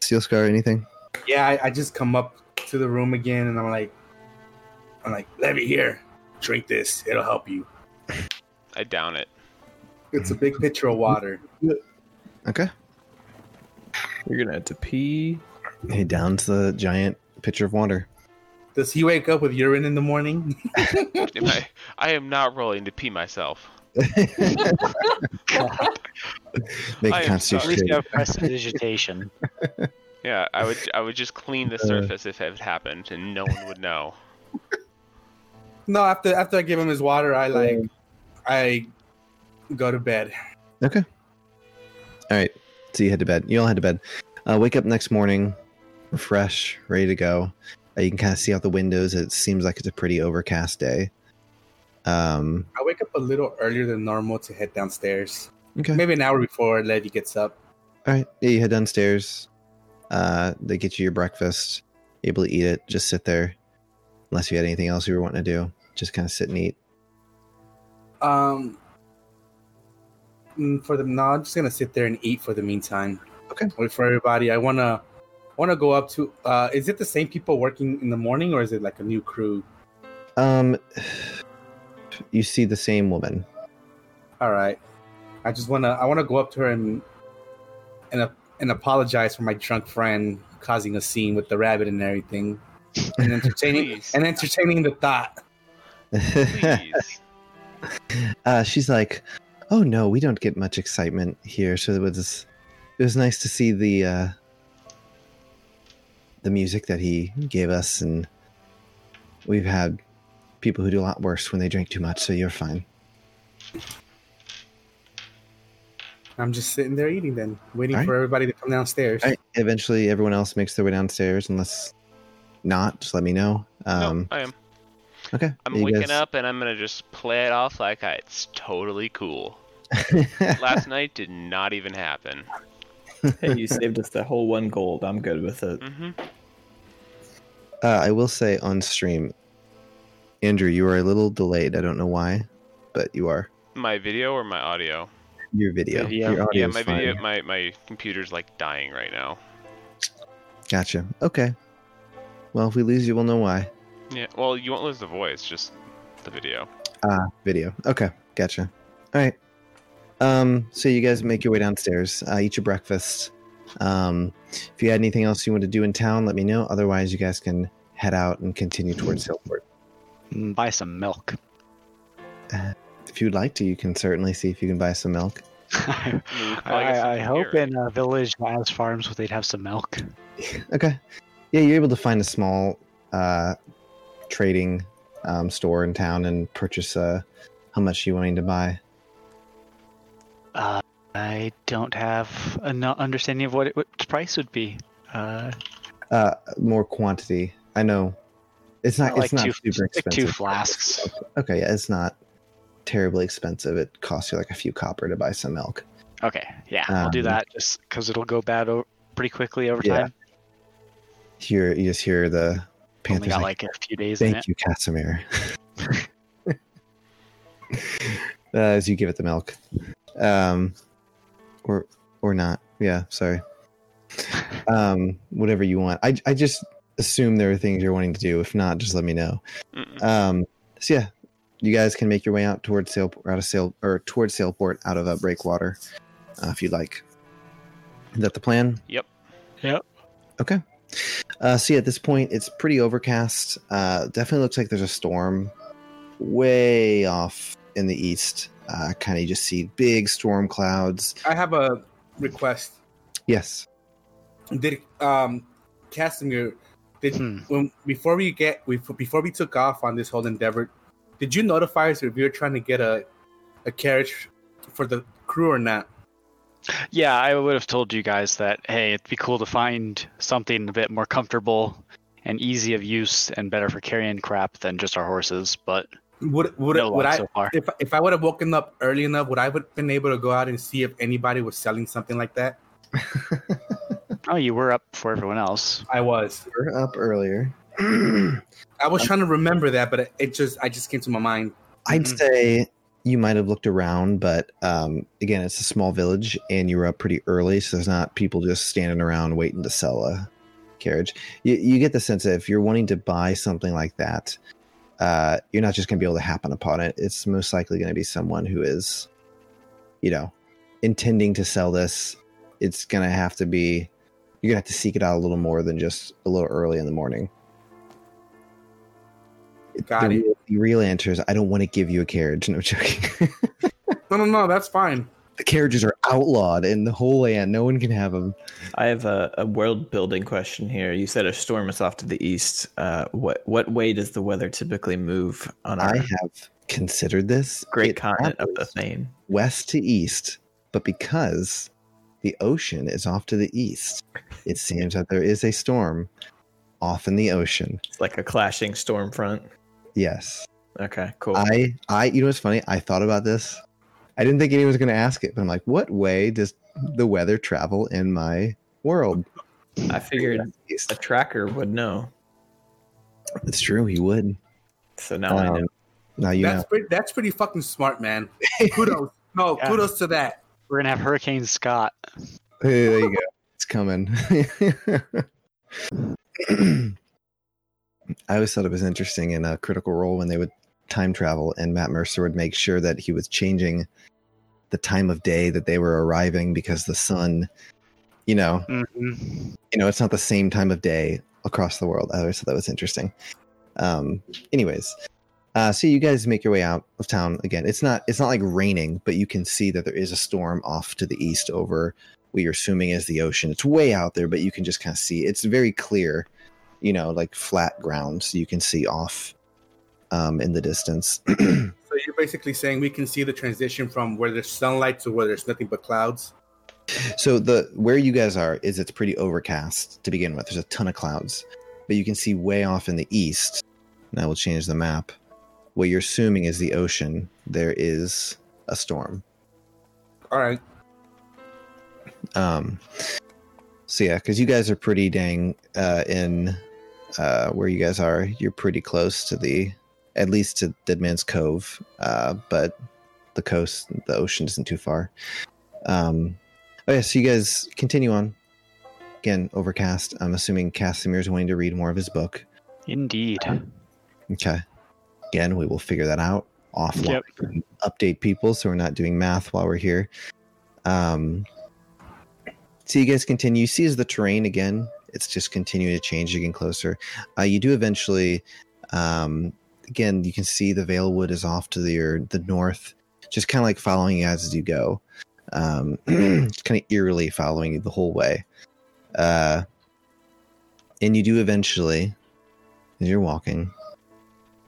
Speaker 2: Seal scar. Anything?
Speaker 5: Yeah, I, I just come up to the room again and I'm like, I'm like, Levy here, drink this. It'll help you.
Speaker 4: I down it.
Speaker 5: It's a big pitcher of water.
Speaker 2: Okay.
Speaker 1: You're gonna have to pee.
Speaker 2: Hey, down to the giant pitcher of water.
Speaker 5: Does he wake up with urine in the morning?
Speaker 4: Am I, I am not rolling to pee myself.
Speaker 2: Make
Speaker 4: I
Speaker 2: a
Speaker 4: am
Speaker 6: At
Speaker 2: constitution.
Speaker 4: sorry.
Speaker 6: least
Speaker 2: save.
Speaker 6: you have prestidigitation.
Speaker 4: Yeah, I would I would just clean
Speaker 2: Uh.
Speaker 4: the surface if it happened, and no one would know.
Speaker 5: no, after after I give him his water, I like, I go to bed.
Speaker 2: Okay. All right. So you head to bed. You all head to bed. Uh, wake up next morning, fresh, ready to go. Uh, you can kind of see out the windows. It seems like it's a pretty overcast day. Um.
Speaker 5: I wake up a little earlier than normal to head downstairs.
Speaker 2: Okay.
Speaker 5: Maybe an hour before Levy gets up.
Speaker 2: All right. Yeah, you head downstairs. Uh, they get you your breakfast. Able to eat it. Just sit there. Unless you had anything else you were wanting to do, just kind of sit and eat.
Speaker 5: Um, mm, for the no, I'm just gonna sit there and eat for the meantime.
Speaker 2: Okay.
Speaker 5: Wait for everybody. I wanna wanna go up to. Uh, is it the same people working in the morning, or is it like a new crew?
Speaker 2: Um. You see the same woman.
Speaker 5: All right. I just wanna I wanna go up to her and and a- and apologize for my drunk friend causing a scene with the rabbit and everything, and entertaining
Speaker 4: Please.
Speaker 5: and entertaining the thought.
Speaker 4: Please.
Speaker 2: uh, she's like, "Oh no, we don't get much excitement here." So it was, it was nice to see the uh, the music that he gave us, and we've had people who do a lot worse when they drink too much. So you're fine.
Speaker 5: I'm just sitting there eating, then waiting
Speaker 2: All right.
Speaker 5: for everybody to come downstairs.
Speaker 2: All right. Eventually, everyone else makes their way downstairs, unless not. Just let me know. Um,
Speaker 4: no, I am.
Speaker 2: Okay,
Speaker 4: I'm
Speaker 2: you
Speaker 4: waking
Speaker 2: guys-
Speaker 4: up, and I'm gonna just play it off like I, it's totally cool. Last night did not even happen.
Speaker 1: Hey, you saved us that whole one gold. I'm good with it.
Speaker 4: hmm
Speaker 2: Uh, I will say on stream, Andrew, you are a little delayed. I don't know why, but you are.
Speaker 4: My video or my audio?
Speaker 2: Your video,
Speaker 6: Video.
Speaker 2: your audio
Speaker 4: yeah,
Speaker 2: is
Speaker 4: my
Speaker 2: fine.
Speaker 4: video. My my computer's like dying right now.
Speaker 2: Gotcha. Okay. Well, if we lose you, we'll know why.
Speaker 4: Yeah. Well, you won't lose the voice, just the video.
Speaker 2: Ah, video. Okay, gotcha. All right. Um, so you guys make your way downstairs, uh, eat your breakfast. Um, if you had anything else you want to do in town, let me know. Otherwise, you guys can head out and continue towards Hillport.
Speaker 6: Mm, Buy some milk.
Speaker 2: If you'd like to, you can certainly see if you can buy some milk.
Speaker 6: I,
Speaker 4: I mean, we could probably get
Speaker 6: I
Speaker 4: something
Speaker 6: hope
Speaker 4: here.
Speaker 6: in a village that has farms where they'd have some milk.
Speaker 2: Okay. Yeah, you're able to find a small uh, trading um, store in town and purchase uh, how much you wanting to buy.
Speaker 6: Uh, I don't have an understanding of what it, what its price would be. Uh,
Speaker 2: Uh, more quantity. I know it's not.
Speaker 6: like
Speaker 2: it's not
Speaker 6: two,
Speaker 2: super
Speaker 6: like
Speaker 2: expensive.
Speaker 6: two flasks.
Speaker 2: Okay, yeah, it's not terribly expensive. It costs you like a few copper to buy some milk.
Speaker 6: Okay, yeah, I'll do
Speaker 2: Um,
Speaker 6: that just because it'll go bad o- pretty quickly over
Speaker 2: Yeah,
Speaker 6: time.
Speaker 2: Here, you just hear the
Speaker 6: Only
Speaker 2: Panthers.
Speaker 6: got
Speaker 2: like,
Speaker 6: like a few days in it.
Speaker 2: Thank you, Casimir. uh, as you give it the milk, um, or or not? Yeah, sorry. Um, whatever you want. I I just assume there are things you're wanting to do. If not, just let me know.
Speaker 4: Mm-mm.
Speaker 2: Um, so yeah, you guys can make your way out towards sail or out of sail or towards sailport out of uh, breakwater, uh, if you'd like. Is that the plan?
Speaker 4: Yep.
Speaker 6: Yep.
Speaker 2: Okay. Uh, see, at this point, it's pretty overcast. Uh, definitely looks like there's a storm way off in the east. Uh, kind of you just see big storm clouds.
Speaker 5: I have a request.
Speaker 2: Yes.
Speaker 5: Did um, Casimir, did
Speaker 6: Hmm.
Speaker 5: when before we get we before we took off on this whole endeavor, did you notify us if we were trying to get a a carriage for the crew or not?
Speaker 6: Yeah, I would have told you guys that. Hey, it'd be cool to find something a bit more comfortable and easy of use and better for carrying crap than just our horses. But
Speaker 5: Would would
Speaker 6: no
Speaker 5: would
Speaker 6: luck
Speaker 5: I?
Speaker 6: so far.
Speaker 5: If, if I would have woken up early enough, would I have been able to go out and see if anybody was selling something like that?
Speaker 6: Oh, you were up before everyone else.
Speaker 5: I was.
Speaker 2: We're up earlier.
Speaker 5: I was trying to remember that, but it, it just I just came to my mind.
Speaker 2: I'd
Speaker 6: Mhm.
Speaker 2: say you might have looked around, but um, again, it's a small village, and you were up pretty early, so there's not people just standing around waiting to sell a carriage. You, you get the sense that if you're wanting to buy something like that, uh, you're not just going to be able to happen upon it. It's most likely going to be someone who is, you know, intending to sell this. It's going to have to be. You're gonna have to seek it out a little more than just a little early in the morning.
Speaker 5: Got
Speaker 2: the,
Speaker 5: it.
Speaker 2: Real, the real answer is I don't want to give you a carriage. No I'm joking.
Speaker 5: No, no, no. That's fine.
Speaker 2: the carriages are outlawed in the whole land. No one can have them.
Speaker 1: I have a, a world building question here. You said a storm is off to the east. Uh, what what way does the weather typically move on our
Speaker 2: I have considered this
Speaker 1: great
Speaker 2: It
Speaker 1: continent of the
Speaker 2: travels
Speaker 1: Thane?
Speaker 2: west to east, but because the ocean is off to the east, it seems that there is a storm off in the ocean.
Speaker 1: It's like a clashing storm front.
Speaker 2: Yes,
Speaker 1: Okay, cool.
Speaker 2: I, I, you know what's funny? I thought about this. I didn't think anyone was going to ask it, but I'm like, what way does the weather travel in my world?
Speaker 1: I figured
Speaker 2: East.
Speaker 1: a tracker would know.
Speaker 2: It's true. He would.
Speaker 1: So now I
Speaker 2: Um,
Speaker 1: know.
Speaker 2: Now you
Speaker 5: That's pretty, that's pretty fucking smart, man. Kudos. No,
Speaker 6: Yeah.
Speaker 5: kudos to that.
Speaker 6: We're gonna have Hurricane Scott.
Speaker 2: know. Hey, there you go. It's coming. I always thought it was interesting in a critical role when they would time travel and Matt Mercer would make sure that he was changing the time of day that they were arriving because the sun, you know,
Speaker 6: hmm
Speaker 2: you know, it's not the same time of day across the world. I always thought that was interesting. Um, anyways, uh, so you guys make your way out of town again. It's not it's not like raining, but you can see that there is a storm off to the east over what you're assuming is the ocean. It's way out there, but you can just kind of see. It's very clear, you know, like flat ground, so you can see off um, in the distance.
Speaker 5: So you're basically saying we can see the transition from where there's sunlight to where there's nothing but clouds.
Speaker 2: So the where you guys are is it's pretty overcast to begin with. There's a ton of clouds, but you can see way off in the east. And I will change the map. What you're assuming is the ocean. There is a storm.
Speaker 5: All right.
Speaker 2: Um, so yeah, because you guys are pretty dang uh, in uh, where you guys are. You're pretty close to the, at least to Dead Man's Cove. Uh, but the coast, the ocean isn't too far. Um, oh yeah, so you guys continue on. Again, overcast. I'm assuming Casimir's wanting to read more of his book.
Speaker 6: Indeed.
Speaker 2: Okay. Again, we will figure that out offline
Speaker 6: Yep.
Speaker 2: and update people so we're not doing math while we're here. Um, so you guys continue. You see as the terrain again, it's just continuing to change you're getting closer. Uh, you do eventually, um, again, you can see the Vale Wood is off to the, your, the north, just kind of like following you guys as you go. Um, just kind of eerily following you the whole way. Uh, and you do eventually, as you're walking,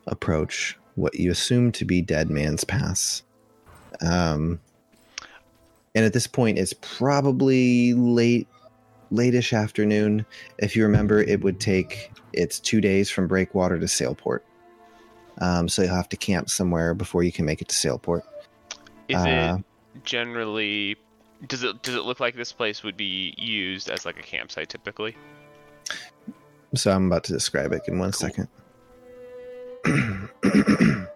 Speaker 2: approach what you assume to be Dead Man's Pass. Um, and at this point, it's probably late, late-ish afternoon. If you remember, it would take it's two days from Breakwater to Sailport. Um, so you'll have to camp somewhere before you can make it to Sailport.
Speaker 4: Is
Speaker 2: Uh,
Speaker 4: it generally does it does it look like this place would be used as like a campsite typically?
Speaker 2: So I'm about to describe it in one second.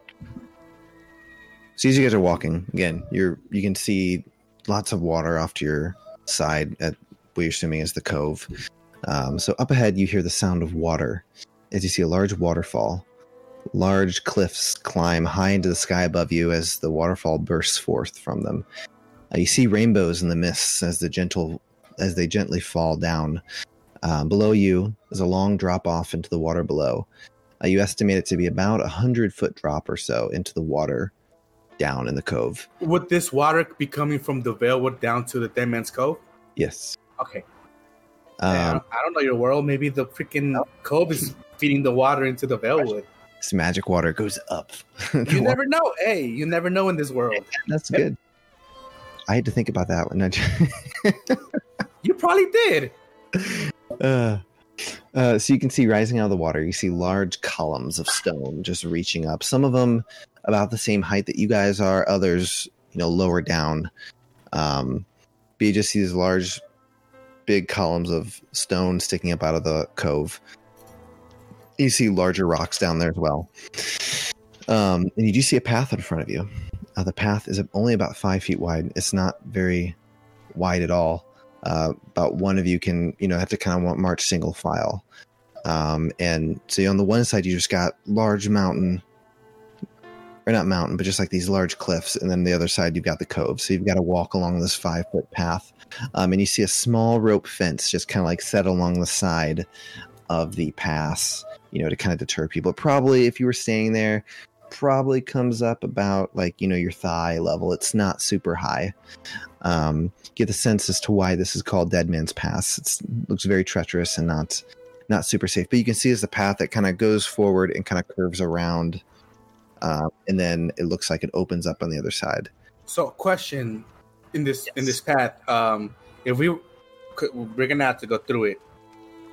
Speaker 2: so as you guys are walking again, you're you can see lots of water off to your side at what you're assuming is the cove. Um, so up ahead, you hear the sound of water as you see a large waterfall. Large cliffs climb high into the sky above you as the waterfall bursts forth from them. Uh, you see rainbows in the mists as the gentle as they gently fall down. Um, below you is a long drop off into the water below. Uh, you estimate it to be about a hundred foot drop or so into the water down in the cove.
Speaker 5: Would this water be coming from the Valewood down to the Dead Man's Cove?
Speaker 2: Yes.
Speaker 5: Okay. I,
Speaker 2: Um,
Speaker 5: don't, I don't know your world. Maybe the freaking cove is feeding the water into the Valewood.
Speaker 2: this magic water goes up. The
Speaker 5: You
Speaker 2: wa-
Speaker 5: never know. Hey, you never know in this world.
Speaker 2: That's good. I had to think about that one.
Speaker 5: You probably did.
Speaker 2: uh, uh, so you can see rising out of the water, you see large columns of stone just reaching up. Some of them about the same height that you guys are, others, you know, lower down. Um, but you just see these large, big columns of stone sticking up out of the cove. You see larger rocks down there as well. Um, and you do see a path in front of you. Uh, the path is only about five feet wide. It's not very wide at all uh, about one of you can you know have to kind of march single file um, and so on the one side you just got large mountain or not mountain but just like these large cliffs and then the other side you've got the cove so you've got to walk along this five foot path um, and you see a small rope fence just kind of like set along the side of the pass you know to kind of deter people probably if you were staying there probably comes up about like you know your thigh level it's not super high um, get the sense as to why this is called Dead Man's Pass. It looks very treacherous and not not super safe. But you can see as the path that kind of goes forward and kind of curves around, uh, and then it looks like it opens up on the other side.
Speaker 5: So, question in this in this path, um, if we could, we're gonna have to go through it,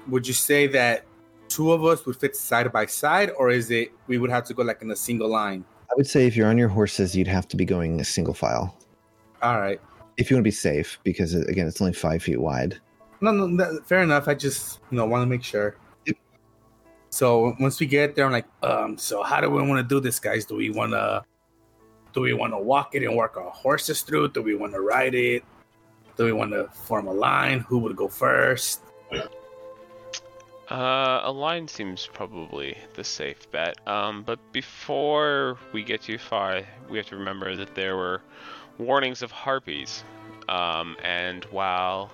Speaker 5: would you say that two of us would fit side by side, or is it we would have to go like in a single line?
Speaker 2: I would say if you're on your horses, you'd have to be going a single file
Speaker 5: All right.
Speaker 2: if you want to be safe, because uh, again, it's only five feet wide.
Speaker 5: No, no, no, fair enough. I just you know want to make sure.
Speaker 2: Yep.
Speaker 5: So once we get there, I'm like, um, so how do we want to do this, guys? Do we want to, do we want to walk it and work our horses through? Do we want to ride it? Do we want to form a line? Who would go first?
Speaker 4: Uh, a line seems probably the safe bet. Um, but before we get too far, we have to remember that there were warnings of harpies. Um, and while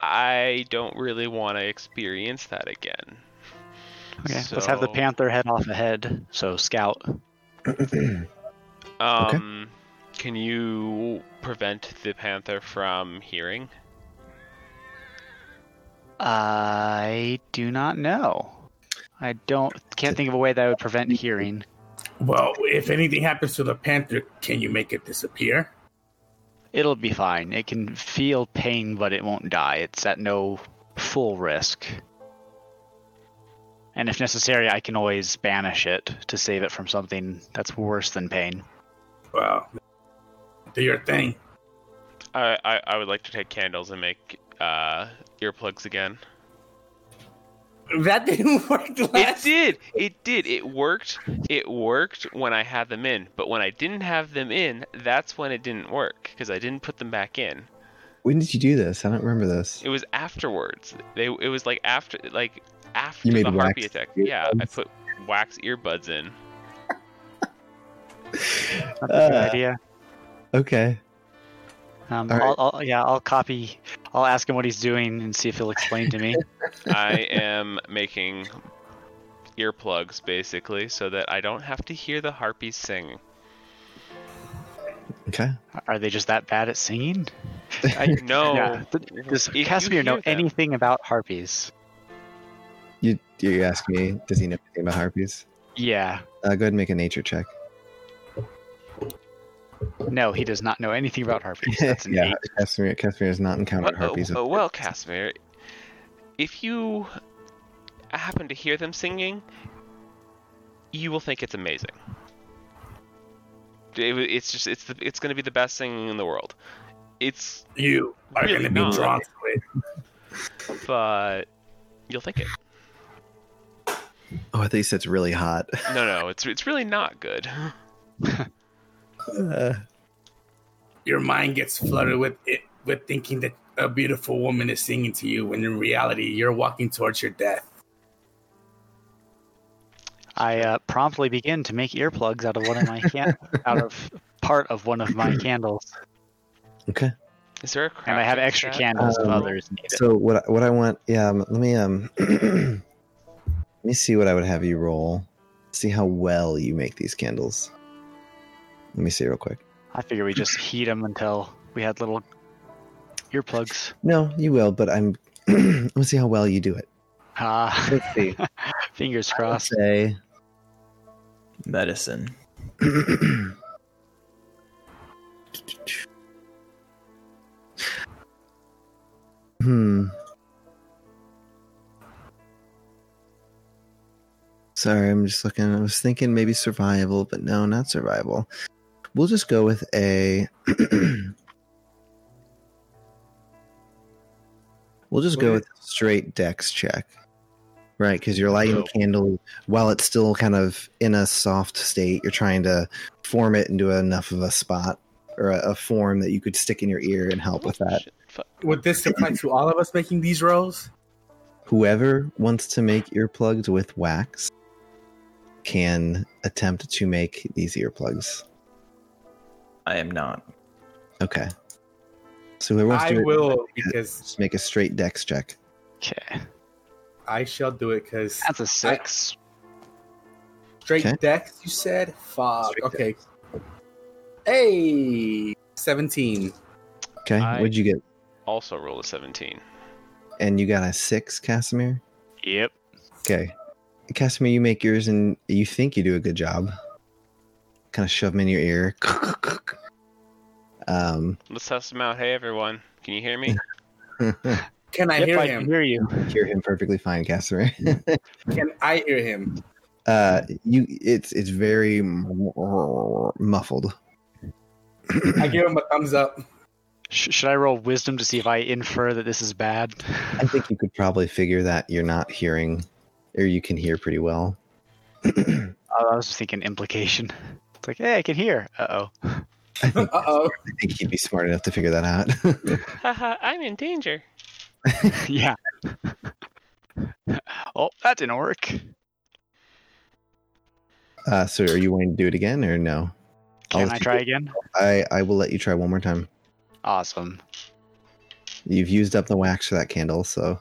Speaker 4: I don't really want to experience that again,
Speaker 6: Okay, let's have the
Speaker 4: So-
Speaker 6: panther head off ahead. So scout.
Speaker 4: um, can you prevent the panther from hearing?
Speaker 6: I do not know. I don't can't think of a way that would prevent hearing.
Speaker 5: Well, if anything happens to the panther, can you make it disappear?
Speaker 6: It'll be fine. It can feel pain, but it won't die. It's at no full risk. And if necessary, I can always banish it to save it from something that's worse than pain.
Speaker 5: Well, do your thing.
Speaker 4: I, I, I would like to take candles and make uh, earplugs again.
Speaker 5: That didn't work
Speaker 4: It
Speaker 5: last.
Speaker 4: did. It did. It worked. It worked when I had them in, but when I didn't have them in, that's when it didn't work because I didn't put them back in.
Speaker 2: When did you do this? I don't remember this.
Speaker 4: It was afterwards. They. It was like after, like after
Speaker 2: You made
Speaker 4: the harpy
Speaker 2: wax
Speaker 4: attack.
Speaker 2: earbuds?
Speaker 4: Yeah, I put wax earbuds in.
Speaker 3: That's a good
Speaker 2: Uh,
Speaker 3: idea.
Speaker 2: Okay.
Speaker 6: Um,
Speaker 2: all right.
Speaker 6: I'll, I'll, yeah, I'll copy. I'll ask him what he's doing and see if he'll explain to me.
Speaker 4: I am making earplugs basically so that I don't have to hear the harpies sing.
Speaker 2: Okay.
Speaker 6: Are they just that bad at singing?
Speaker 4: No.
Speaker 6: Yeah. Does
Speaker 4: If you
Speaker 6: Casimir know
Speaker 4: hear them-
Speaker 6: anything about harpies?
Speaker 2: You you ask me, does he know anything about harpies?
Speaker 6: Yeah.
Speaker 2: Uh, go ahead and make a nature check.
Speaker 6: No, he does not know anything about harpies. That's an
Speaker 2: yeah,
Speaker 6: eight.
Speaker 2: Casimir, Casimir has not encountered
Speaker 4: Uh,
Speaker 2: harpies.
Speaker 4: uh, well, Casimir, if you happen to hear them singing, you will think it's amazing. It- it's just it's the, it's going to be the best singing in the world. It's
Speaker 5: You are
Speaker 4: Really
Speaker 5: going to
Speaker 4: not.
Speaker 5: be drawn to it.
Speaker 4: but uh, you'll think it.
Speaker 2: oh, I thought you said it's really hot.
Speaker 4: No, no, it's it's really not good.
Speaker 2: Uh,
Speaker 5: Your mind gets flooded with it, with thinking that a beautiful woman is singing to you, when in reality, you're walking towards your death.
Speaker 6: I uh, promptly begin to make earplugs out of one of my can- out of part of one of my candles,
Speaker 2: okay.
Speaker 4: Is there a
Speaker 6: and I have extra
Speaker 4: can.
Speaker 6: candles if
Speaker 2: Um,
Speaker 6: others need it.
Speaker 2: So what I- what I want? Yeah. um, Let me um. let me see what I would have you roll. See how well you make these candles. Let me see real quick.
Speaker 6: I figure we just heat them until we had little earplugs.
Speaker 2: No, you will, but I'm. let me see how well you do it.
Speaker 6: Ah,
Speaker 2: Let's see.
Speaker 6: fingers
Speaker 2: I'll
Speaker 6: crossed.
Speaker 2: say.
Speaker 1: Medicine.
Speaker 2: hmm. Sorry, I'm just looking. I was thinking maybe survival, but no, not survival. We'll just go with a. we'll just go with a straight dex check. Right, because you're lighting the candle while it's still kind of in a soft state. You're trying to form it into enough of a spot or a, a form that you could stick in your ear and help with that.
Speaker 5: Would this apply to all of us making these rolls?
Speaker 2: Whoever wants to make earplugs with wax can attempt to make these earplugs.
Speaker 1: I am not.
Speaker 2: Okay. So whoever wants to
Speaker 5: I
Speaker 2: do it,
Speaker 5: will because
Speaker 2: just make a straight dex check.
Speaker 6: Okay,
Speaker 5: I shall do it because
Speaker 6: that's a six.
Speaker 5: straight
Speaker 2: Okay.
Speaker 5: decks. You said fuck.
Speaker 2: Straight
Speaker 5: Okay. Hey, seventeen.
Speaker 2: Okay.
Speaker 4: I-
Speaker 2: What'd you get?
Speaker 4: Also, roll a seventeen.
Speaker 2: And you got a six, Casimir?
Speaker 6: Yep.
Speaker 2: Okay. Casimir, you make yours and you think you do a good job. Kind of shove them in your ear. Um,
Speaker 4: Let's test them out. Hey, everyone, can you hear me?
Speaker 5: Can I
Speaker 6: yep,
Speaker 5: hear
Speaker 6: I can
Speaker 5: him?
Speaker 6: hear you.
Speaker 2: hear him perfectly fine, Casimir.
Speaker 5: Can I hear him?
Speaker 2: uh, you, it's it's very muffled.
Speaker 5: I give him a thumbs up.
Speaker 6: Sh- should I roll wisdom to see if I infer that this is bad?
Speaker 2: I think you could probably figure that you're not hearing, or you can hear pretty well.
Speaker 6: Oh, I was just thinking implication. It's like, hey, I can hear. Uh oh.
Speaker 2: I think,
Speaker 5: Uh oh.
Speaker 2: I think he'd be smart enough to figure that out.
Speaker 4: Haha, I'm in danger.
Speaker 6: yeah. oh, that didn't work.
Speaker 2: uh, so, are you wanting to do it again, or no?
Speaker 6: Can
Speaker 2: I'll-
Speaker 6: I try again?
Speaker 2: I I will let you try one more time.
Speaker 6: Awesome.
Speaker 2: You've used up the wax for that candle, so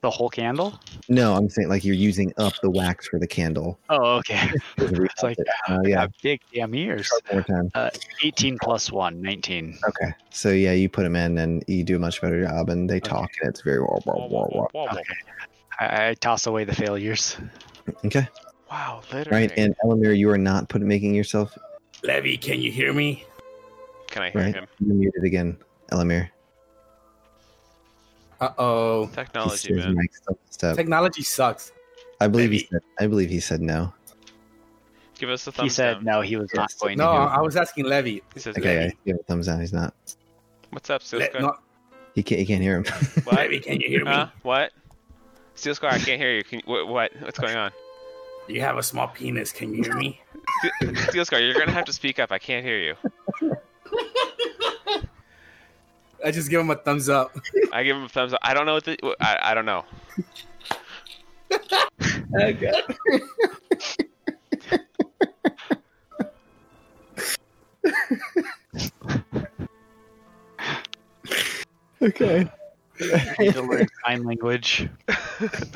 Speaker 6: The whole candle?
Speaker 2: no, I'm saying like you're using up the wax for the candle.
Speaker 6: Oh, okay.
Speaker 2: There's a
Speaker 6: like,
Speaker 2: reason. Uh, yeah,
Speaker 6: Big damn ears.
Speaker 2: one more time.
Speaker 6: 18 plus 1, 19.
Speaker 2: Okay. So yeah, you put them in and you do a much better job and they talk and it's very wah, wah, wah, wah.
Speaker 4: Wow,
Speaker 6: I, I toss away the failures.
Speaker 2: Okay.
Speaker 4: literally.
Speaker 2: Right. And Elamir, you are not put making yourself
Speaker 5: Levy, can you hear me?
Speaker 4: Can I hear
Speaker 2: Right.
Speaker 4: him?
Speaker 2: you're muted again, Elamir.
Speaker 5: Uh oh.
Speaker 2: He's-
Speaker 4: Technology,
Speaker 2: his
Speaker 4: man.
Speaker 2: mic's still messed up.
Speaker 5: Technology sucks.
Speaker 2: I believe he
Speaker 5: maybe.
Speaker 2: said I believe he said no.
Speaker 4: Give us a thumbs
Speaker 6: He said
Speaker 4: down.
Speaker 6: no, he was not
Speaker 2: Yes.
Speaker 6: going
Speaker 5: No,
Speaker 6: to.
Speaker 5: I was asking Levy.
Speaker 4: He says,
Speaker 2: Okay,
Speaker 4: "Hey,
Speaker 2: I give him a thumbs down, he's not.
Speaker 4: what's up, Steel
Speaker 5: Le-
Speaker 4: Squad?
Speaker 5: no,
Speaker 2: He can't he can't hear him.
Speaker 4: What?
Speaker 5: Levy, can you hear me?
Speaker 4: Huh? What? Steel Squad, I can't hear you. Can you what, what? What's going on?
Speaker 5: You have a small penis. Can you hear me?
Speaker 4: Steel Squad, you're gonna have to speak up. I can't hear you.
Speaker 5: I just give him a thumbs up.
Speaker 4: I give him a thumbs up. I don't know what the. wh- I, I don't know.
Speaker 2: Okay.
Speaker 6: need to learn sign language.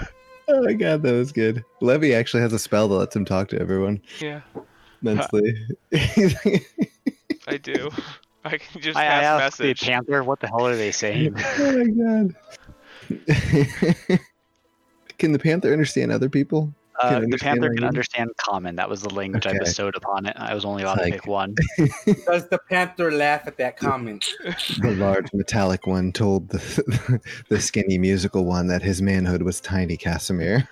Speaker 2: Oh my god, that was good. Levy actually has a spell that lets him talk to everyone
Speaker 4: Yeah,
Speaker 2: mentally.
Speaker 4: I do. I can just
Speaker 6: I, I
Speaker 4: pass
Speaker 6: asked
Speaker 4: message.
Speaker 6: the panther, what the hell are they saying?
Speaker 2: oh my god. Can the panther understand other people? Can
Speaker 6: Uh, the
Speaker 2: understand
Speaker 6: panther can
Speaker 2: language?
Speaker 6: understand common. That was the language
Speaker 2: Okay.
Speaker 6: I bestowed upon it. I was only allowed
Speaker 2: It's
Speaker 6: to
Speaker 2: like-
Speaker 6: pick one.
Speaker 5: Does the panther laugh at that comment?
Speaker 2: The large metallic one told the, the skinny musical one that his manhood was tiny Casimir.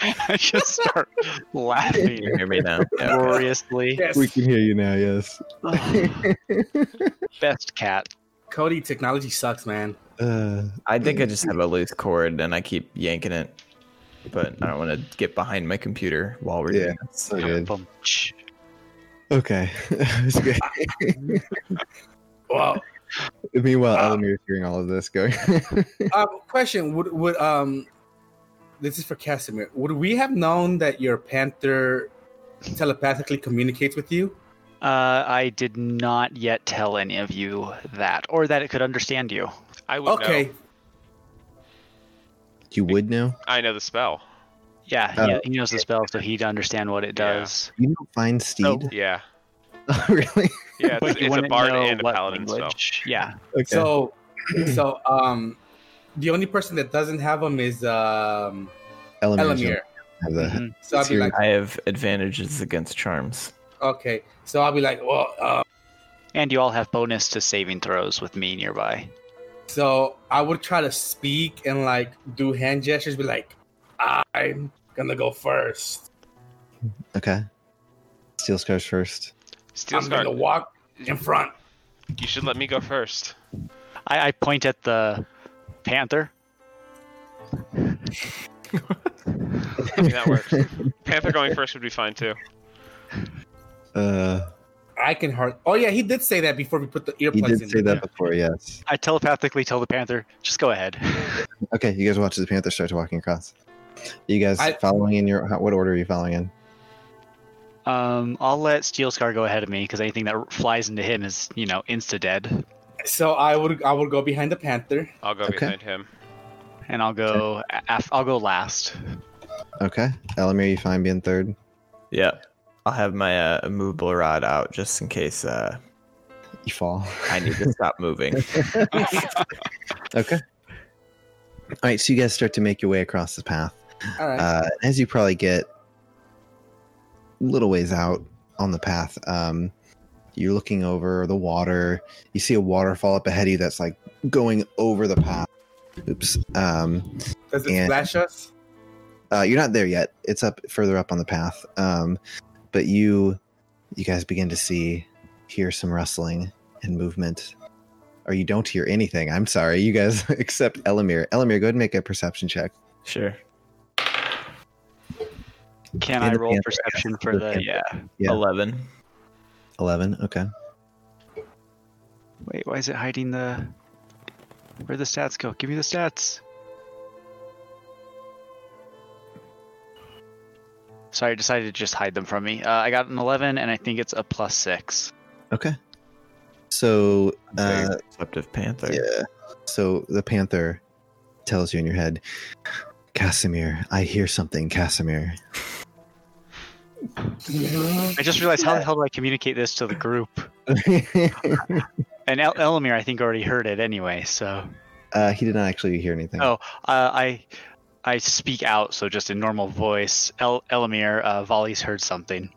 Speaker 6: I just start
Speaker 1: Can
Speaker 6: laughing
Speaker 1: you hear me now? Yeah, okay.
Speaker 6: gloriously.
Speaker 5: Yes.
Speaker 2: We can hear you now, yes.
Speaker 6: Best cat.
Speaker 5: Cody, technology sucks, man.
Speaker 2: Uh,
Speaker 1: I think I just have a loose cord and I keep yanking it, but I don't want to get behind my computer while we're doing this.
Speaker 2: so good.
Speaker 6: Bum, ch-
Speaker 2: Okay. It's good.
Speaker 5: Well,
Speaker 2: Meanwhile,
Speaker 5: Uh,
Speaker 2: Elamir is hearing all of this going.
Speaker 5: uh, question: Would would um, this is for Casimir. Would we have known that your panther telepathically communicates with you?
Speaker 6: Uh, I did not yet tell any of you that, or that it could understand you.
Speaker 4: I would
Speaker 5: Okay,
Speaker 4: know.
Speaker 2: you would know?
Speaker 4: I know the spell.
Speaker 6: Yeah, he,
Speaker 2: Oh.
Speaker 6: he knows the spell, so he'd understand what it
Speaker 4: Yeah.
Speaker 6: does.
Speaker 2: You don't find Steed? Oh,
Speaker 6: No.
Speaker 4: Yeah,
Speaker 2: really?
Speaker 4: yeah.
Speaker 6: But
Speaker 4: It's,
Speaker 6: you
Speaker 4: it's a
Speaker 6: wouldn't
Speaker 4: bard
Speaker 6: know
Speaker 4: and a
Speaker 6: what
Speaker 4: paladin
Speaker 6: language. Yeah,
Speaker 2: Okay.
Speaker 5: so so um, the only person that doesn't have them is um
Speaker 2: Elamir's
Speaker 5: Elamir.
Speaker 2: gonna Have the,
Speaker 6: Mhm.
Speaker 5: So I'll be like,
Speaker 1: I have advantages against charms.
Speaker 5: okay. So I'll be like, well, uh,
Speaker 6: and you all have bonus to saving throws with me nearby.
Speaker 5: so I would try to speak and like do hand gestures, be like, I'm gonna go first.
Speaker 2: Okay. Steel Scars first.
Speaker 4: spell. Steel
Speaker 5: I'm gonna
Speaker 4: scar.
Speaker 5: walk in front.
Speaker 4: You should let me go first.
Speaker 6: I, I point at the panther.
Speaker 4: I mean, that works. Panther going first would be fine too.
Speaker 2: Uh,
Speaker 5: I can hurt. Oh yeah, he did say that before we put the
Speaker 2: he
Speaker 5: earplugs in.
Speaker 2: did say that before, yes.
Speaker 6: I telepathically tell the panther, just go ahead.
Speaker 2: Okay, you guys watch as the panther starts walking across. You guys
Speaker 5: I-
Speaker 2: following in your? how- What order are you following in?
Speaker 6: Um, I'll let Steel Scar go ahead of me because anything that flies into him is, you know, insta dead.
Speaker 5: So I would I would go behind the panther.
Speaker 4: I'll go
Speaker 2: Okay.
Speaker 4: behind him.
Speaker 6: And I'll go. a- af- I'll go last.
Speaker 2: Okay, Elamir, you find being third.
Speaker 1: Yeah. I'll have my uh, movable rod out just in case uh,
Speaker 2: You fall.
Speaker 1: I need to stop moving.
Speaker 2: Okay. All right, so you guys start to make your way across the path.
Speaker 5: All right.
Speaker 2: Uh, as you probably get a little ways out on the path, um, you're looking over the water. You see a waterfall up ahead of you that's like going over the path. Oops. Um,
Speaker 5: Does it
Speaker 2: and-
Speaker 5: splash us?
Speaker 2: uh, you're not there yet. It's up further up on the path. Um, but you, you guys begin to see, hear some rustling and movement. Or you don't hear anything. I'm sorry, you guys. Except Elamir. Elamir, go ahead and make a perception check.
Speaker 1: Sure.
Speaker 6: Can
Speaker 2: And
Speaker 6: I
Speaker 2: the
Speaker 6: roll
Speaker 2: panther,
Speaker 6: perception
Speaker 2: yes,
Speaker 6: for
Speaker 2: the
Speaker 6: the?
Speaker 2: panther.
Speaker 6: Yeah.
Speaker 2: Yeah.
Speaker 1: 11.
Speaker 2: Eleven. Okay.
Speaker 6: Wait, why is it hiding the? Where the stats go? Give me the stats. Sorry, I decided to just hide them from me. Uh, I got an 11, and I think it's a plus six.
Speaker 2: Okay. So,
Speaker 1: Very
Speaker 2: uh,
Speaker 1: perceptive panther.
Speaker 2: yeah. So the panther tells you in your head, Casimir, I hear something, Casimir.
Speaker 6: I just realized how the hell do I communicate this to the group?
Speaker 2: Uh,
Speaker 6: And El- Elamir, I think, already heard it anyway. So
Speaker 2: uh, he did not actually hear anything.
Speaker 6: Oh. uh, I, I speak out. So just in normal voice, El- Elamir, uh, Volley's heard something.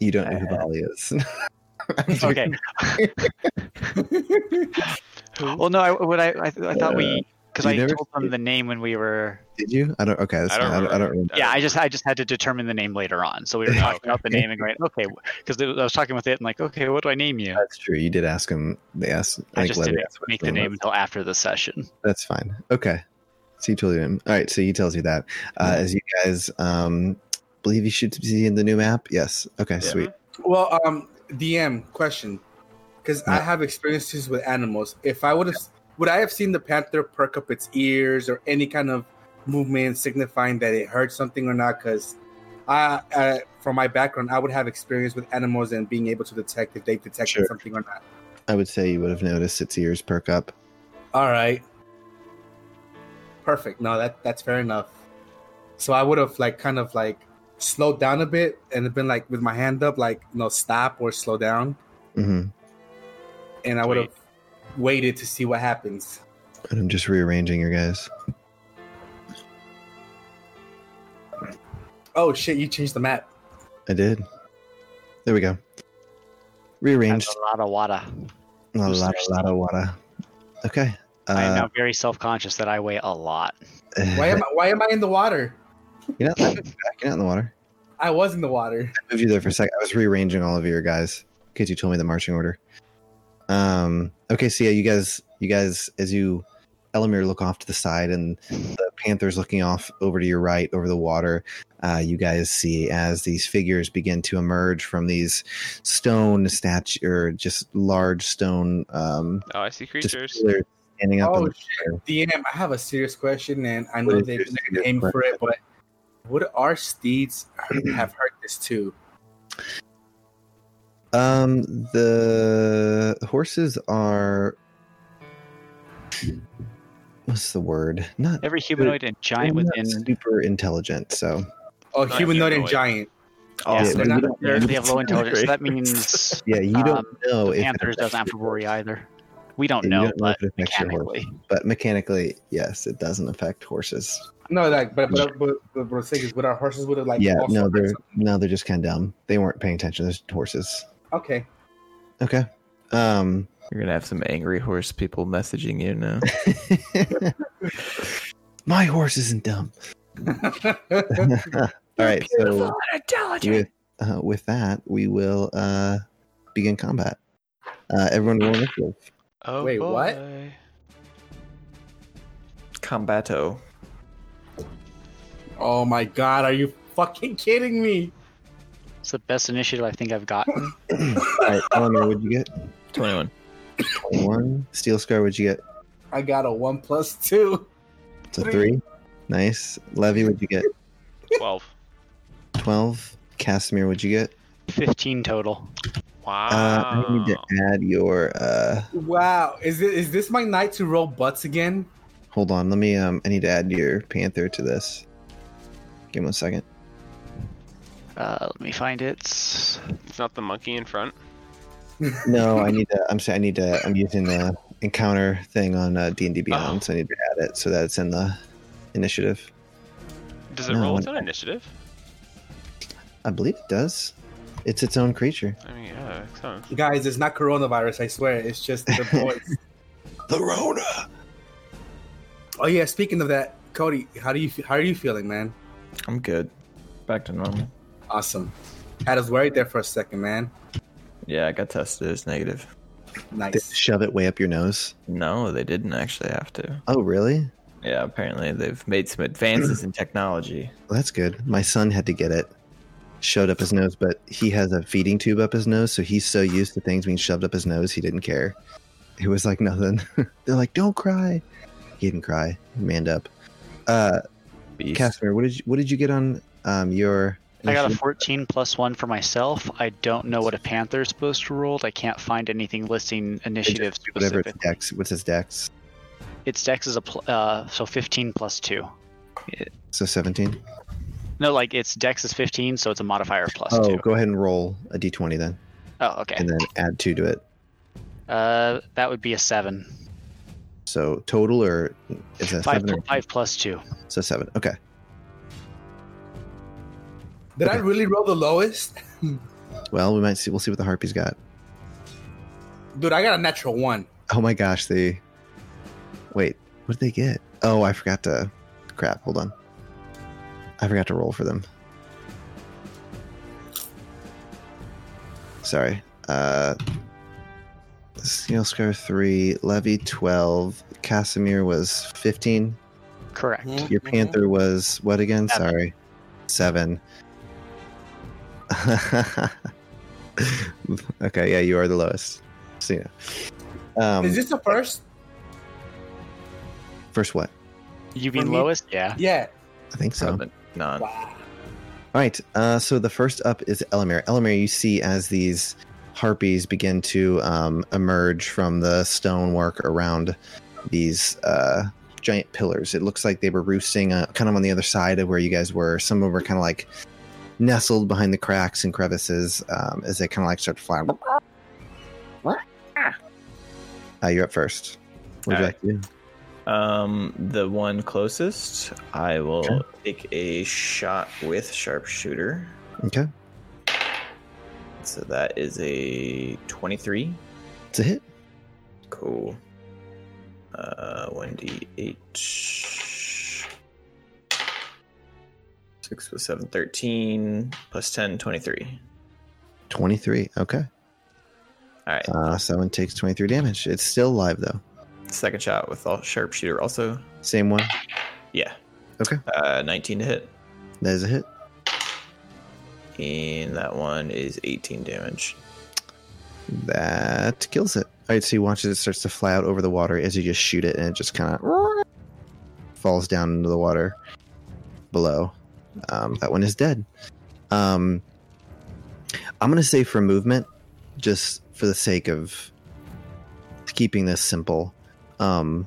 Speaker 2: You don't know who Bali is.
Speaker 6: Okay. well, no, I, what I, I, I thought we because
Speaker 2: Uh, You
Speaker 6: I
Speaker 2: never-
Speaker 6: told them the name when we were.
Speaker 2: Did you? I don't. Okay, that's
Speaker 4: I
Speaker 2: fine.
Speaker 4: don't
Speaker 2: I don't, I don't remember.
Speaker 4: remember.
Speaker 6: yeah, I just I just had to determine the name later on. So we were talking about the name and going, okay, because I was talking with it and like, okay, what do I name you?
Speaker 2: That's true. You did ask him. They asked.
Speaker 6: I
Speaker 2: think
Speaker 6: just
Speaker 2: Levy
Speaker 6: didn't
Speaker 2: asked what
Speaker 6: make
Speaker 2: his
Speaker 6: the name
Speaker 2: was.
Speaker 6: until after the session.
Speaker 2: That's fine. Okay. So you told him. All right. So he tells you that. Uh, as you guys um, believe you should see in the new map. Yes. Okay. Sweet.
Speaker 5: Well, um, DM question, because I have experiences with animals. If I would have, would I have seen the panther perk up its ears or any kind of movement signifying that it heard something or not? Because I, uh, from my background, I would have experience with animals and being able to detect if they detected
Speaker 2: Sure.
Speaker 5: something or not.
Speaker 2: I would say you would have noticed its ears perk up.
Speaker 5: All right. Perfect. No, that that's fair enough. So I would have like kind of like slowed down a bit and been like with my hand up, like you know, stop or slow down,
Speaker 2: hmm
Speaker 5: and I would have waited to see what happens.
Speaker 2: And I'm just rearranging your guys.
Speaker 5: Oh shit! You changed the map.
Speaker 2: I did. There we go. Rearranged.
Speaker 6: That's a lot of water.
Speaker 2: A lot, a lot of water. Okay.
Speaker 6: I am
Speaker 2: Uh,
Speaker 6: now very self conscious that I weigh a lot.
Speaker 5: Why am I, why am I in the water?
Speaker 2: you're not, you're not in the water.
Speaker 5: I was in the water.
Speaker 2: moved you there for a second. I was rearranging all of your guys because you told me the marching order. Um. Okay. So yeah, you guys, you guys, as you, Elamir, look off to the side, and the panthers looking off over to your right, over the water. Uh, you guys see as these figures begin to emerge from these stone statue or just large stone um,
Speaker 4: Oh, I see
Speaker 2: just
Speaker 4: creatures.
Speaker 2: pillars standing up.
Speaker 5: Oh,
Speaker 2: on-
Speaker 5: DM, I have a serious question, and I
Speaker 2: What
Speaker 5: know
Speaker 2: is
Speaker 5: they've
Speaker 2: your
Speaker 5: been
Speaker 2: serious
Speaker 5: aiming for it, but would our steeds have heard this too?
Speaker 2: Um, the horses are. What's the word? Not
Speaker 6: Every humanoid and giant
Speaker 2: they're not
Speaker 6: within
Speaker 2: super intelligent. So
Speaker 5: Oh,
Speaker 4: Not
Speaker 5: humanoid and
Speaker 4: humanoid.
Speaker 5: giant.
Speaker 2: Oh,
Speaker 6: yeah,
Speaker 2: so
Speaker 6: they're
Speaker 2: you
Speaker 6: not,
Speaker 2: don't-
Speaker 6: they're, they have low intelligence.
Speaker 1: Great.
Speaker 6: That means
Speaker 2: yeah, you don't
Speaker 6: Um,
Speaker 2: know if
Speaker 6: Panthers
Speaker 2: Oh, it affects
Speaker 6: doesn't have
Speaker 2: your
Speaker 6: worry
Speaker 2: horse,
Speaker 6: either. We don't
Speaker 2: Yeah, you
Speaker 6: know,
Speaker 2: don't know
Speaker 6: but
Speaker 2: if it affects your horse.
Speaker 6: mechanically,
Speaker 2: but mechanically, yes, it doesn't affect horses.
Speaker 5: No, like, but but but, but, but, but would our horses would have like?
Speaker 2: yeah,
Speaker 5: also
Speaker 2: no,
Speaker 5: heard
Speaker 2: they're
Speaker 5: something?
Speaker 2: no, they're just kind of dumb. They weren't paying attention. There's horses.
Speaker 5: okay.
Speaker 2: Okay. Um.
Speaker 1: You're gonna have some angry horse people messaging you now.
Speaker 2: My horse isn't dumb. All right. So with, uh, with that, we will uh, begin combat. Uh, everyone roll initiative.
Speaker 4: Oh,
Speaker 5: Wait, what?
Speaker 4: boy.
Speaker 1: Combato.
Speaker 5: oh my god, are you fucking kidding me?
Speaker 6: it's the best initiative I think I've gotten.
Speaker 2: All right, Eleanor, what'd you get?
Speaker 1: 21.
Speaker 2: 21. Steel Scar, what'd you get?
Speaker 5: I got a one plus two.
Speaker 2: It's a three. Nice. Levy, what'd you get?
Speaker 4: Twelve.
Speaker 2: 12. Casimir, what'd you get?
Speaker 6: Fifteen total.
Speaker 4: Wow.
Speaker 2: Uh, I need to add your. Uh,
Speaker 5: Wow, is it is this my night to roll butts again?
Speaker 2: hold on. Let me. Um, I need to add your Panther to this. Give me one second.
Speaker 6: Uh, let me find it.
Speaker 4: It's not the monkey in front.
Speaker 2: No, I need to. I'm sorry. I need to. I'm using the encounter thing on uh, D&D Beyond, so I need to add it so that it's in the initiative.
Speaker 4: Does it
Speaker 2: No,
Speaker 4: roll its
Speaker 2: it-
Speaker 4: own initiative?
Speaker 2: I believe it does. It's its own creature.
Speaker 4: I mean, yeah, it's own.
Speaker 5: Guys, it's not coronavirus, I swear. It's just the voice.
Speaker 2: The Rona.
Speaker 5: oh yeah, speaking of that, Cody, how do you how are you feeling, man?
Speaker 1: I'm good. Back to normal.
Speaker 5: Awesome. Had us worried there for a second, man.
Speaker 1: Yeah, I got tested. It's negative.
Speaker 2: They
Speaker 5: Nice.
Speaker 2: shove it way up your nose.
Speaker 1: No, they didn't actually have to.
Speaker 2: Oh, really?
Speaker 1: Yeah, apparently they've made some advances in technology.
Speaker 2: Well, that's good. My son had to get it shoved up his nose, but he has a feeding tube up his nose, so he's so used to things being shoved up his nose, he didn't care. It was like nothing. They're like, "Don't cry." He didn't cry. He manned up. Uh,
Speaker 1: Beast.
Speaker 2: Casimir, what did you, what did you get on um your?
Speaker 6: I got a fourteen plus one for myself. I don't know what a panther is supposed to roll. I can't find anything listing initiative
Speaker 2: whatever it's
Speaker 6: specific.
Speaker 2: dex. What's his dex?
Speaker 6: Its dex is a pl- uh, so fifteen plus two.
Speaker 2: So seventeen.
Speaker 6: No, like its dex is fifteen, so it's a modifier of plus
Speaker 2: Oh,
Speaker 6: two.
Speaker 2: go ahead and roll a d twenty then,
Speaker 6: Oh, okay.
Speaker 2: and then add two to it.
Speaker 6: Uh, that would be a seven.
Speaker 2: So total or is that
Speaker 6: Five,
Speaker 2: seven?
Speaker 6: pl-
Speaker 2: Or,
Speaker 6: five plus two.
Speaker 2: So seven. Okay.
Speaker 5: Did I really roll the lowest?
Speaker 2: Well, we might see. We'll see what the harpy's got.
Speaker 5: Dude, I got a natural one.
Speaker 2: Oh my gosh, they. Wait, what did they get? Oh, I forgot to. Crap, hold on. I forgot to roll for them. Sorry. Uh. Scar 3, Levy 12, Casimir was 15,
Speaker 6: Correct.
Speaker 2: your
Speaker 5: Mm-hmm.
Speaker 2: Panther was what again?
Speaker 6: Seven.
Speaker 2: Sorry. 7. okay, yeah, you are the lowest. So, yeah. Um,
Speaker 5: Is this the first?
Speaker 2: First, what?
Speaker 6: You
Speaker 5: For
Speaker 6: mean
Speaker 5: me-
Speaker 6: lowest? Yeah.
Speaker 5: Yeah.
Speaker 2: I think so.
Speaker 1: Probably not.
Speaker 5: Wow.
Speaker 2: All right. Uh, so the first up is Elamir. Elamir, you see as these harpies begin to um, emerge from the stonework around these uh, giant pillars. It looks like they were roosting uh, kind of on the other side of where you guys were. Some of them were kind of like nestled behind the cracks and crevices um, as they kind of like start to fly. Uh, you're up first. What would you
Speaker 1: All
Speaker 2: like to do?
Speaker 1: Um, the one closest, I will take a shot with sharpshooter.
Speaker 2: Okay.
Speaker 1: So that is a 23.
Speaker 2: It's a hit.
Speaker 1: Cool. Uh, 1d8. 6 plus 7, 13. Plus 10, 23.
Speaker 2: 23. Okay.
Speaker 1: All right.
Speaker 2: Uh, someone takes 23 damage. It's still alive, though.
Speaker 1: Second shot with all sharpshooter also.
Speaker 2: Same one.
Speaker 1: Yeah.
Speaker 2: Okay.
Speaker 1: Uh, 19 to hit.
Speaker 2: That is a hit.
Speaker 1: And that one is 18 damage.
Speaker 2: That kills it. All right, so you watch as it starts to fly out over the water as you just shoot it, and it just kind of falls down into the water below. Um, that one is dead. Um, I'm going to say for movement, just for the sake of keeping this simple, um,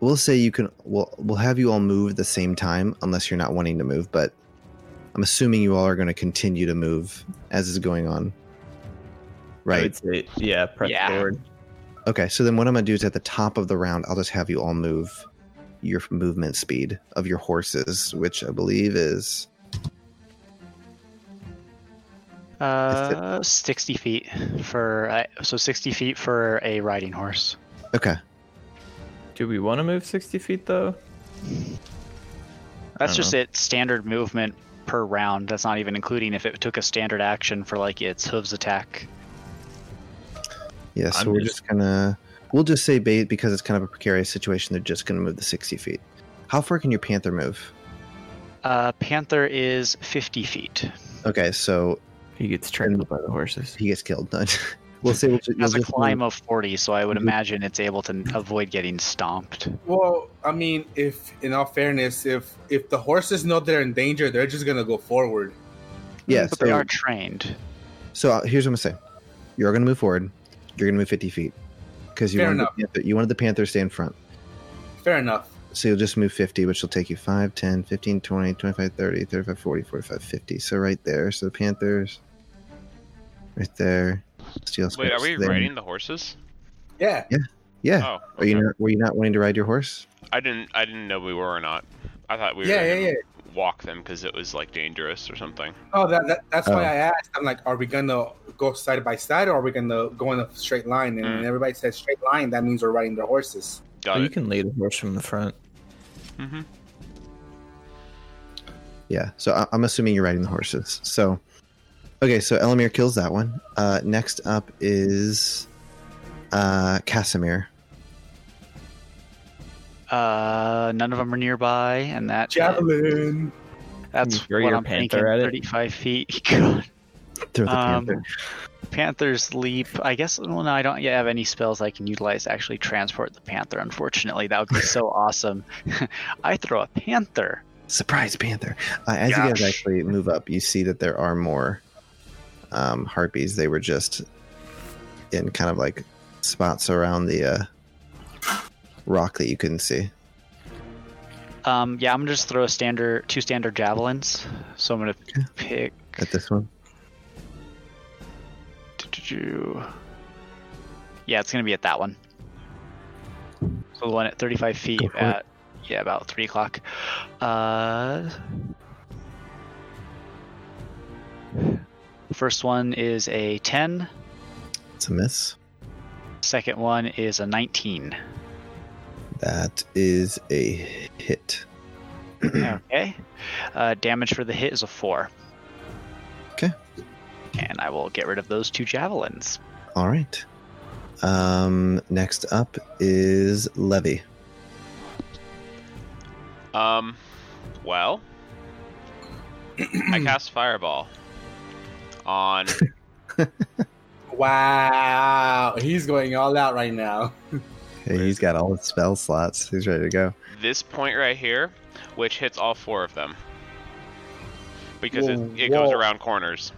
Speaker 2: we'll say you can. We'll, we'll have you all move at the same time, unless you're not wanting to move, but I'm assuming you all are going to continue to move as is going on.
Speaker 1: I
Speaker 2: Right.
Speaker 1: would say- yeah, press
Speaker 6: Yeah.
Speaker 1: forward.
Speaker 2: Okay, so then what I'm gonna do is at the top of the round, I'll just have you all move your movement speed of your horses, which I believe is
Speaker 6: Uh, 60 feet for uh, so 60 feet for a riding horse.
Speaker 2: okay.
Speaker 1: Do we want to move 60 feet though?
Speaker 6: That's
Speaker 1: don't
Speaker 6: just it standard movement per round. That's not even including if it took a standard action for like its hooves attack.
Speaker 2: Yeah, so
Speaker 1: I'm
Speaker 2: we're
Speaker 1: just-
Speaker 2: just gonna we'll just say bait because it's kind of a precarious situation. They're just gonna move the sixty feet. How far can your panther move?
Speaker 6: Uh, panther is 50 feet.
Speaker 2: Okay, so
Speaker 1: He gets
Speaker 2: trampled
Speaker 1: by the horses.
Speaker 2: he gets killed. we'll say we'll ju-
Speaker 6: It has
Speaker 2: we'll
Speaker 6: a
Speaker 2: just move-
Speaker 6: climb of 40, so I would
Speaker 2: Mhm.
Speaker 6: imagine it's able to avoid getting stomped.
Speaker 5: Well, I mean, if in all fairness, if if the horses know they're in danger, they're just gonna go forward.
Speaker 2: Yeah,
Speaker 6: but
Speaker 2: so,
Speaker 6: they are trained.
Speaker 2: so uh, here's what I'm gonna say: you're gonna move forward. You're gonna move fifty feet because you
Speaker 5: Fair
Speaker 2: wanted the
Speaker 5: enough.
Speaker 2: panther, you wanted the panther to stay in front.
Speaker 5: Fair enough.
Speaker 2: So you'll just move 50, which will take you 5, 10, 15, 20, 25, 30, 35, 40, 45, 50. So right there. So the Panthers. Right there. Steel
Speaker 4: Wait, are
Speaker 2: Scripts
Speaker 4: we
Speaker 2: there.
Speaker 4: riding the horses?
Speaker 5: Yeah.
Speaker 2: Yeah.
Speaker 4: Oh,
Speaker 2: Are you
Speaker 4: okay.
Speaker 2: not, were you not wanting to ride your horse?
Speaker 4: I didn't. I didn't know we were or not. I thought we were
Speaker 5: Yeah,
Speaker 4: gonna
Speaker 5: yeah,
Speaker 4: walk them because it was like dangerous or something.
Speaker 5: Oh, that, that that's
Speaker 2: Oh.
Speaker 5: why I asked. I'm like, are we gonna go side by side, or are we gonna go in a straight line? And
Speaker 4: Mm.
Speaker 5: everybody says straight line. That means we're riding their horses.
Speaker 4: Got
Speaker 1: you
Speaker 4: it.
Speaker 1: can lead a horse from the front.
Speaker 4: hmm
Speaker 2: Yeah. So I, I'm assuming you're riding the horses. So, okay. So Elamir kills that one. Uh, next up is uh, Casimir.
Speaker 6: Uh, none of them are nearby, and that
Speaker 5: Javelin.
Speaker 6: that's
Speaker 1: Throw
Speaker 6: what
Speaker 1: your
Speaker 6: I'm
Speaker 1: panther
Speaker 6: thinking.
Speaker 1: at it.
Speaker 6: 35 feet. God.
Speaker 2: Throw the
Speaker 6: Um,
Speaker 2: Panther.
Speaker 6: Panther's leap. I guess. Well, no, I don't yet have any spells I can utilize to actually transport the panther. Unfortunately, that would be so awesome. I throw a panther.
Speaker 2: Surprise Panther. Uh, as you guys
Speaker 6: Gosh.
Speaker 2: actually move up, you see that there are more um, harpies. They were just in kind of like spots around the uh, rock that you couldn't see.
Speaker 6: Um, yeah, I'm gonna just throw a standard two standard javelins. So I'm gonna pick.
Speaker 2: At this one,
Speaker 6: Yeah, it's gonna be at that one. So the one at 35 feet
Speaker 2: Go for it.
Speaker 6: at yeah about three o'clock. Uh, first one is a 10.
Speaker 2: it's a miss.
Speaker 6: Second one is a 19.
Speaker 2: That is a hit.
Speaker 6: okay. Uh, damage for the hit is a four.
Speaker 2: Okay.
Speaker 6: And I will get rid of those two javelins.
Speaker 2: All right. Um, next up is Levy.
Speaker 4: Um, well, I cast fireball on.
Speaker 5: Wow, he's going all out right now.
Speaker 2: Hey, he's got all his spell slots. He's ready to go.
Speaker 4: this point right here, which hits all four of them. Because it,
Speaker 5: Whoa,
Speaker 4: it goes
Speaker 5: whoa.
Speaker 4: around corners.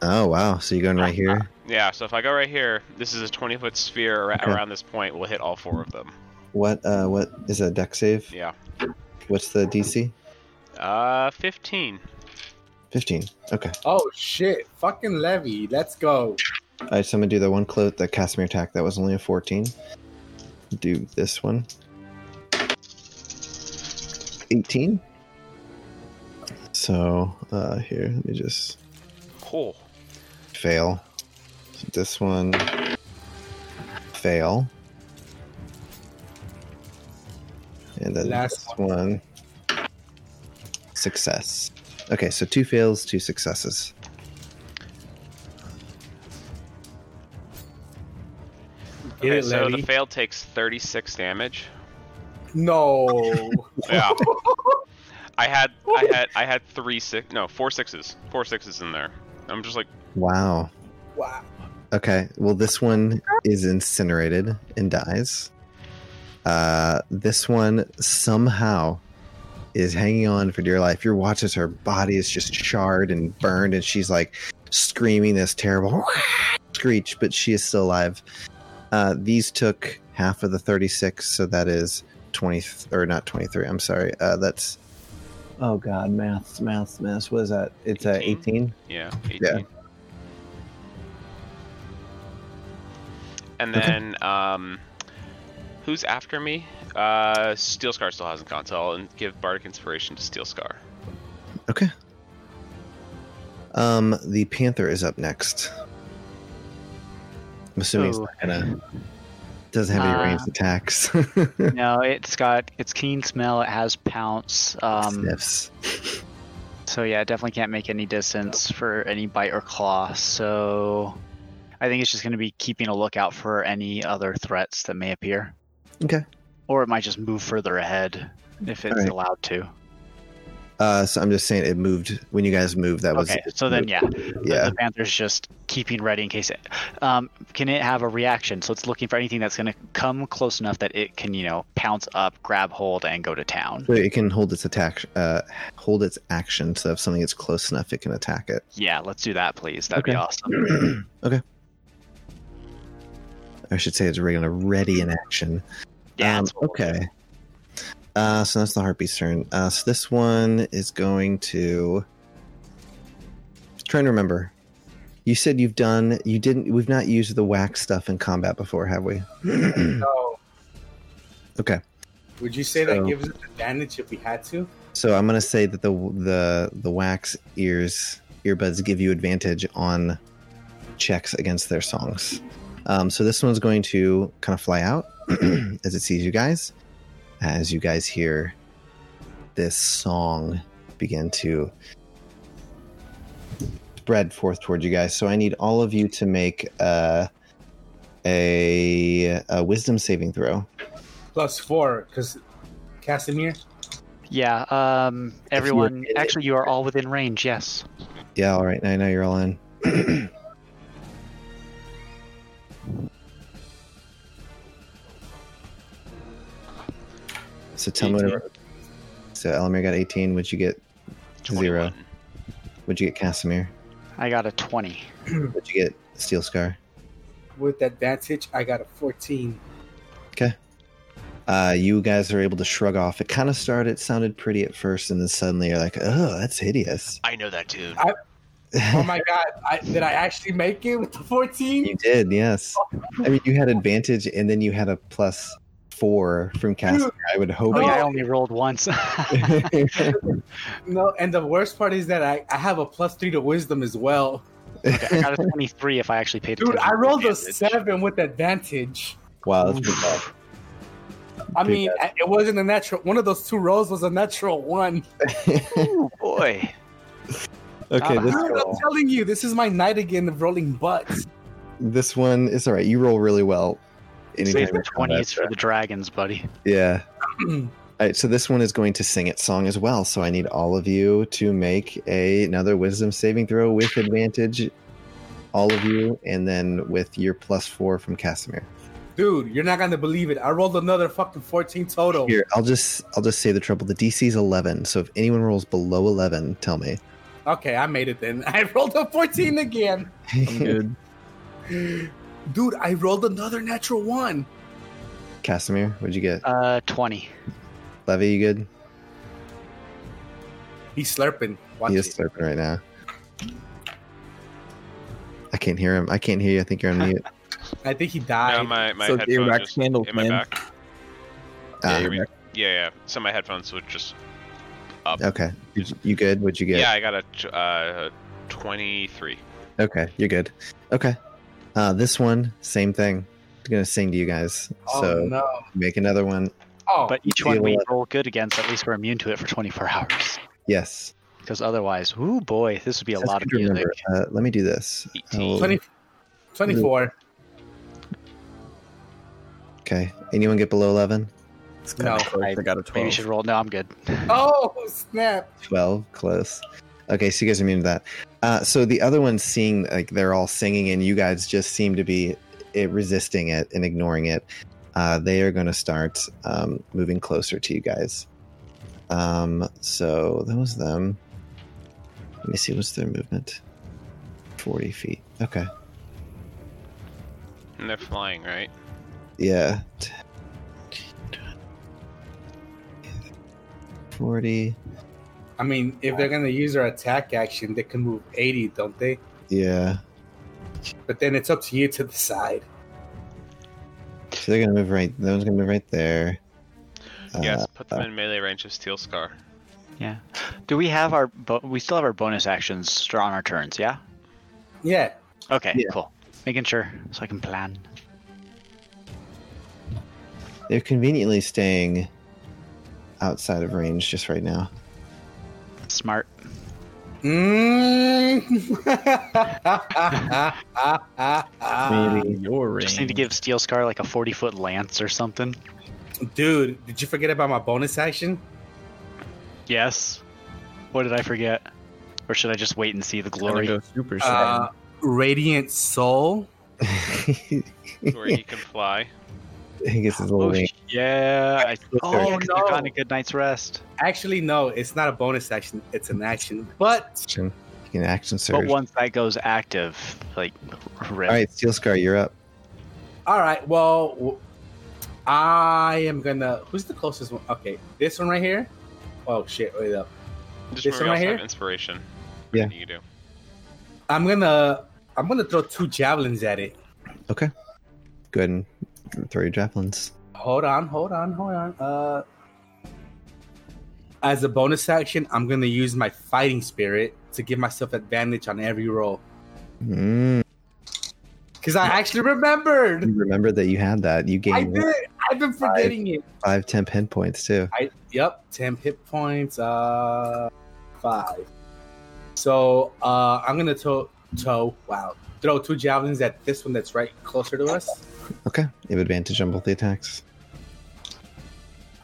Speaker 2: Oh wow! So you're going right here.
Speaker 4: Yeah, so if I go right here, this is a 20 foot sphere ar-
Speaker 2: Okay.
Speaker 4: around this point. We'll hit all four of them.
Speaker 2: What? Uh, what is a deck save?
Speaker 4: Yeah.
Speaker 2: What's the DC?
Speaker 4: Uh, 15.
Speaker 2: Fifteen. Okay.
Speaker 5: Oh shit! Fucking Levy, let's go.
Speaker 2: All right, so I'm gonna do the one close, the Casimir attack. That was only a 14. Do this one. 18. So uh, here, let me just
Speaker 4: Cool.
Speaker 2: fail. So this one fail, and then
Speaker 5: Last
Speaker 2: this one success. Okay, so two fails, two successes.
Speaker 5: Get
Speaker 4: Okay,
Speaker 5: it,
Speaker 4: so
Speaker 5: Levy.
Speaker 4: the fail takes 36 damage.
Speaker 5: no.
Speaker 4: Yeah. I had I had I had three six no four sixes four sixes in there. I'm just like
Speaker 2: Wow.
Speaker 5: wow.
Speaker 2: Okay. Well, this one is incinerated and dies. Uh, this one somehow is hanging on for dear life. Your watch as her body is just charred and burned, and she's like screaming this terrible screech, but she is still alive. Uh, these took half of the 36, so that is 20, or not 23, I'm sorry. Uh, that's, oh God, maths, maths, maths. What is that? It's uh,
Speaker 4: 18?
Speaker 2: 18?
Speaker 4: yeah 18.
Speaker 2: Yeah.
Speaker 4: And
Speaker 2: Okay.
Speaker 4: then um, who's after me? Uh, Steel Scar still hasn't gone, so I'll give bardic inspiration to Steel Scar.
Speaker 2: Okay. Um, the panther is up next. I'm assuming he's
Speaker 6: Oh.
Speaker 2: not gonna doesn't have any
Speaker 6: Uh,
Speaker 2: ranged attacks.
Speaker 6: No, it's got it's keen smell. It has pounce. Um,
Speaker 2: Sniffs.
Speaker 6: so yeah, it definitely can't make any distance for any bite or claw. So I think it's just going to be keeping a lookout for any other threats that may appear.
Speaker 2: Okay.
Speaker 6: Or it might just move further ahead if it's
Speaker 2: Alright.
Speaker 6: allowed to.
Speaker 2: Uh, so I'm just saying it moved when you guys moved. That was
Speaker 6: Okay, so then yeah, the-
Speaker 2: Yeah.
Speaker 6: the panther's just keeping ready in case it. Um, can it have a reaction? So it's looking for anything that's going to come close enough that it can, you know, pounce up, grab hold, and go to town.
Speaker 2: So it can hold its attack, uh, hold its action. So if something gets close enough, it can attack it.
Speaker 6: Yeah, let's do that, please. That'd be
Speaker 2: Okay.
Speaker 6: awesome.
Speaker 2: I should say it's regular ready in action.
Speaker 6: Yeah,
Speaker 2: Um,
Speaker 6: that's what we'll do.
Speaker 2: okay. Uh, so that's the heartbeat's turn. Uh, so this one is going to. Trying to remember. You said you've done. You didn't. We've not used the wax stuff in combat before, have we?
Speaker 5: No.
Speaker 2: Okay.
Speaker 5: Would you say that
Speaker 2: So-
Speaker 5: gives us advantage if we had to?
Speaker 2: So I'm gonna say that the the the wax ears earbuds give you advantage on checks against their songs. Um, so this one's going to kind of fly out as it sees you guys, as you guys hear this song begin to spread forth towards you guys. So I need all of you to make uh, a, a wisdom saving throw.
Speaker 5: Plus four, because Casimir.
Speaker 6: Yeah, um,
Speaker 2: you
Speaker 6: everyone.
Speaker 2: hit it-
Speaker 6: Actually, you are all within range. Yes.
Speaker 2: Yeah, all right. I know you're all in. so tell me whatever. So Elamir got 18. Would you get zero?
Speaker 4: 21.
Speaker 2: Would you get Casimir?
Speaker 6: I got a twenty.
Speaker 2: Would you get Steel Scar?
Speaker 5: With advantage, I got a 14.
Speaker 2: Uh, you guys are able to shrug off. It kind of started, it sounded pretty at first, and then suddenly you're like, oh, that's hideous.
Speaker 4: I know that tune.
Speaker 5: Oh my god, I, did I actually make it with the 14?
Speaker 2: You did, yes. I mean, you had advantage, and then you had a plus four from Casimir. I would hope.
Speaker 6: Oh, yeah, I
Speaker 5: yeah.
Speaker 6: only rolled once.
Speaker 5: No, and the worst part is that I, I have a plus three to wisdom as well.
Speaker 6: I got a twenty-three if I actually paid
Speaker 5: Dude,
Speaker 6: attention.
Speaker 5: I
Speaker 6: to the
Speaker 5: rolled a
Speaker 6: damage.
Speaker 5: seven with advantage.
Speaker 2: Wow, that's pretty bad.
Speaker 5: I
Speaker 2: Big
Speaker 5: mean, I- it wasn't a natural. One of those two rolls was a natural one.
Speaker 6: Ooh, Oh, boy.
Speaker 2: Okay,
Speaker 6: Ah.
Speaker 2: this,
Speaker 5: Dude, I'm telling you, this is my night again of rolling butts.
Speaker 2: this one is all right. You roll really well. anytime
Speaker 6: Save the
Speaker 2: you're combat,
Speaker 6: twenties for the dragons, buddy.
Speaker 2: Yeah. all right, so this one is going to sing its song as well. So I need all of you to make a, another wisdom saving throw with advantage, all of you, and then with your plus four from Casimir.
Speaker 5: Dude, you're not gonna believe it. I rolled another fucking 14 total.
Speaker 2: Here, I'll just I'll just say the trouble. The DC is eleven, so if anyone rolls below eleven, tell me.
Speaker 5: Okay, I made it then. I rolled a 14 again.
Speaker 1: Good.
Speaker 5: Dude, I rolled another natural one.
Speaker 2: Casimir, what'd you get?
Speaker 6: Uh, 20.
Speaker 2: Levy, you good?
Speaker 5: He's slurping. Watch
Speaker 2: he is
Speaker 5: it.
Speaker 2: slurping right now. I can't hear him. I can't hear you. I think you're on mute.
Speaker 5: I think he
Speaker 4: No,
Speaker 5: died.
Speaker 4: my my
Speaker 1: so your
Speaker 4: headphones
Speaker 1: rack
Speaker 4: just
Speaker 1: handle,
Speaker 4: in my
Speaker 1: man.
Speaker 4: back.
Speaker 2: Ah,
Speaker 4: yeah, yeah, yeah. So my headphones would just.
Speaker 2: okay. Did you- You good? What'd you get?
Speaker 4: Yeah, I got a t- uh, twenty-three.
Speaker 2: Okay, you're good. Okay. Uh, this one, same thing. I'm gonna sing to you guys.
Speaker 5: oh,
Speaker 2: so
Speaker 5: no.
Speaker 2: make another one.
Speaker 5: Oh,
Speaker 6: But each
Speaker 2: you
Speaker 6: one
Speaker 2: feel
Speaker 6: we
Speaker 2: it.
Speaker 6: roll good against, at least we're immune to it for 24 hours.
Speaker 2: Yes.
Speaker 6: Because otherwise, ooh boy, this would be a
Speaker 2: That's
Speaker 6: lot of
Speaker 2: good to
Speaker 6: music.
Speaker 2: remember. Uh, let me do this. Uh, I will-
Speaker 5: 20, 24.
Speaker 2: okay. Anyone get below eleven?
Speaker 1: It's kinda
Speaker 5: No,
Speaker 1: close. I,
Speaker 6: I-
Speaker 1: got a
Speaker 6: Maybe you
Speaker 1: twelve.
Speaker 6: should roll. No, I'm good.
Speaker 5: Oh, snap.
Speaker 2: Twelve, close. Okay, so you guys are immune to that. Uh, so the other one's seeing like they're all singing, and you guys just seem to be it, resisting it and ignoring it. Uh, they are going to start um, moving closer to you guys. Um, so that was them. Let me see, what's their movement? Forty feet. Okay.
Speaker 4: And they're flying, right?
Speaker 2: Yeah. 40.
Speaker 5: I mean, if they're going to use their attack action, they can move 80, don't they?
Speaker 2: Yeah.
Speaker 5: But then it's up to you to decide.
Speaker 2: So they're going to move right. That one's going to move right there. Uh,
Speaker 4: yes. Put them in melee range of Steel Scar.
Speaker 6: Yeah. Do we have our? Bo- we still have our bonus actions on our turns. Yeah.
Speaker 5: Yeah.
Speaker 6: Okay.
Speaker 2: Yeah.
Speaker 6: Cool. Making sure so I can plan.
Speaker 2: They're conveniently staying outside of range just right now.
Speaker 6: Smart.
Speaker 5: Mm.
Speaker 2: Maybe.
Speaker 1: Your ring.
Speaker 6: Just need to give Steel Scar like a 40 foot lance or something.
Speaker 5: Dude, did you forget about my bonus action?
Speaker 6: Yes. What did I forget? Or should I just wait and see the
Speaker 1: Gonna
Speaker 6: glory?
Speaker 1: go super
Speaker 5: Uh,
Speaker 1: saiyan.
Speaker 5: Radiant Soul.
Speaker 4: where you can fly.
Speaker 2: he gets his little
Speaker 6: Oh,
Speaker 2: ring.
Speaker 6: sh- yeah. I, oh,
Speaker 2: Sure.
Speaker 6: 'cause I got a good night's rest.
Speaker 5: Actually, no, it's not a bonus action. It's an action. But
Speaker 2: You can action
Speaker 6: But
Speaker 2: surge. All
Speaker 6: once that goes active, like, rip.
Speaker 2: right, Steel Scar, you're up.
Speaker 5: all right, well, w- I am gonna. Who's the closest one? Okay, this one right here. Oh shit! Wait up.
Speaker 4: Just
Speaker 5: This
Speaker 4: remember
Speaker 5: one
Speaker 4: you
Speaker 5: right
Speaker 4: also
Speaker 5: here?
Speaker 4: have inspiration.
Speaker 2: Yeah.
Speaker 4: What do You do.
Speaker 5: I'm gonna. I'm gonna throw two javelins at it.
Speaker 2: Go ahead and throw your javelins.
Speaker 5: Hold on, hold on, hold on. Uh, as a bonus action, I'm gonna use my fighting spirit to give myself advantage on every roll.
Speaker 2: Mm,
Speaker 5: Cause I actually remembered.
Speaker 2: you remember that you had that. You
Speaker 5: I
Speaker 2: gained
Speaker 5: did. I've been forgetting it.
Speaker 2: five temp hit points too.
Speaker 5: I yep, ten hit points. Uh, five. So uh, I'm gonna toe toe. Wow, throw two javelins at this one that's right closer to us.
Speaker 2: Okay, you have advantage on both the attacks.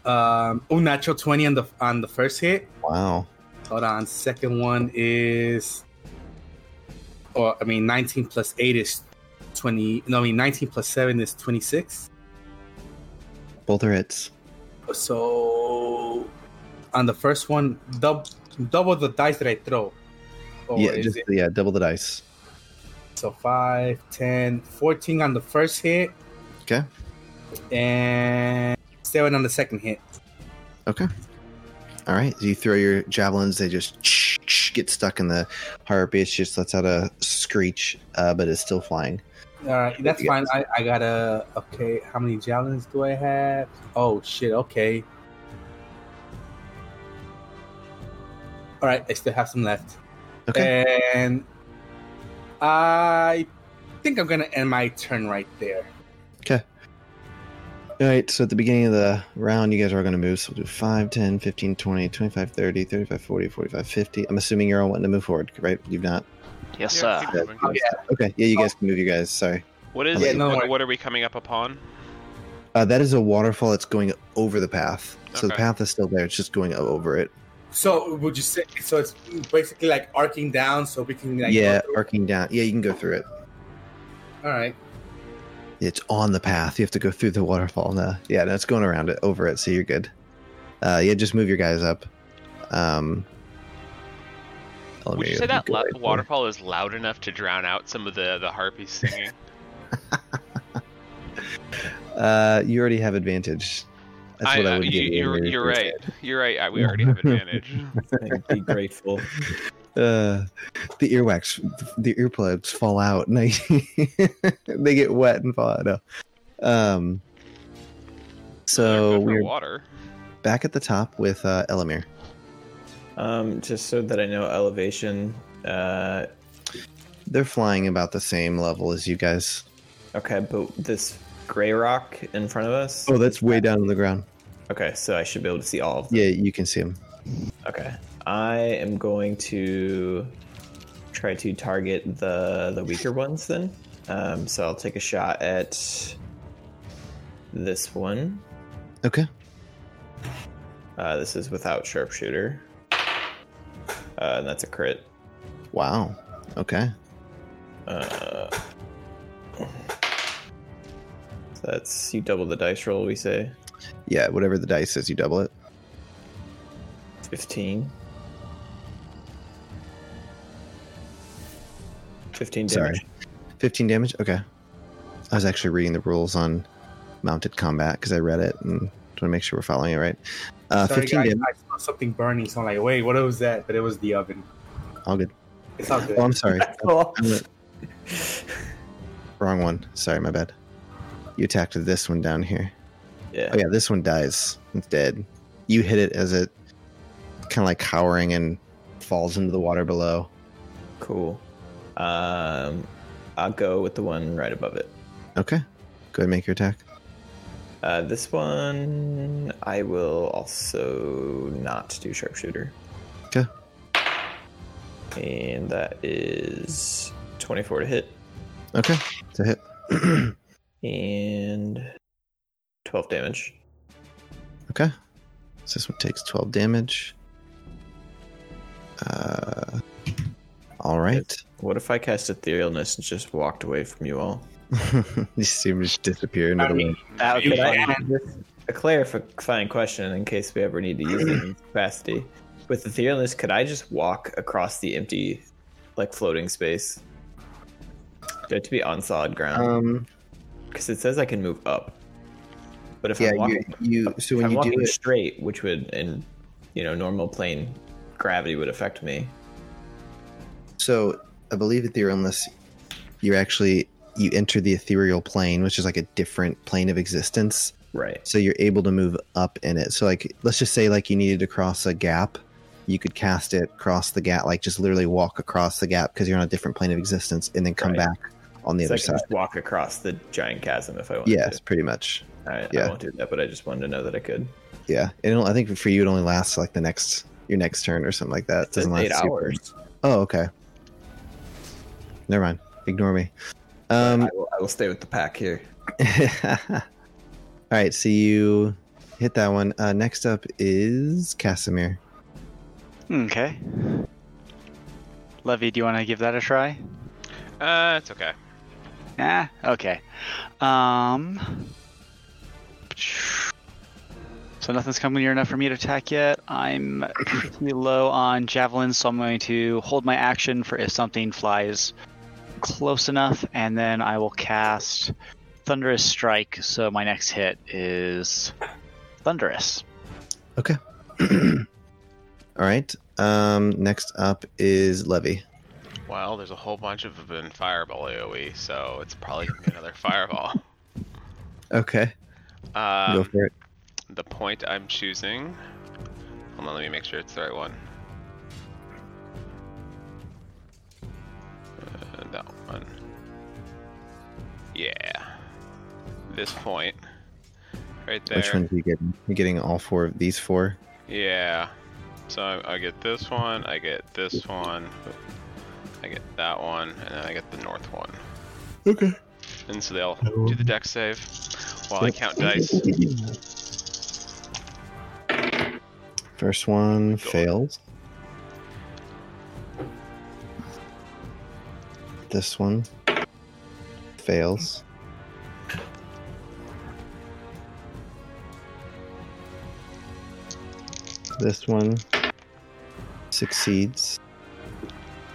Speaker 5: Um, oh, natural twenty on the on the first hit.
Speaker 2: Wow.
Speaker 5: Hold on, second one is, or I mean, nineteen plus eight is twenty. No, I mean, nineteen plus seven is twenty six.
Speaker 2: Both are hits.
Speaker 5: So on the first one, dub, double the dice that I throw. Or
Speaker 2: yeah,
Speaker 5: is
Speaker 2: just
Speaker 5: it-
Speaker 2: yeah, double the dice.
Speaker 5: So 5, 10, 14 on the first hit.
Speaker 2: Okay.
Speaker 5: And 7 on the second hit.
Speaker 2: All right, so you throw your javelins, they just get stuck in the harpy. It just lets out a screech, uh, but it's still flying.
Speaker 5: All right, that's
Speaker 2: Yeah.
Speaker 5: fine. I, I got to Okay, how many javelins do I have? Oh, shit, okay. All right, I still have some left.
Speaker 2: Okay,
Speaker 5: And I think I'm going to end my turn right there.
Speaker 2: all right. So at the beginning of the round, you guys are all going to move. So we'll do 5, 10, 15, 20, 25, 30, 35, 40, 45, 50. I'm assuming you're all wanting to move forward, right? You've not.
Speaker 6: Yes,
Speaker 4: Yeah,
Speaker 6: sir.
Speaker 4: keep moving.
Speaker 5: Oh, yeah.
Speaker 2: Okay, yeah, you guys can move. You guys, sorry.
Speaker 4: What is?
Speaker 2: Yeah,
Speaker 5: no,
Speaker 4: what,
Speaker 5: like-
Speaker 4: what are we coming up upon?
Speaker 2: Uh, that is a waterfall that's going over the path. So the
Speaker 4: Okay.
Speaker 2: path is still there. It's just going over it.
Speaker 5: So would you say so? It's basically like arcing down, so we can like
Speaker 2: yeah,
Speaker 5: go through-
Speaker 2: arcing down. Yeah, you can go through it.
Speaker 5: All right.
Speaker 2: It's on the path. You have to go through the waterfall. No, yeah, no, it's going around it, over it. So you're good. Uh, yeah, just move your guys up. Um, Elamir,
Speaker 4: Would you say
Speaker 2: you'd
Speaker 4: that
Speaker 2: go
Speaker 4: lo-
Speaker 2: right for it.
Speaker 4: waterfall is loud enough to drown out some of the the harpies singing?
Speaker 2: Uh, you already have advantage. That's what I,
Speaker 4: uh,
Speaker 2: would
Speaker 4: you,
Speaker 2: give
Speaker 4: you're,
Speaker 2: Elamir if
Speaker 4: you're
Speaker 2: it's-
Speaker 4: right. You're right. I, we already have advantage.
Speaker 1: Be grateful.
Speaker 2: Uh, the earwax, the earplugs fall out, and they, they get wet and fall out. No. Um. So
Speaker 4: They're good for
Speaker 2: we're
Speaker 4: water.
Speaker 2: back at the top with uh, Elamir.
Speaker 1: Um, just so that I know elevation. Uh,
Speaker 2: They're flying about the same level as you guys.
Speaker 1: okay, but this gray rock in front of us.
Speaker 2: Oh, that's way down on the ground.
Speaker 1: Okay, so I should be able to see all of them.
Speaker 2: Yeah, you can see them.
Speaker 1: Okay, I am going to try to target the the weaker ones then. Um, so I'll take a shot at this one.
Speaker 2: Okay.
Speaker 1: Uh, this is without sharpshooter. Uh, and that's a crit.
Speaker 2: Wow. Okay.
Speaker 1: Uh, so that's you double the dice roll. We say
Speaker 2: Yeah, whatever the dice says, you double it.
Speaker 1: fifteen. Fifteen
Speaker 2: Sorry.
Speaker 1: damage.
Speaker 2: 15 damage? Okay. I was actually reading the rules on mounted combat because I read it and want to make sure we're following it right. Uh,
Speaker 5: Sorry,
Speaker 2: 15
Speaker 5: guys,
Speaker 2: damage.
Speaker 5: I saw something burning, so I'm like, wait, what was that? But it was the oven.
Speaker 2: All good.
Speaker 5: It's not good.
Speaker 2: Oh, I'm sorry.
Speaker 1: Oh,
Speaker 2: Wrong one. Sorry, my bad. You attacked this one down here.
Speaker 1: yeah.
Speaker 2: Oh, yeah, this one dies. It's dead. You hit it as it kind of like cowering and falls into the water below.
Speaker 1: Cool. Um, I'll go with the one right above it.
Speaker 2: Okay. Go ahead and make your attack.
Speaker 1: Uh, this one, I will also not do sharpshooter.
Speaker 2: Okay.
Speaker 1: And that is 24 to hit
Speaker 2: Okay. It's a hit.
Speaker 1: and 12 damage.
Speaker 2: Okay. So this one takes 12 damage. Uh, all right.
Speaker 1: What if I cast Etherealness and just walked away from you all?
Speaker 2: you see him just disappear into
Speaker 5: I
Speaker 2: the
Speaker 5: mean,
Speaker 2: wind.
Speaker 6: That would
Speaker 5: You
Speaker 6: be
Speaker 5: can.
Speaker 6: fun.
Speaker 1: A clarifying question in case we ever need to use it in capacity. With Etherealness, could I just walk across the empty, like floating space? Do I have to be on solid ground?
Speaker 2: Um,
Speaker 1: Because it says I can move up. But if
Speaker 2: yeah,
Speaker 1: I'm
Speaker 2: you,
Speaker 1: walking
Speaker 2: you.
Speaker 1: If
Speaker 2: So when
Speaker 1: I'm
Speaker 2: you do
Speaker 1: walking
Speaker 2: it,
Speaker 1: straight, which would in you know normal plane gravity would affect me.
Speaker 2: so I believe Etherealness, you actually you enter the ethereal plane, which is like a different plane of existence.
Speaker 1: Right.
Speaker 2: So you're able to move up in it. So like, let's just say like you needed to cross a gap, you could cast it cross the gap, like just literally walk across the gap because you're on a different plane of existence, and then come
Speaker 1: Right.
Speaker 2: back on the
Speaker 1: So
Speaker 2: other
Speaker 1: I can
Speaker 2: side.
Speaker 1: just walk across the giant chasm if I want.
Speaker 2: Yes, pretty much.
Speaker 1: To. I, I
Speaker 2: yeah.
Speaker 1: won't do that, but I just wanted to know that I could.
Speaker 2: Yeah, and it'll- I think for you it only lasts like the next your next turn or something like that. It
Speaker 1: It says
Speaker 2: doesn't last
Speaker 1: eight
Speaker 2: super-
Speaker 1: hours.
Speaker 2: Oh, okay. Never mind. Ignore me. Um,
Speaker 1: I, will, I will stay with the pack here.
Speaker 2: all right, so you hit that one. Uh, next up is Casimir.
Speaker 6: Hmm, Okay. Levy, do you want to give that a try?
Speaker 4: Uh, it's okay.
Speaker 6: Ah, okay. Um. So nothing's coming near enough for me to attack yet. I'm pretty low on javelins, so I'm going to hold my action for if something flies close enough, and then I will cast Thunderous Strike. So my next hit is Thunderous.
Speaker 2: Okay. all right. Um, next up is Levy.
Speaker 4: Well, there's a whole bunch of them in fireball AOE, so it's probably gonna be another fireball.
Speaker 2: Okay. go
Speaker 4: Um,
Speaker 2: for it.
Speaker 4: the point I'm choosing. Hold on, let me make sure it's the right one. Uh, that one. Yeah. This point. Right there.
Speaker 2: Which ones are you getting? You're getting all four of these four.
Speaker 4: Yeah. So I, I get this one, I get this one, I get that one, and then I get the north one.
Speaker 2: Okay.
Speaker 4: And so they'll do the deck save while I count dice.
Speaker 2: First one fails. This one fails. This one succeeds.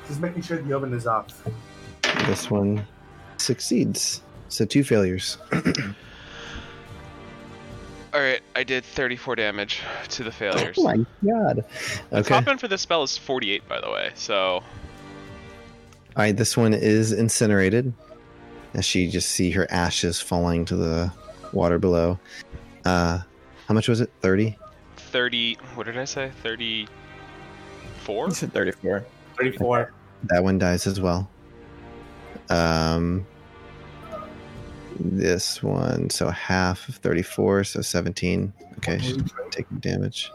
Speaker 5: Just making sure the oven is off.
Speaker 2: This one succeeds. So two failures.
Speaker 4: All right, I did 34 damage to the failures.
Speaker 2: Oh my god.
Speaker 4: The
Speaker 2: Okay.
Speaker 4: top end for this spell is 48, by the way. So
Speaker 2: All right, this one is incinerated. As she just see her ashes falling to the water below. Uh, how much was it? Thirty.
Speaker 4: 30. What did I say? 34.
Speaker 1: You said 34.
Speaker 5: 34.
Speaker 2: That one dies as well. Um, this one, so half of thirty-four, so seventeen. Okay, she's not taking damage,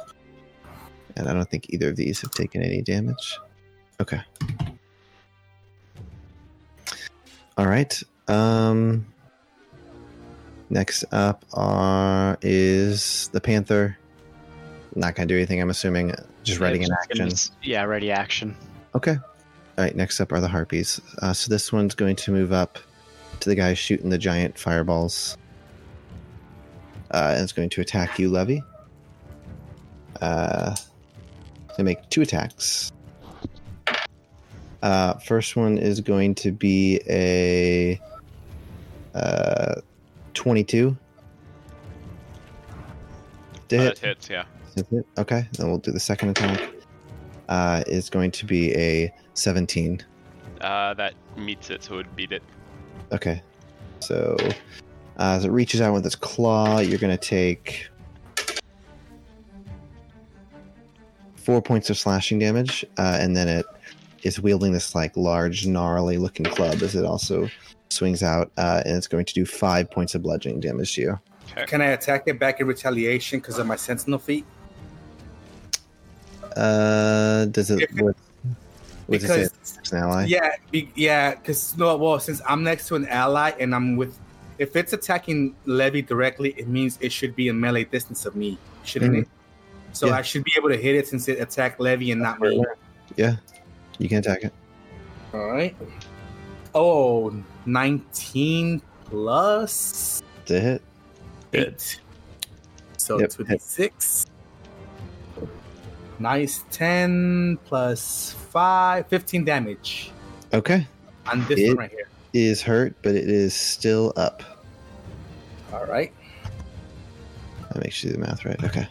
Speaker 2: and I don't think either of these have taken any damage. Okay. All right. Um. Next up are is the panther. Not gonna do anything. I'm assuming. Just ready in
Speaker 6: It's gonna
Speaker 2: action.
Speaker 6: be s- Yeah, ready action.
Speaker 2: Okay. All right, next up are the harpies. Uh, so this one's going to move up to the guy shooting the giant fireballs. Uh, and it's going to attack you, Levy. Uh, they make two attacks. Uh, first one is going to be a uh, 22. To
Speaker 4: Uh,
Speaker 2: hit.
Speaker 4: it hits, yeah.
Speaker 2: Is it? Okay, then we'll do the second attack. Uh, is going to be a 17.
Speaker 4: Uh, that meets it, so it would beat it.
Speaker 2: Okay, so uh, as it reaches out with its claw, you're going to take four points of slashing damage, uh, and then it is wielding this like large, gnarly-looking club as it also swings out, uh, and it's going to do five points of bludgeoning damage to you.
Speaker 5: Can I attack it back in retaliation because of my sentinel feet?
Speaker 2: Uh, does it? What, what does it
Speaker 5: Because
Speaker 2: say? It's an ally.
Speaker 5: Yeah, be, yeah, because no, well, since I'm next to an ally and I'm with, if it's attacking Levy directly, it means it should be in melee distance of me, shouldn't
Speaker 2: Mhm.
Speaker 5: it? So
Speaker 2: Yeah.
Speaker 5: I should be able to hit it since it attacked Levy and not me.
Speaker 2: yeah, you can attack it.
Speaker 5: All right. Oh, 19 plus
Speaker 2: To hit.
Speaker 5: eight. So
Speaker 2: Yep.
Speaker 5: 26. Nice 10 plus 5, 15 damage
Speaker 2: Okay.
Speaker 5: on this
Speaker 2: It-
Speaker 5: one right here.
Speaker 2: Is hurt, but it is still up.
Speaker 5: All right.
Speaker 2: I make sure you do the math right. Okay.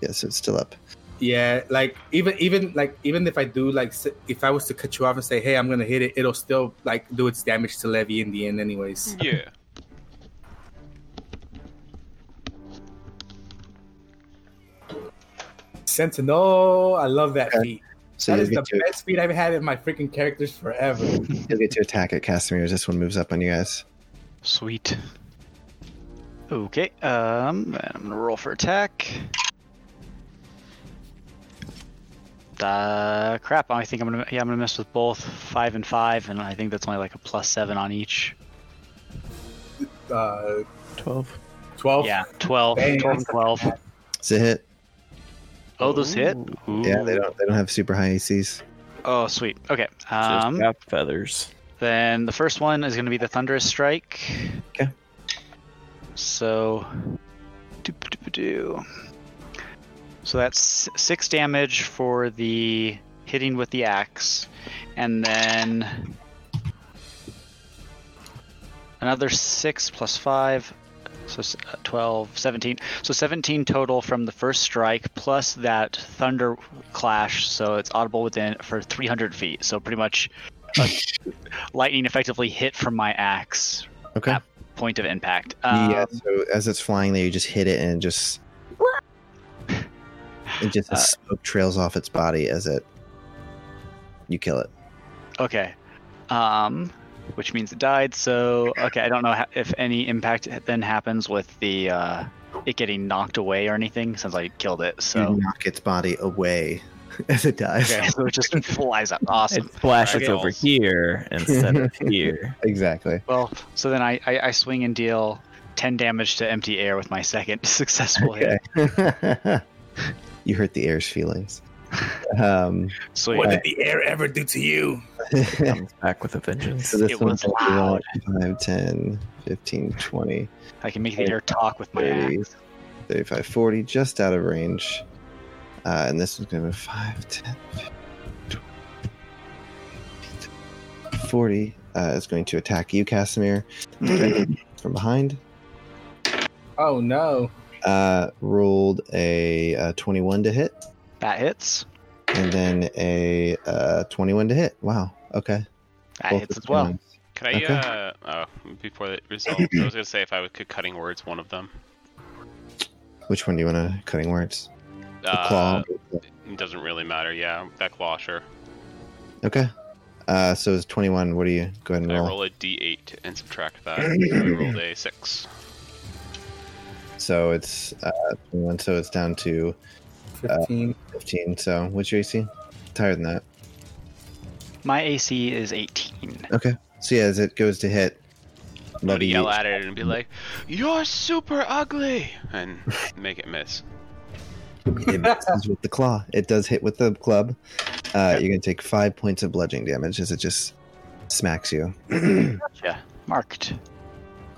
Speaker 2: Yeah, so it's still up.
Speaker 5: Yeah, like even even like even if I do like s- if I was to cut you off and say, "Hey, I'm gonna hit it," it'll still like do its damage to Levy in the end, anyways.
Speaker 4: Yeah.
Speaker 5: Sentinel, I love that
Speaker 2: Okay.
Speaker 5: feat.
Speaker 2: So
Speaker 5: That
Speaker 2: you'll
Speaker 5: is the
Speaker 2: get, to,
Speaker 5: best feat I've had in my freaking characters forever.
Speaker 2: you'll get to attack at Casimir as this one moves up on you guys.
Speaker 6: Sweet. Okay, um, and I'm gonna roll for attack. Uh, crap. I think I'm gonna yeah I'm gonna mess with both five and five, and I think that's only like a plus seven on each.
Speaker 5: Uh,
Speaker 1: 12.
Speaker 5: Twelve.
Speaker 6: Yeah, 12,
Speaker 5: Oh. Dang.
Speaker 6: 12, and 12.
Speaker 2: It's a hit.
Speaker 6: Oh, those hit. Ooh.
Speaker 2: Yeah, they don't they don't have super high ACs.
Speaker 6: Oh, sweet. Okay. Um,
Speaker 1: feathers.
Speaker 6: then the first one is going to be the thunderous strike.
Speaker 2: 'Kay.
Speaker 6: So, doo-ba-doo-ba-doo. so that's s- six damage for the hitting with the axe, and then another six plus five. So s- uh, 12, 17. So 17 total from the first strike plus that thunder clash. So it's audible within for 300 feet. So pretty much a lightning effectively hit from my axe
Speaker 2: Okay.
Speaker 6: Yep. point of impact. Um,
Speaker 2: yeah, so as it's flying there, you just hit it and it just it just the
Speaker 6: Uh,
Speaker 2: smoke trails off its body as it you kill it.
Speaker 6: Okay. Um, which means it died. So okay, I don't know how, if any impact then happens with the uh, it getting knocked away or anything since I killed it.
Speaker 2: You
Speaker 6: So
Speaker 2: knock its body away as it dies.
Speaker 6: okay, so it just flies up. Awesome.
Speaker 1: It splashes
Speaker 4: Right.
Speaker 1: over here instead of here.
Speaker 2: Exactly.
Speaker 6: Well, so then I, I, I swing and deal 10 damage to empty air with my second successful hit.
Speaker 2: you hurt the air's feelings. Um,
Speaker 6: Sweet.
Speaker 5: What did the air ever do to you?
Speaker 2: so
Speaker 1: Comes back with a vengeance.
Speaker 2: this
Speaker 6: It
Speaker 2: one's
Speaker 6: was
Speaker 2: gonna be
Speaker 6: loud.
Speaker 2: like 5, 10, 15, 20,
Speaker 6: I can make the air talk with my
Speaker 2: Thirty.
Speaker 6: axe.
Speaker 2: 35, 40, just out of range. Uh, and this one's going to be 5, 10, 15, 20, 40 uh, is going to attack you, Casimir, from behind.
Speaker 5: Oh no.
Speaker 2: Uh, rolled a, uh 21 to hit
Speaker 6: That hits.
Speaker 2: and then a uh, 21 to hit. Wow. Okay.
Speaker 6: That
Speaker 2: Both
Speaker 6: hits as
Speaker 2: with
Speaker 6: well.
Speaker 2: ones.
Speaker 4: Could I,
Speaker 2: Okay.
Speaker 4: uh, oh, before that resolved, I was gonna say if I would- could cutting words one of them.
Speaker 2: Which one do you want to cutting words? The
Speaker 4: Uh,
Speaker 2: claw.
Speaker 4: it doesn't really matter. Yeah, that claw, sure.
Speaker 2: Okay. Uh, so it's 21. What do you go ahead and
Speaker 4: I
Speaker 2: roll?
Speaker 4: roll a d8 and subtract that. I rolled a six.
Speaker 2: So it's uh, 21. So it's down to
Speaker 5: Fifteen.
Speaker 2: 15. So what's your AC? It's higher than that.
Speaker 6: My AC is 18.
Speaker 2: Okay. So yeah, as it goes to hit,
Speaker 4: I'm gonna
Speaker 2: Levy-
Speaker 4: yell at it and be like, "You're super ugly," and make it miss.
Speaker 2: it misses with the claw. It does hit with the club. Uh, You're going to take five points of bludgeoning damage as it just smacks you.
Speaker 6: Marked.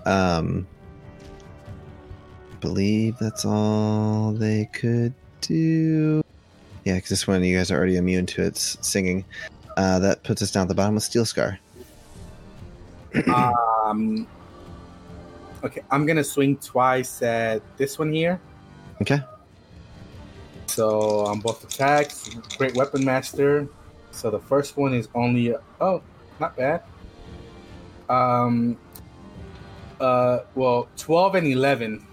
Speaker 2: Um, believe that's all they could do. Yeah, because this one you guys are already immune to its singing. Uh, that puts us down at the bottom with Steel Scar.
Speaker 5: um. Okay, I'm gonna swing twice at this one here.
Speaker 2: Okay.
Speaker 5: So on both attacks, great weapon master. So the first one is only oh, not bad. Um. Uh, well, twelve and eleven,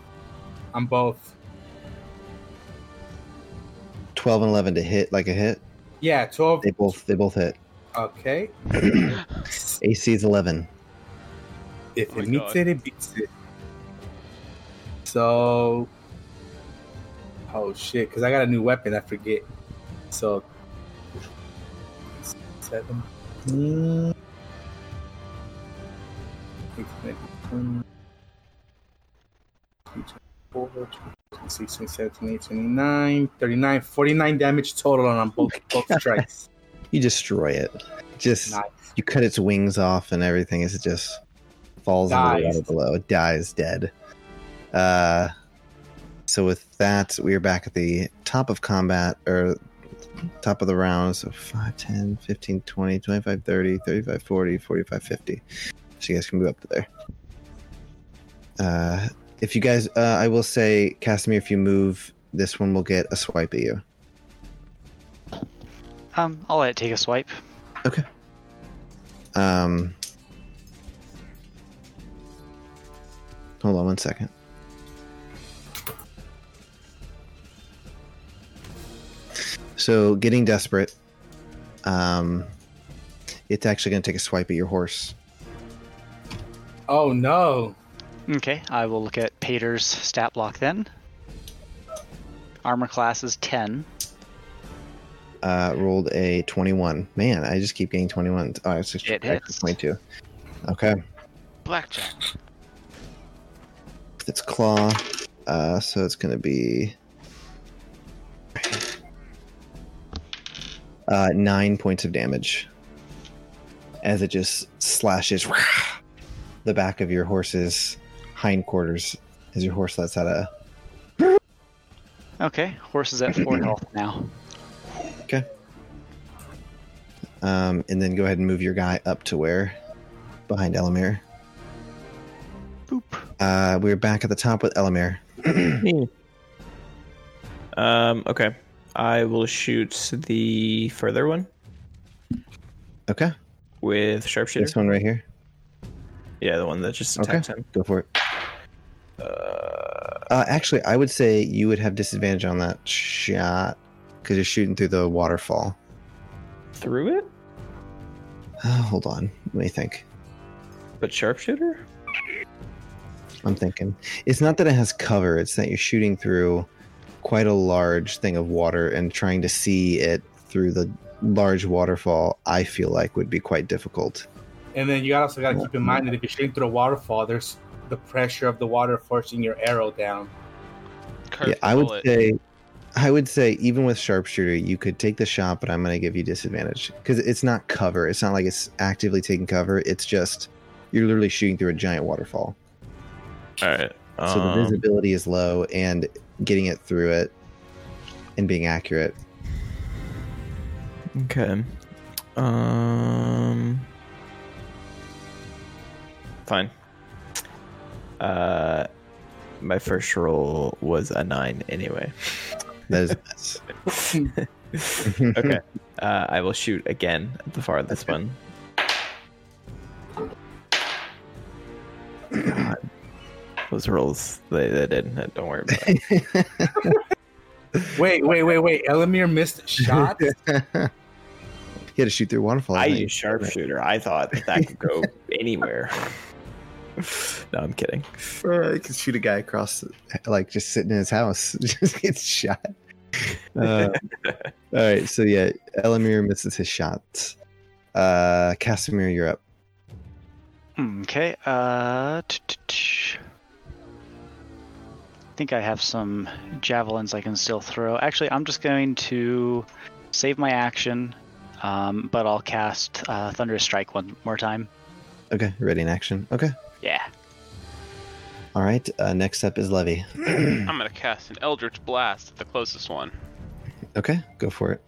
Speaker 5: on both.
Speaker 2: 12 and 11 to hit like a hit.
Speaker 5: Yeah, twelve.
Speaker 2: They both they both hit.
Speaker 5: Okay.
Speaker 2: AC is 11.
Speaker 5: If
Speaker 4: Oh
Speaker 5: it
Speaker 4: my
Speaker 5: meets
Speaker 4: God.
Speaker 5: it, it beats it. So, oh shit, because I got a new weapon, I forget. So, seven. Mm. Six, seven, eight, four, six, seven, seven, eight, 29, 39, 49 damage total on both, both strikes.
Speaker 2: You destroy it. Just
Speaker 5: Nice.
Speaker 2: you cut its wings off and everything as it just falls into the
Speaker 5: Dies.
Speaker 2: water below. It dies dead. Uh, so with that, we are back at the top of combat or top of the round. So 5, 10, 15, 20, 25, 30, 35, 40, 45, 50. So you guys can move up to there. Uh, if you guys, uh, I will say, Casimir, if you move, this one will get a swipe at you.
Speaker 6: Um, I'll let it take a swipe.
Speaker 2: Um, hold on one second. So, getting desperate, um, it's actually going to take a swipe at your horse.
Speaker 5: Oh no.
Speaker 6: Okay, I will look at Pater's stat block then. Armor class is 10.
Speaker 2: Uh, rolled a 21. Man, I just keep getting 21. Oh, it's just
Speaker 6: It hits.
Speaker 2: 22. Okay.
Speaker 4: Blackjack.
Speaker 2: with its claw. Uh, so it's going to be uh, nine points of damage as it just slashes the back of your horse's hindquarters as your horse lets out a.
Speaker 6: Okay, horse is at 4 health now.
Speaker 2: Um, and then go ahead and move your guy up to where? Behind Elamir.
Speaker 6: Boop.
Speaker 2: Uh, we're back at the top with Elamir.
Speaker 1: Um, okay. I will shoot the further one
Speaker 2: Okay.
Speaker 1: with sharpshooter.
Speaker 2: This one right here.
Speaker 1: Yeah, the one that just
Speaker 2: Okay.
Speaker 1: attacked him.
Speaker 2: Go for it. Uh, actually, I would say you would have disadvantage on that shot because you're shooting through the waterfall.
Speaker 1: Through it?
Speaker 2: Uh, hold on. Let me think.
Speaker 1: But sharpshooter?
Speaker 2: I'm thinking. It's not that it has cover, it's that you're shooting through quite a large thing of water and trying to see it through the large waterfall, I feel like would be quite difficult.
Speaker 5: And then you also got to keep in mind that if you're shooting through a waterfall, there's the pressure of the water forcing your arrow down.
Speaker 4: Curved
Speaker 2: yeah, I would
Speaker 4: bullet.
Speaker 2: say. I would say even with sharpshooter, you could take the shot, but I'm going to give you disadvantage because it's not cover. It's not like it's actively taking cover. It's just you're literally shooting through a giant waterfall.
Speaker 1: All right.
Speaker 2: So
Speaker 1: Uh-huh.
Speaker 2: the visibility is low, and getting it through it and being accurate.
Speaker 1: Okay. Um. fine. Uh, my first roll was a nine anyway.
Speaker 2: That is a mess.
Speaker 1: Okay. uh, I will shoot again at the farthest one. God. Those rolls, they, they didn't. hit, Don't worry about it.
Speaker 5: Wait, wait, wait, wait. Elamir missed shots.
Speaker 2: he had to shoot through a waterfall.
Speaker 1: I
Speaker 2: didn't he?
Speaker 1: use sharpshooter. I thought that, that could go anywhere. no, I'm kidding.
Speaker 2: Uh, I could shoot a guy across, like just sitting in his house, just gets shot. Uh, all right, so yeah, Elamir misses his shot. Uh, Casimir, you're up.
Speaker 6: Okay. Uh, t- t- t- I think I have some javelins I can still throw. Actually, I'm just going to save my action, um, but I'll cast uh, Thunderous Strike one more time.
Speaker 2: Okay, ready in action. Okay,
Speaker 6: Yeah.
Speaker 2: all right. Uh, next up is Levy.
Speaker 4: I'm gonna cast an Eldritch Blast at the closest one.
Speaker 2: Okay, go for it.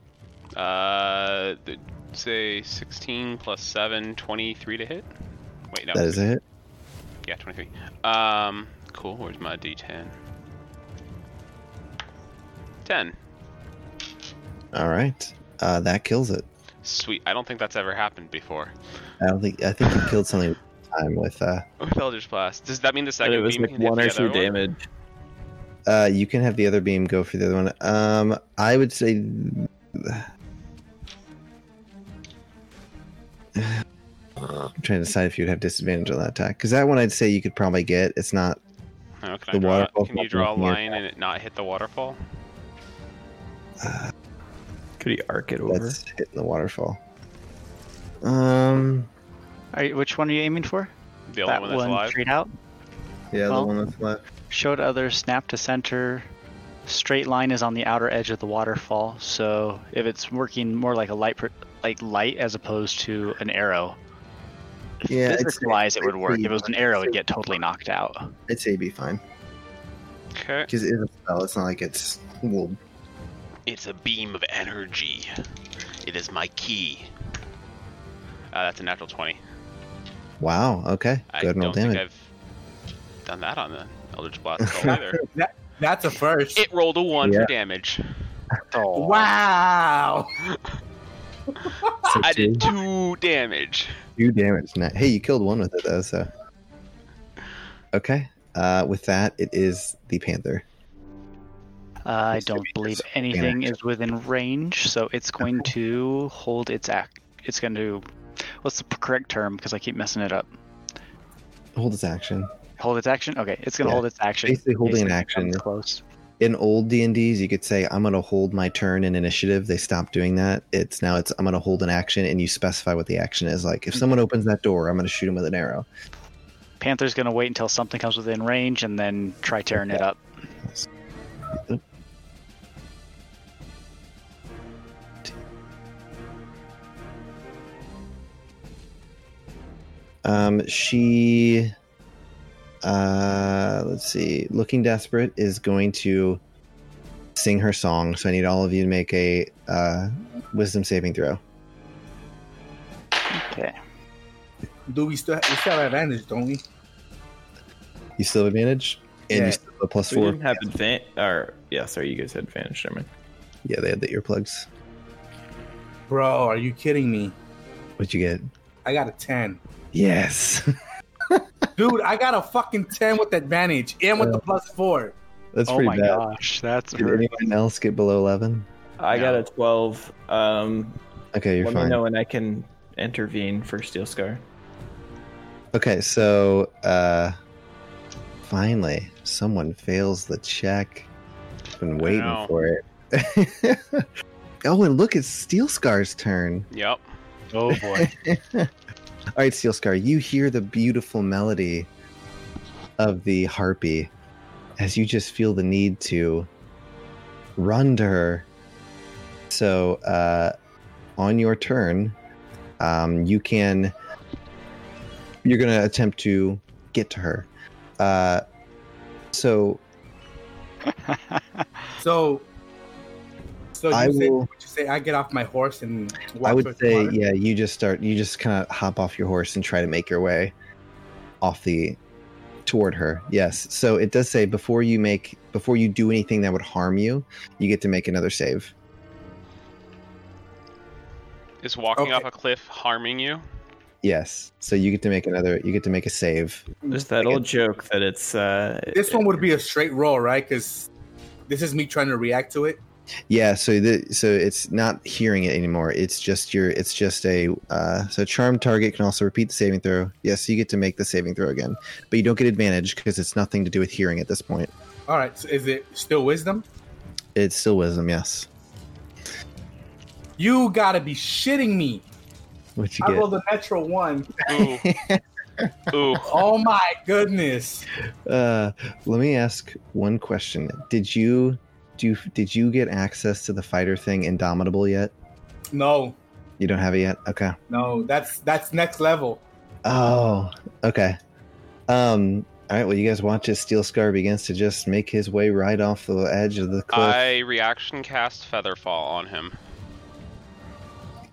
Speaker 4: Uh, th- say 16 plus 7, 23 to hit. Wait, no.
Speaker 2: That is a hit.
Speaker 4: Yeah, 23. Um, cool. Where's my D10? 10.
Speaker 2: All right, uh, that kills it.
Speaker 4: Sweet. I don't think that's ever happened before.
Speaker 2: I don't think I think you killed something time with. Uh,
Speaker 4: With Eldritch Blast. Does that mean the
Speaker 1: But
Speaker 4: second
Speaker 1: it was
Speaker 4: beam
Speaker 1: like
Speaker 4: can hit
Speaker 1: one or
Speaker 4: the other
Speaker 1: two
Speaker 4: one?
Speaker 1: damage.
Speaker 2: uh, you can have the other beam go for the other one. Um, I would say. I'm trying to decide if you'd have disadvantage on that attack because that one I'd say you could probably get. It's not.
Speaker 4: Oh, can, I
Speaker 2: The
Speaker 4: draw-
Speaker 2: waterfall
Speaker 4: can you
Speaker 2: fucking
Speaker 4: draw a
Speaker 2: thing is-
Speaker 4: line and it not hit the waterfall?
Speaker 1: Could he arc it over?
Speaker 2: That's hitting the waterfall. Um.
Speaker 6: Are you, which one are you aiming for?
Speaker 4: The only one that's alive?
Speaker 6: straight out.
Speaker 2: Yeah,
Speaker 6: Well-
Speaker 2: the one that's left.
Speaker 6: Show to others, snap to center. Straight line is on the outer edge of the waterfall, so if it's working more like a light, pr- like light as opposed to an arrow,
Speaker 2: Yeah, it's-
Speaker 6: physics-wise it would work. If it was an arrow, it'd
Speaker 2: it's-
Speaker 6: get totally knocked out.
Speaker 2: I'd say it'd be fine
Speaker 4: Okay.
Speaker 2: because it is a spell. It's not like it's well.
Speaker 4: It's a beam of energy. It is my key. Uh, that's a natural 20.
Speaker 2: Wow. Okay.
Speaker 4: I
Speaker 2: Good and roll
Speaker 4: don't think
Speaker 2: damage.
Speaker 4: I've done that on the Eldritch Blast spell either.
Speaker 5: That, that's a first.
Speaker 4: It rolled a 1
Speaker 2: Yeah.
Speaker 4: for damage.
Speaker 5: wow.
Speaker 2: So
Speaker 4: I did
Speaker 2: two,
Speaker 4: 2 damage.
Speaker 2: two damage. Now, hey, you killed one with it though. So. Okay. Uh, with that, it is the panther.
Speaker 6: I
Speaker 2: It's gonna
Speaker 6: don't
Speaker 2: be
Speaker 6: believe
Speaker 2: disadvantage.
Speaker 6: anything is within range, so it's going to hold its act. It's going to. What's the correct term? Because I keep messing it up.
Speaker 2: Hold its action.
Speaker 6: Hold its action. Okay, it's going to
Speaker 2: Yeah,
Speaker 6: hold its action.
Speaker 2: basically holding an
Speaker 6: Basically
Speaker 2: action.
Speaker 6: comes Close.
Speaker 2: In old D and D's, you could say, "I'm going to hold my turn in initiative." They stopped doing that. It's now it's I'm going to hold an action, and you specify what the action is. Like if someone opens that door, I'm going to shoot him with an arrow.
Speaker 6: Panther's going to wait until something comes within range and then try tearing it up.
Speaker 2: Um, she, uh, let's see, looking desperate is going to sing her song. So I need all of you to make a uh, wisdom saving throw.
Speaker 6: Okay.
Speaker 5: Do we still we still have advantage, don't we?
Speaker 2: You still have advantage, and
Speaker 5: Yeah.
Speaker 2: you still have a plus
Speaker 1: We
Speaker 2: four.
Speaker 1: didn't have advantage. Or yeah, sorry, you guys had advantage. Never mind.
Speaker 2: Yeah, they had the earplugs.
Speaker 5: Bro, are you kidding me?
Speaker 2: What'd you get?
Speaker 5: I got a ten.
Speaker 2: Yes,
Speaker 5: Dude, I got a fucking ten with advantage and with the plus four.
Speaker 2: that's
Speaker 6: oh
Speaker 2: pretty
Speaker 6: my
Speaker 2: bad.
Speaker 6: gosh, that's
Speaker 2: Did anyone else get below eleven?
Speaker 1: I got
Speaker 4: No.
Speaker 1: a twelve. Um,
Speaker 2: Okay, you're
Speaker 1: let
Speaker 2: fine.
Speaker 1: me know when I can intervene for Steel Scar.
Speaker 2: Okay, so uh finally someone fails the check. Been waiting
Speaker 4: know.
Speaker 2: for it. oh, and look, it's Steel Scar's turn.
Speaker 4: Yep.
Speaker 6: Oh boy.
Speaker 2: All right, Steel Scar, you hear the beautiful melody of the harpy as you just feel the need to run to her. So, uh, on your turn, um, you can. You're going to attempt to get to her. Uh, so,
Speaker 5: So so you
Speaker 2: I
Speaker 5: say,
Speaker 2: will-
Speaker 5: would you say I get off my horse and walk
Speaker 2: I would
Speaker 5: towards the
Speaker 2: say,
Speaker 5: water?
Speaker 2: yeah, you just start, you just kind of hop off your horse and try to make your way off the toward her. Yes. So it does say before you make before you do anything that would harm you, you get to make another save.
Speaker 4: Is walking
Speaker 5: Okay.
Speaker 4: off a cliff harming you?
Speaker 2: Yes. So you get to make another you get to make a save.
Speaker 4: Mm.
Speaker 1: There's that old joke that it's uh
Speaker 5: This one would be a straight roll, right? Because this is me trying to react to it.
Speaker 2: Yeah, so the so it's not hearing it anymore. It's just your it's just a uh so charmed target can also repeat the saving throw. Yes, you get to make the saving throw again. But you don't get advantage because it's nothing to do with hearing at this point.
Speaker 5: All right. So is it still wisdom?
Speaker 2: It's still wisdom, yes.
Speaker 5: You gotta be shitting me.
Speaker 2: What you
Speaker 5: I
Speaker 2: get?
Speaker 5: rolled a natural one.
Speaker 4: Ooh. Ooh.
Speaker 5: Oh my goodness.
Speaker 2: Uh, let me ask one question. Did you do? Did you get access to the fighter thing, Indomitable yet?
Speaker 5: No,
Speaker 2: You don't have it yet. Okay.
Speaker 5: no, that's that's next level.
Speaker 2: Oh, okay. Um. All right. Well, you guys watch as Steel Scar begins to just make his way right off the edge of the cliff.
Speaker 4: I reaction cast Feather Fall on him.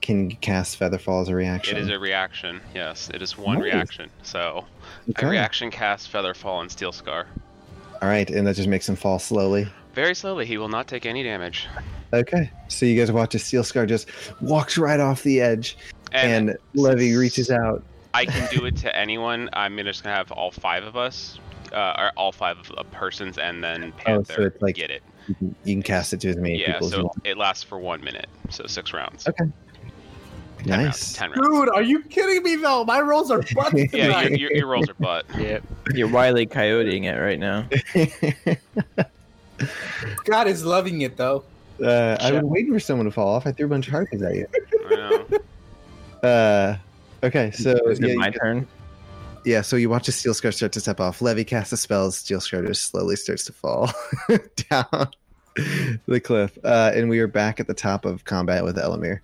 Speaker 2: Can you cast Featherfall as a reaction?
Speaker 4: It is a reaction. Yes, it is one
Speaker 2: Nice.
Speaker 4: reaction. So I
Speaker 2: Okay.
Speaker 4: reaction cast Feather Fall and Steel Scar.
Speaker 2: All right, and that just makes him fall slowly.
Speaker 4: Very slowly, he will not take any damage.
Speaker 2: Okay. So you guys watch as Steel Scar just walks right off the edge,
Speaker 4: And,
Speaker 2: and Levy reaches out.
Speaker 4: I can do it to anyone. I'm just gonna have all five of us, uh, or all five of the persons, and then
Speaker 2: Oh,
Speaker 4: Panther
Speaker 2: so it's like-
Speaker 4: get it.
Speaker 2: You can, you can cast it to as many
Speaker 4: Yeah,
Speaker 2: people as you
Speaker 4: so
Speaker 2: want.
Speaker 4: it lasts for one minute, so six rounds.
Speaker 2: Okay.
Speaker 4: Ten
Speaker 2: Nice.
Speaker 4: rounds. Ten rounds.
Speaker 5: Dude, are you kidding me though? My rolls are butt
Speaker 4: Yeah,
Speaker 5: tonight.
Speaker 4: your, your, your rolls are butt.
Speaker 6: Yep.
Speaker 1: you're wily coyoting it right now.
Speaker 5: God is loving it though.
Speaker 2: Uh, I've
Speaker 6: Sure.
Speaker 2: been waiting for someone to fall off. I threw a bunch of harpies at you.
Speaker 4: I know.
Speaker 2: Uh, okay, so
Speaker 1: Is
Speaker 2: yeah,
Speaker 1: it my
Speaker 2: you-
Speaker 1: turn?
Speaker 2: yeah, so you watch the steel scar start to step off. Levy casts the spells. Steel scar just slowly starts to fall down the cliff, uh, and we are back at the top of combat with Elamir.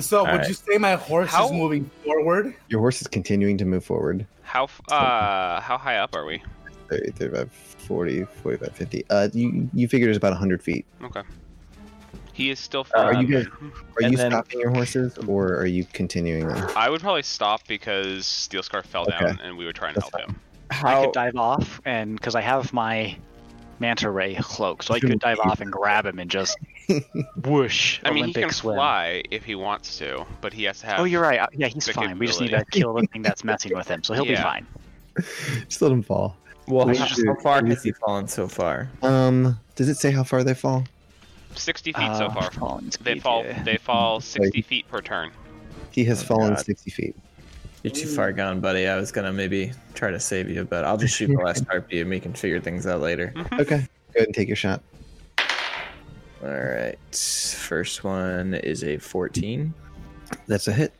Speaker 5: So would
Speaker 1: right.
Speaker 5: you say my horse
Speaker 4: How-
Speaker 5: is moving forward?
Speaker 2: Your horse is continuing to move forward.
Speaker 4: How f- uh how high up are we?
Speaker 2: 30, 35, 40, 45, 50. Uh, you you figure it's about 100 feet.
Speaker 4: He is still.
Speaker 1: Uh,
Speaker 2: Are
Speaker 4: far
Speaker 2: you
Speaker 4: up.
Speaker 2: guys are
Speaker 1: And
Speaker 2: you
Speaker 1: then-
Speaker 2: stopping your horses or are you continuing them?
Speaker 4: I would probably stop because Steel Scar fell down, and we were trying to
Speaker 2: That's
Speaker 4: help him.
Speaker 6: I
Speaker 1: How
Speaker 6: could dive off, and because I have my manta ray cloak, so I could dive off and grab him and just whoosh.
Speaker 4: I mean,
Speaker 6: Olympic
Speaker 4: he can
Speaker 6: swim.
Speaker 4: fly if he wants to, but he has to have.
Speaker 6: Oh, you're right. Uh, Yeah, he's
Speaker 4: The
Speaker 6: fine. We just need to kill the thing that's messing with him, so he'll be
Speaker 4: Yeah.
Speaker 6: fine.
Speaker 2: Just let them fall.
Speaker 1: well
Speaker 2: we
Speaker 1: how,
Speaker 2: should-
Speaker 1: how far has he fallen so far?
Speaker 2: Um, does it say how far they fall?
Speaker 4: Sixty feet so
Speaker 6: Uh,
Speaker 4: far.
Speaker 6: falling
Speaker 4: They
Speaker 6: speed,
Speaker 4: fall.
Speaker 6: yeah.
Speaker 4: They fall sixty feet per turn.
Speaker 2: He has
Speaker 1: Oh,
Speaker 2: fallen
Speaker 1: God.
Speaker 2: 60 feet.
Speaker 1: You're too far gone, buddy. I was gonna maybe try to save you, but I'll just shoot the last harpy and we can figure things out later.
Speaker 4: Mm-hmm.
Speaker 2: Okay. Go ahead and take your shot.
Speaker 1: All right, first one is a 14.
Speaker 2: That's a hit.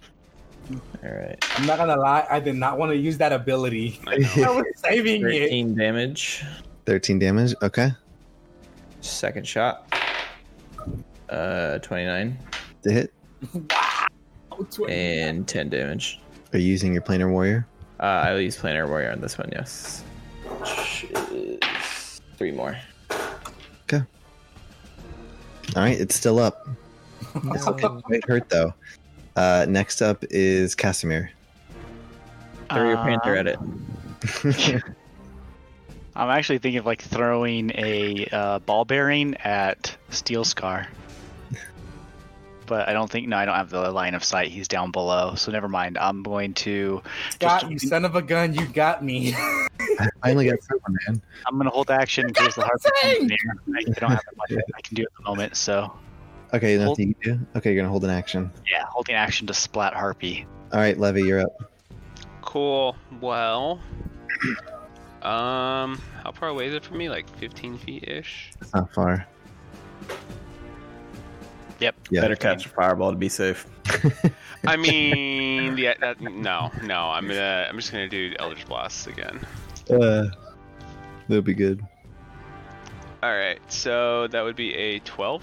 Speaker 1: All right,
Speaker 5: I'm not gonna lie, I did not want to use that ability.
Speaker 4: I know.
Speaker 5: I was saving it.
Speaker 1: 13 damage.
Speaker 2: 13 damage. Okay.
Speaker 1: Second shot. Uh, 29
Speaker 2: The hit.
Speaker 1: and 10 damage.
Speaker 2: Are you using your planar warrior?
Speaker 1: Uh, I'll use planar warrior on this one. Yes, which is three more.
Speaker 2: All right. It's still up. It hurt, though. Uh, next up is Casimir.
Speaker 1: Throw your panther
Speaker 6: Um,
Speaker 1: at it.
Speaker 6: I'm actually thinking of like throwing a uh, ball bearing at Steel Scar. But I don't think no, I don't have the line of sight. He's down below, so never mind. I'm going to
Speaker 5: Scott, you son of a gun, you got me.
Speaker 2: I only got someone, man.
Speaker 6: I'm going to hold action because the
Speaker 5: got
Speaker 6: heart
Speaker 5: nothing!
Speaker 6: I I don't have that much I can do at the moment. So
Speaker 2: Okay.
Speaker 6: Hold-
Speaker 2: Nothing you can do? Okay. You're going to hold an action.
Speaker 6: yeah, holding action to splat harpy.
Speaker 2: All right, Levy, you're up.
Speaker 4: Cool. Well. Um, how far away is it from me? Like 15 feet ish.
Speaker 2: It's not far.
Speaker 6: Yep.
Speaker 2: Yeah.
Speaker 1: Better catch a fireball to be safe.
Speaker 4: I mean, yeah, that, no, no. I'm gonna, I'm just gonna do Eldritch Blasts again.
Speaker 2: Uh, that'll be good.
Speaker 4: All right, so that would be a 12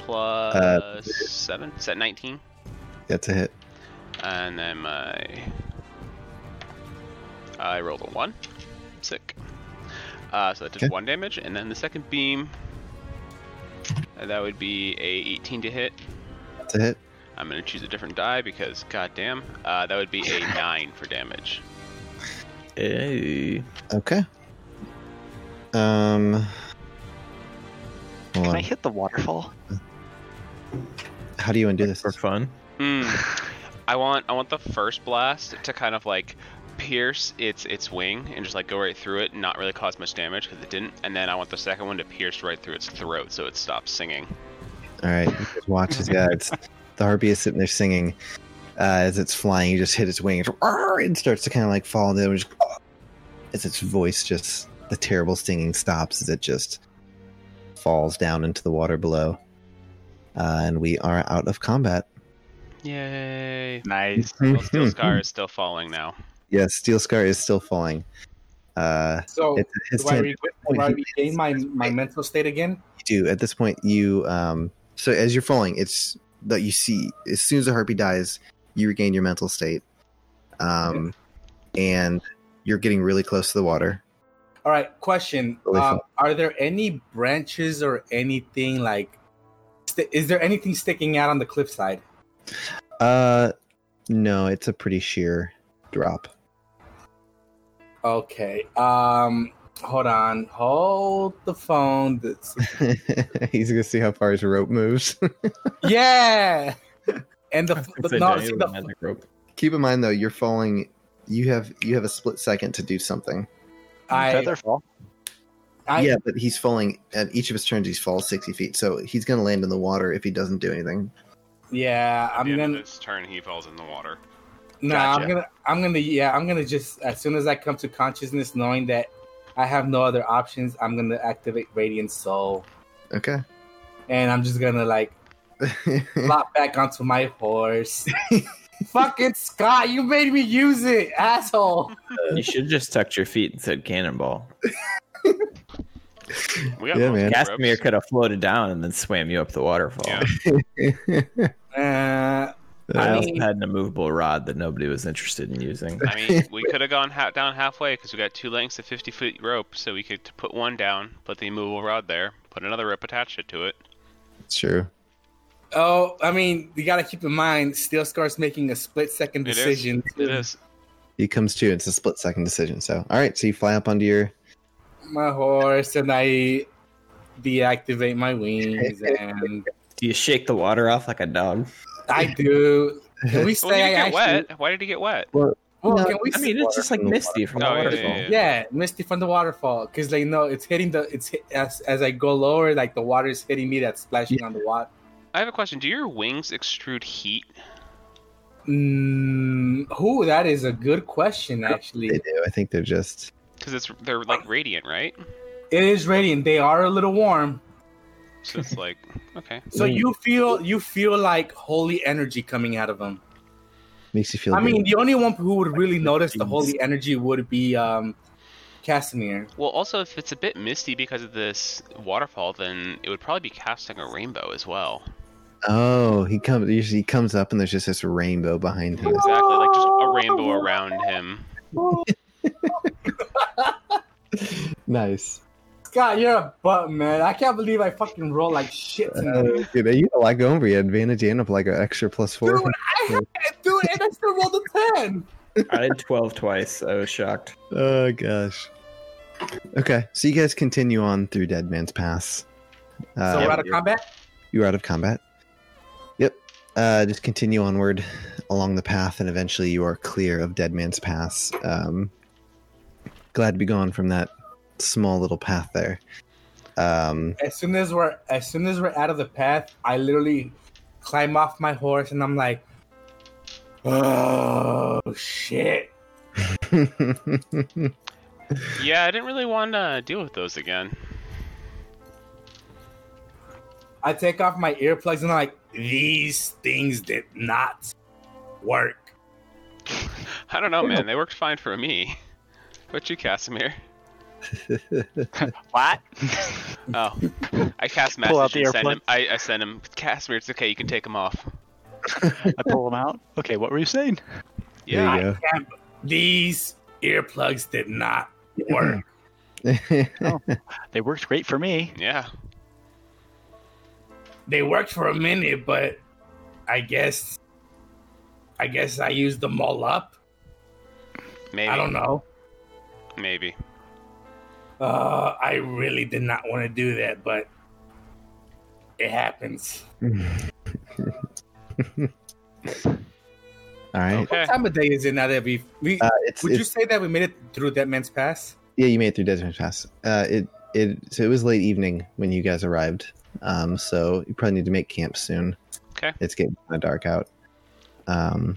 Speaker 4: plus
Speaker 2: Uh,
Speaker 4: 7, is that 19?
Speaker 2: That's a hit.
Speaker 4: And then my I rolled a 1. Sick. Uh, so that did
Speaker 2: Okay.
Speaker 4: 1 damage and then the second beam uh, that would be a 18 to hit.
Speaker 2: That's a hit.
Speaker 4: I'm going to choose a different die because goddamn. Uh, that would be a 9 for damage.
Speaker 1: Hey.
Speaker 2: Okay. Um. Hold
Speaker 6: Can I
Speaker 2: on.
Speaker 6: hit the waterfall?
Speaker 2: How do you undo this?
Speaker 1: For fun.
Speaker 4: Mm. I want I want the first blast to kind of like pierce its its wing and just like go right through it and not really cause much damage because it didn't. And then I want the second one to pierce right through its throat so it stops singing.
Speaker 2: All right, you just watch as yeah, it's the harpy is sitting there singing. Uh, as it's flying, you just hit its wing. It's, "Arr!" it starts to kind of like fall down. Just, uh, as its voice just the terrible singing stops, as it just falls down into the water below. Uh, and we are out of combat.
Speaker 4: Yay!
Speaker 6: Nice.
Speaker 2: Hmm.
Speaker 4: Well, Steel Scar is still falling now.
Speaker 2: Yes, Steel Scar is still falling. Uh,
Speaker 5: So
Speaker 2: it's, it's
Speaker 5: do I,
Speaker 2: ten.
Speaker 5: re- do I regain my my mental state again?
Speaker 2: do at this point you um so as you're falling it's that you see as soon as the harpy dies you regain your mental state um and you're getting really close to the water
Speaker 5: All right. Question:
Speaker 2: Really fun.
Speaker 5: um, Are there any branches or anything like? St- is there anything sticking out on the cliffside?
Speaker 2: uh no it's a pretty sheer drop
Speaker 5: Okay. Um. Hold on. Hold the phone. That's-
Speaker 2: he's gonna see how far his rope moves
Speaker 5: yeah. And the,
Speaker 1: It's
Speaker 5: the
Speaker 1: a
Speaker 5: no,
Speaker 1: giant
Speaker 5: see, the,
Speaker 1: magic rope.
Speaker 2: keep in mind though you're falling you have you have a split second to do something
Speaker 5: I,
Speaker 6: Featherfall.
Speaker 5: I
Speaker 2: yeah but he's falling at each of his turns he's falls 60 feet so he's gonna land in the water if he doesn't do anything
Speaker 5: yeah.
Speaker 4: At the end
Speaker 5: I'm
Speaker 4: of
Speaker 5: gonna
Speaker 4: this turn he falls in the water.
Speaker 5: No,
Speaker 6: Gotcha.
Speaker 5: I'm gonna, I'm gonna, yeah, I'm gonna just as soon as I come to consciousness, knowing that I have no other options, I'm gonna activate Radiant Soul,
Speaker 2: okay
Speaker 5: and I'm just gonna like flop back onto my horse. Fucking Scott, you made me use it, asshole.
Speaker 1: You should just tucked your feet and said cannonball.
Speaker 4: We got
Speaker 2: Yeah,
Speaker 4: multiple
Speaker 2: man.
Speaker 4: ropes.
Speaker 1: Casimir could have floated down and then swam you up the waterfall.
Speaker 4: Yeah.
Speaker 5: Uh,
Speaker 1: I
Speaker 5: I
Speaker 1: also
Speaker 5: mean-
Speaker 1: had an immovable rod that nobody was interested in using.
Speaker 4: I mean, we could have gone ha- down halfway because we got two lengths of 50 foot rope, so we could t- put one down, put the immovable rod there, put another rope attached it to it.
Speaker 2: it's true
Speaker 5: oh, I mean, you gotta keep in mind, Steel Scar's making a split second
Speaker 4: It is.
Speaker 5: decision.
Speaker 4: It is.
Speaker 2: He comes to. It's a split second decision. So, all right. So you fly up onto your.
Speaker 5: My horse, and I deactivate my wings, and
Speaker 1: Do you shake the water off like a dog?
Speaker 5: I do. Can we say
Speaker 4: Well, he Oh,
Speaker 5: I
Speaker 4: didn't get
Speaker 5: actually?
Speaker 4: wet. Why did he get wet?
Speaker 5: Well,
Speaker 2: No,
Speaker 5: can we
Speaker 1: I mean, it's just like Misty from the
Speaker 4: Oh, yeah,
Speaker 1: waterfall.
Speaker 4: yeah,
Speaker 5: Yeah, Misty from the waterfall. Cause like no, it's hitting the it's hit, as as I go lower, like the water is hitting me. That's splashing on the water.
Speaker 4: I have a question. Do your wings extrude heat?
Speaker 5: Mm, who? That is a good question. Actually,
Speaker 2: They do. I think they're just.
Speaker 4: Because it's they're like radiant, right?
Speaker 5: it is radiant. They are a little warm,
Speaker 4: So it's like okay.
Speaker 5: so you feel you feel like holy energy coming out of them.
Speaker 2: Makes you feel.
Speaker 5: I
Speaker 2: good.
Speaker 5: mean, the only one who would really notice the
Speaker 1: jeez.
Speaker 5: holy energy would be um, Casimir.
Speaker 4: Well, also if it's a bit misty because of this waterfall, then it would probably be casting a rainbow as well.
Speaker 2: oh, he comes. Usually, he comes up and there's just this rainbow behind him.
Speaker 4: Exactly, like just a rainbow around him.
Speaker 2: Nice.
Speaker 5: Scott, you're a butt man. I can't believe I fucking roll like shit tonight.
Speaker 2: Uh, dude, you had a lot going for you. Advantage and up like an extra plus four.
Speaker 5: Dude, I had it, dude, and I still rolled a ten.
Speaker 1: I did 12 twice. I was shocked.
Speaker 2: Oh gosh. Okay, so you guys continue on through Dead Man's Pass.
Speaker 5: So
Speaker 2: Um,
Speaker 5: we're out of combat.
Speaker 2: You're out of combat. Yep. Uh, just continue onward along the path, and eventually you are clear of Dead Man's Pass. Um, glad to be gone from that small little path there. Um,
Speaker 5: As soon as we're as soon as we're out of the path, I literally climb off my horse and I'm like, oh shit.
Speaker 4: Yeah, I didn't really want to deal with those again.
Speaker 5: I take off my earplugs and I'm like, these things did not work.
Speaker 4: I don't know, man. They worked fine for me. What you, Casimir?
Speaker 6: What?
Speaker 4: Oh, I cast
Speaker 6: Pull out
Speaker 4: message
Speaker 6: the
Speaker 4: and send
Speaker 6: earplug.
Speaker 4: him. I, I send him. Casimir, it's okay. You can take him off.
Speaker 6: I pull them out. Okay, what were you saying?
Speaker 4: Yeah.
Speaker 2: There
Speaker 5: Damn, These earplugs did not work.
Speaker 2: you go.
Speaker 6: They worked great for me.
Speaker 4: Yeah.
Speaker 5: they worked for a minute, but I guess I guess I used them all up.
Speaker 4: Maybe.
Speaker 5: I don't know.
Speaker 4: Maybe.
Speaker 5: Uh, I really did not want to do that, but it happens.
Speaker 2: All right.
Speaker 4: Okay.
Speaker 5: What time of day is it now that we? we
Speaker 2: Uh, it's,
Speaker 5: would
Speaker 2: it's-
Speaker 5: you say that we made it through Dead Man's Pass?
Speaker 2: yeah, you made it through Desert Pass. Uh, it it so it was late evening when you guys arrived. Um, so you probably need to make camp soon.
Speaker 4: Okay.
Speaker 2: It's getting kind of dark out. Um,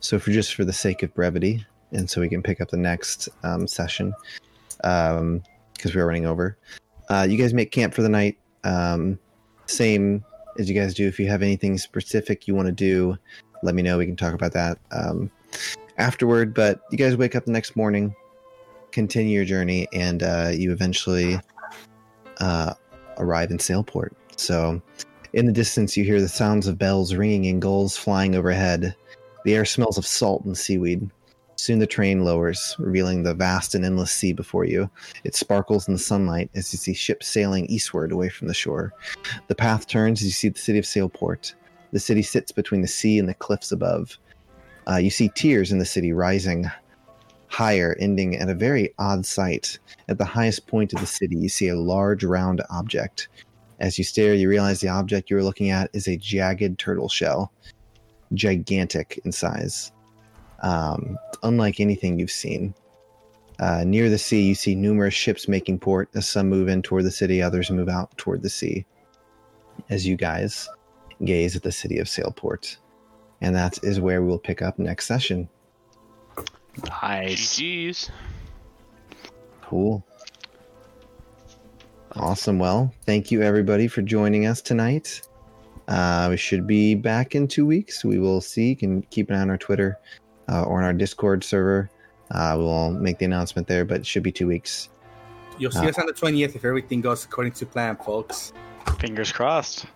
Speaker 2: so for just for the sake of brevity, and so we can pick up the next um, session, um, because we are running over. Uh, you guys make camp for the night. Um, same as you guys do. If you have anything specific you want to do, let me know. We can talk about that um, afterward. But you guys wake up the next morning continue your journey and uh, you eventually uh, arrive in Sailport. So, in the distance, you hear the sounds of bells ringing and gulls flying overhead. The air smells of salt and seaweed. Soon the train lowers, revealing the vast and endless sea before you. It sparkles in the sunlight as you see ships sailing eastward away from the shore. The path turns as you see the city of Sailport. The city sits between the sea and the cliffs above. Uh, you see tears in the city rising higher, ending at a very odd sight. At the highest point of the city, you see a large round object. As you stare, you realize the object you are looking at is a jagged turtle shell, gigantic in size, um, unlike anything you've seen. Uh, near the sea, you see numerous ships making port as some move in toward the city, others move out toward the sea. As you guys gaze at the city of Sailport. And that is where we'll pick up next session.
Speaker 6: Nice.
Speaker 4: GG's.
Speaker 2: Cool. Awesome. Well, thank you everybody for joining us tonight. Uh, we should be back in two weeks. We will see. You can keep an eye on our Twitter uh, or on our Discord server. Uh, we'll make the announcement there, but it should be two weeks.
Speaker 5: You'll
Speaker 2: Uh.
Speaker 5: see us on the twentieth if everything goes according to plan, folks.
Speaker 6: Fingers crossed.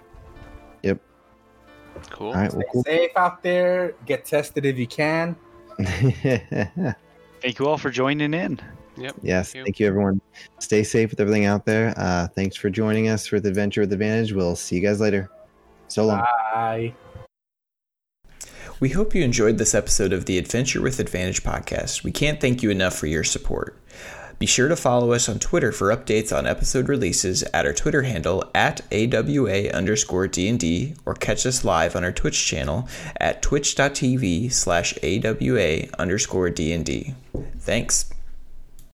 Speaker 4: Cool.
Speaker 2: All right. Well,
Speaker 5: Stay
Speaker 2: cool.
Speaker 5: safe out there. Get tested if you can.
Speaker 6: Thank you all for joining in.
Speaker 2: yes.
Speaker 4: Thank you.
Speaker 2: Thank you, everyone. Stay safe with everything out there. Uh, thanks for joining us for the Adventure with Advantage. We'll see you guys later. So long.
Speaker 5: Bye.
Speaker 7: We hope you enjoyed this episode of the Adventure with Advantage podcast. We can't thank you enough for your support. Be sure to follow us on Twitter for updates on episode releases at our Twitter handle at AWA underscore DND or catch us live on our Twitch channel at twitch.tv slash AWA underscore DND. Thanks.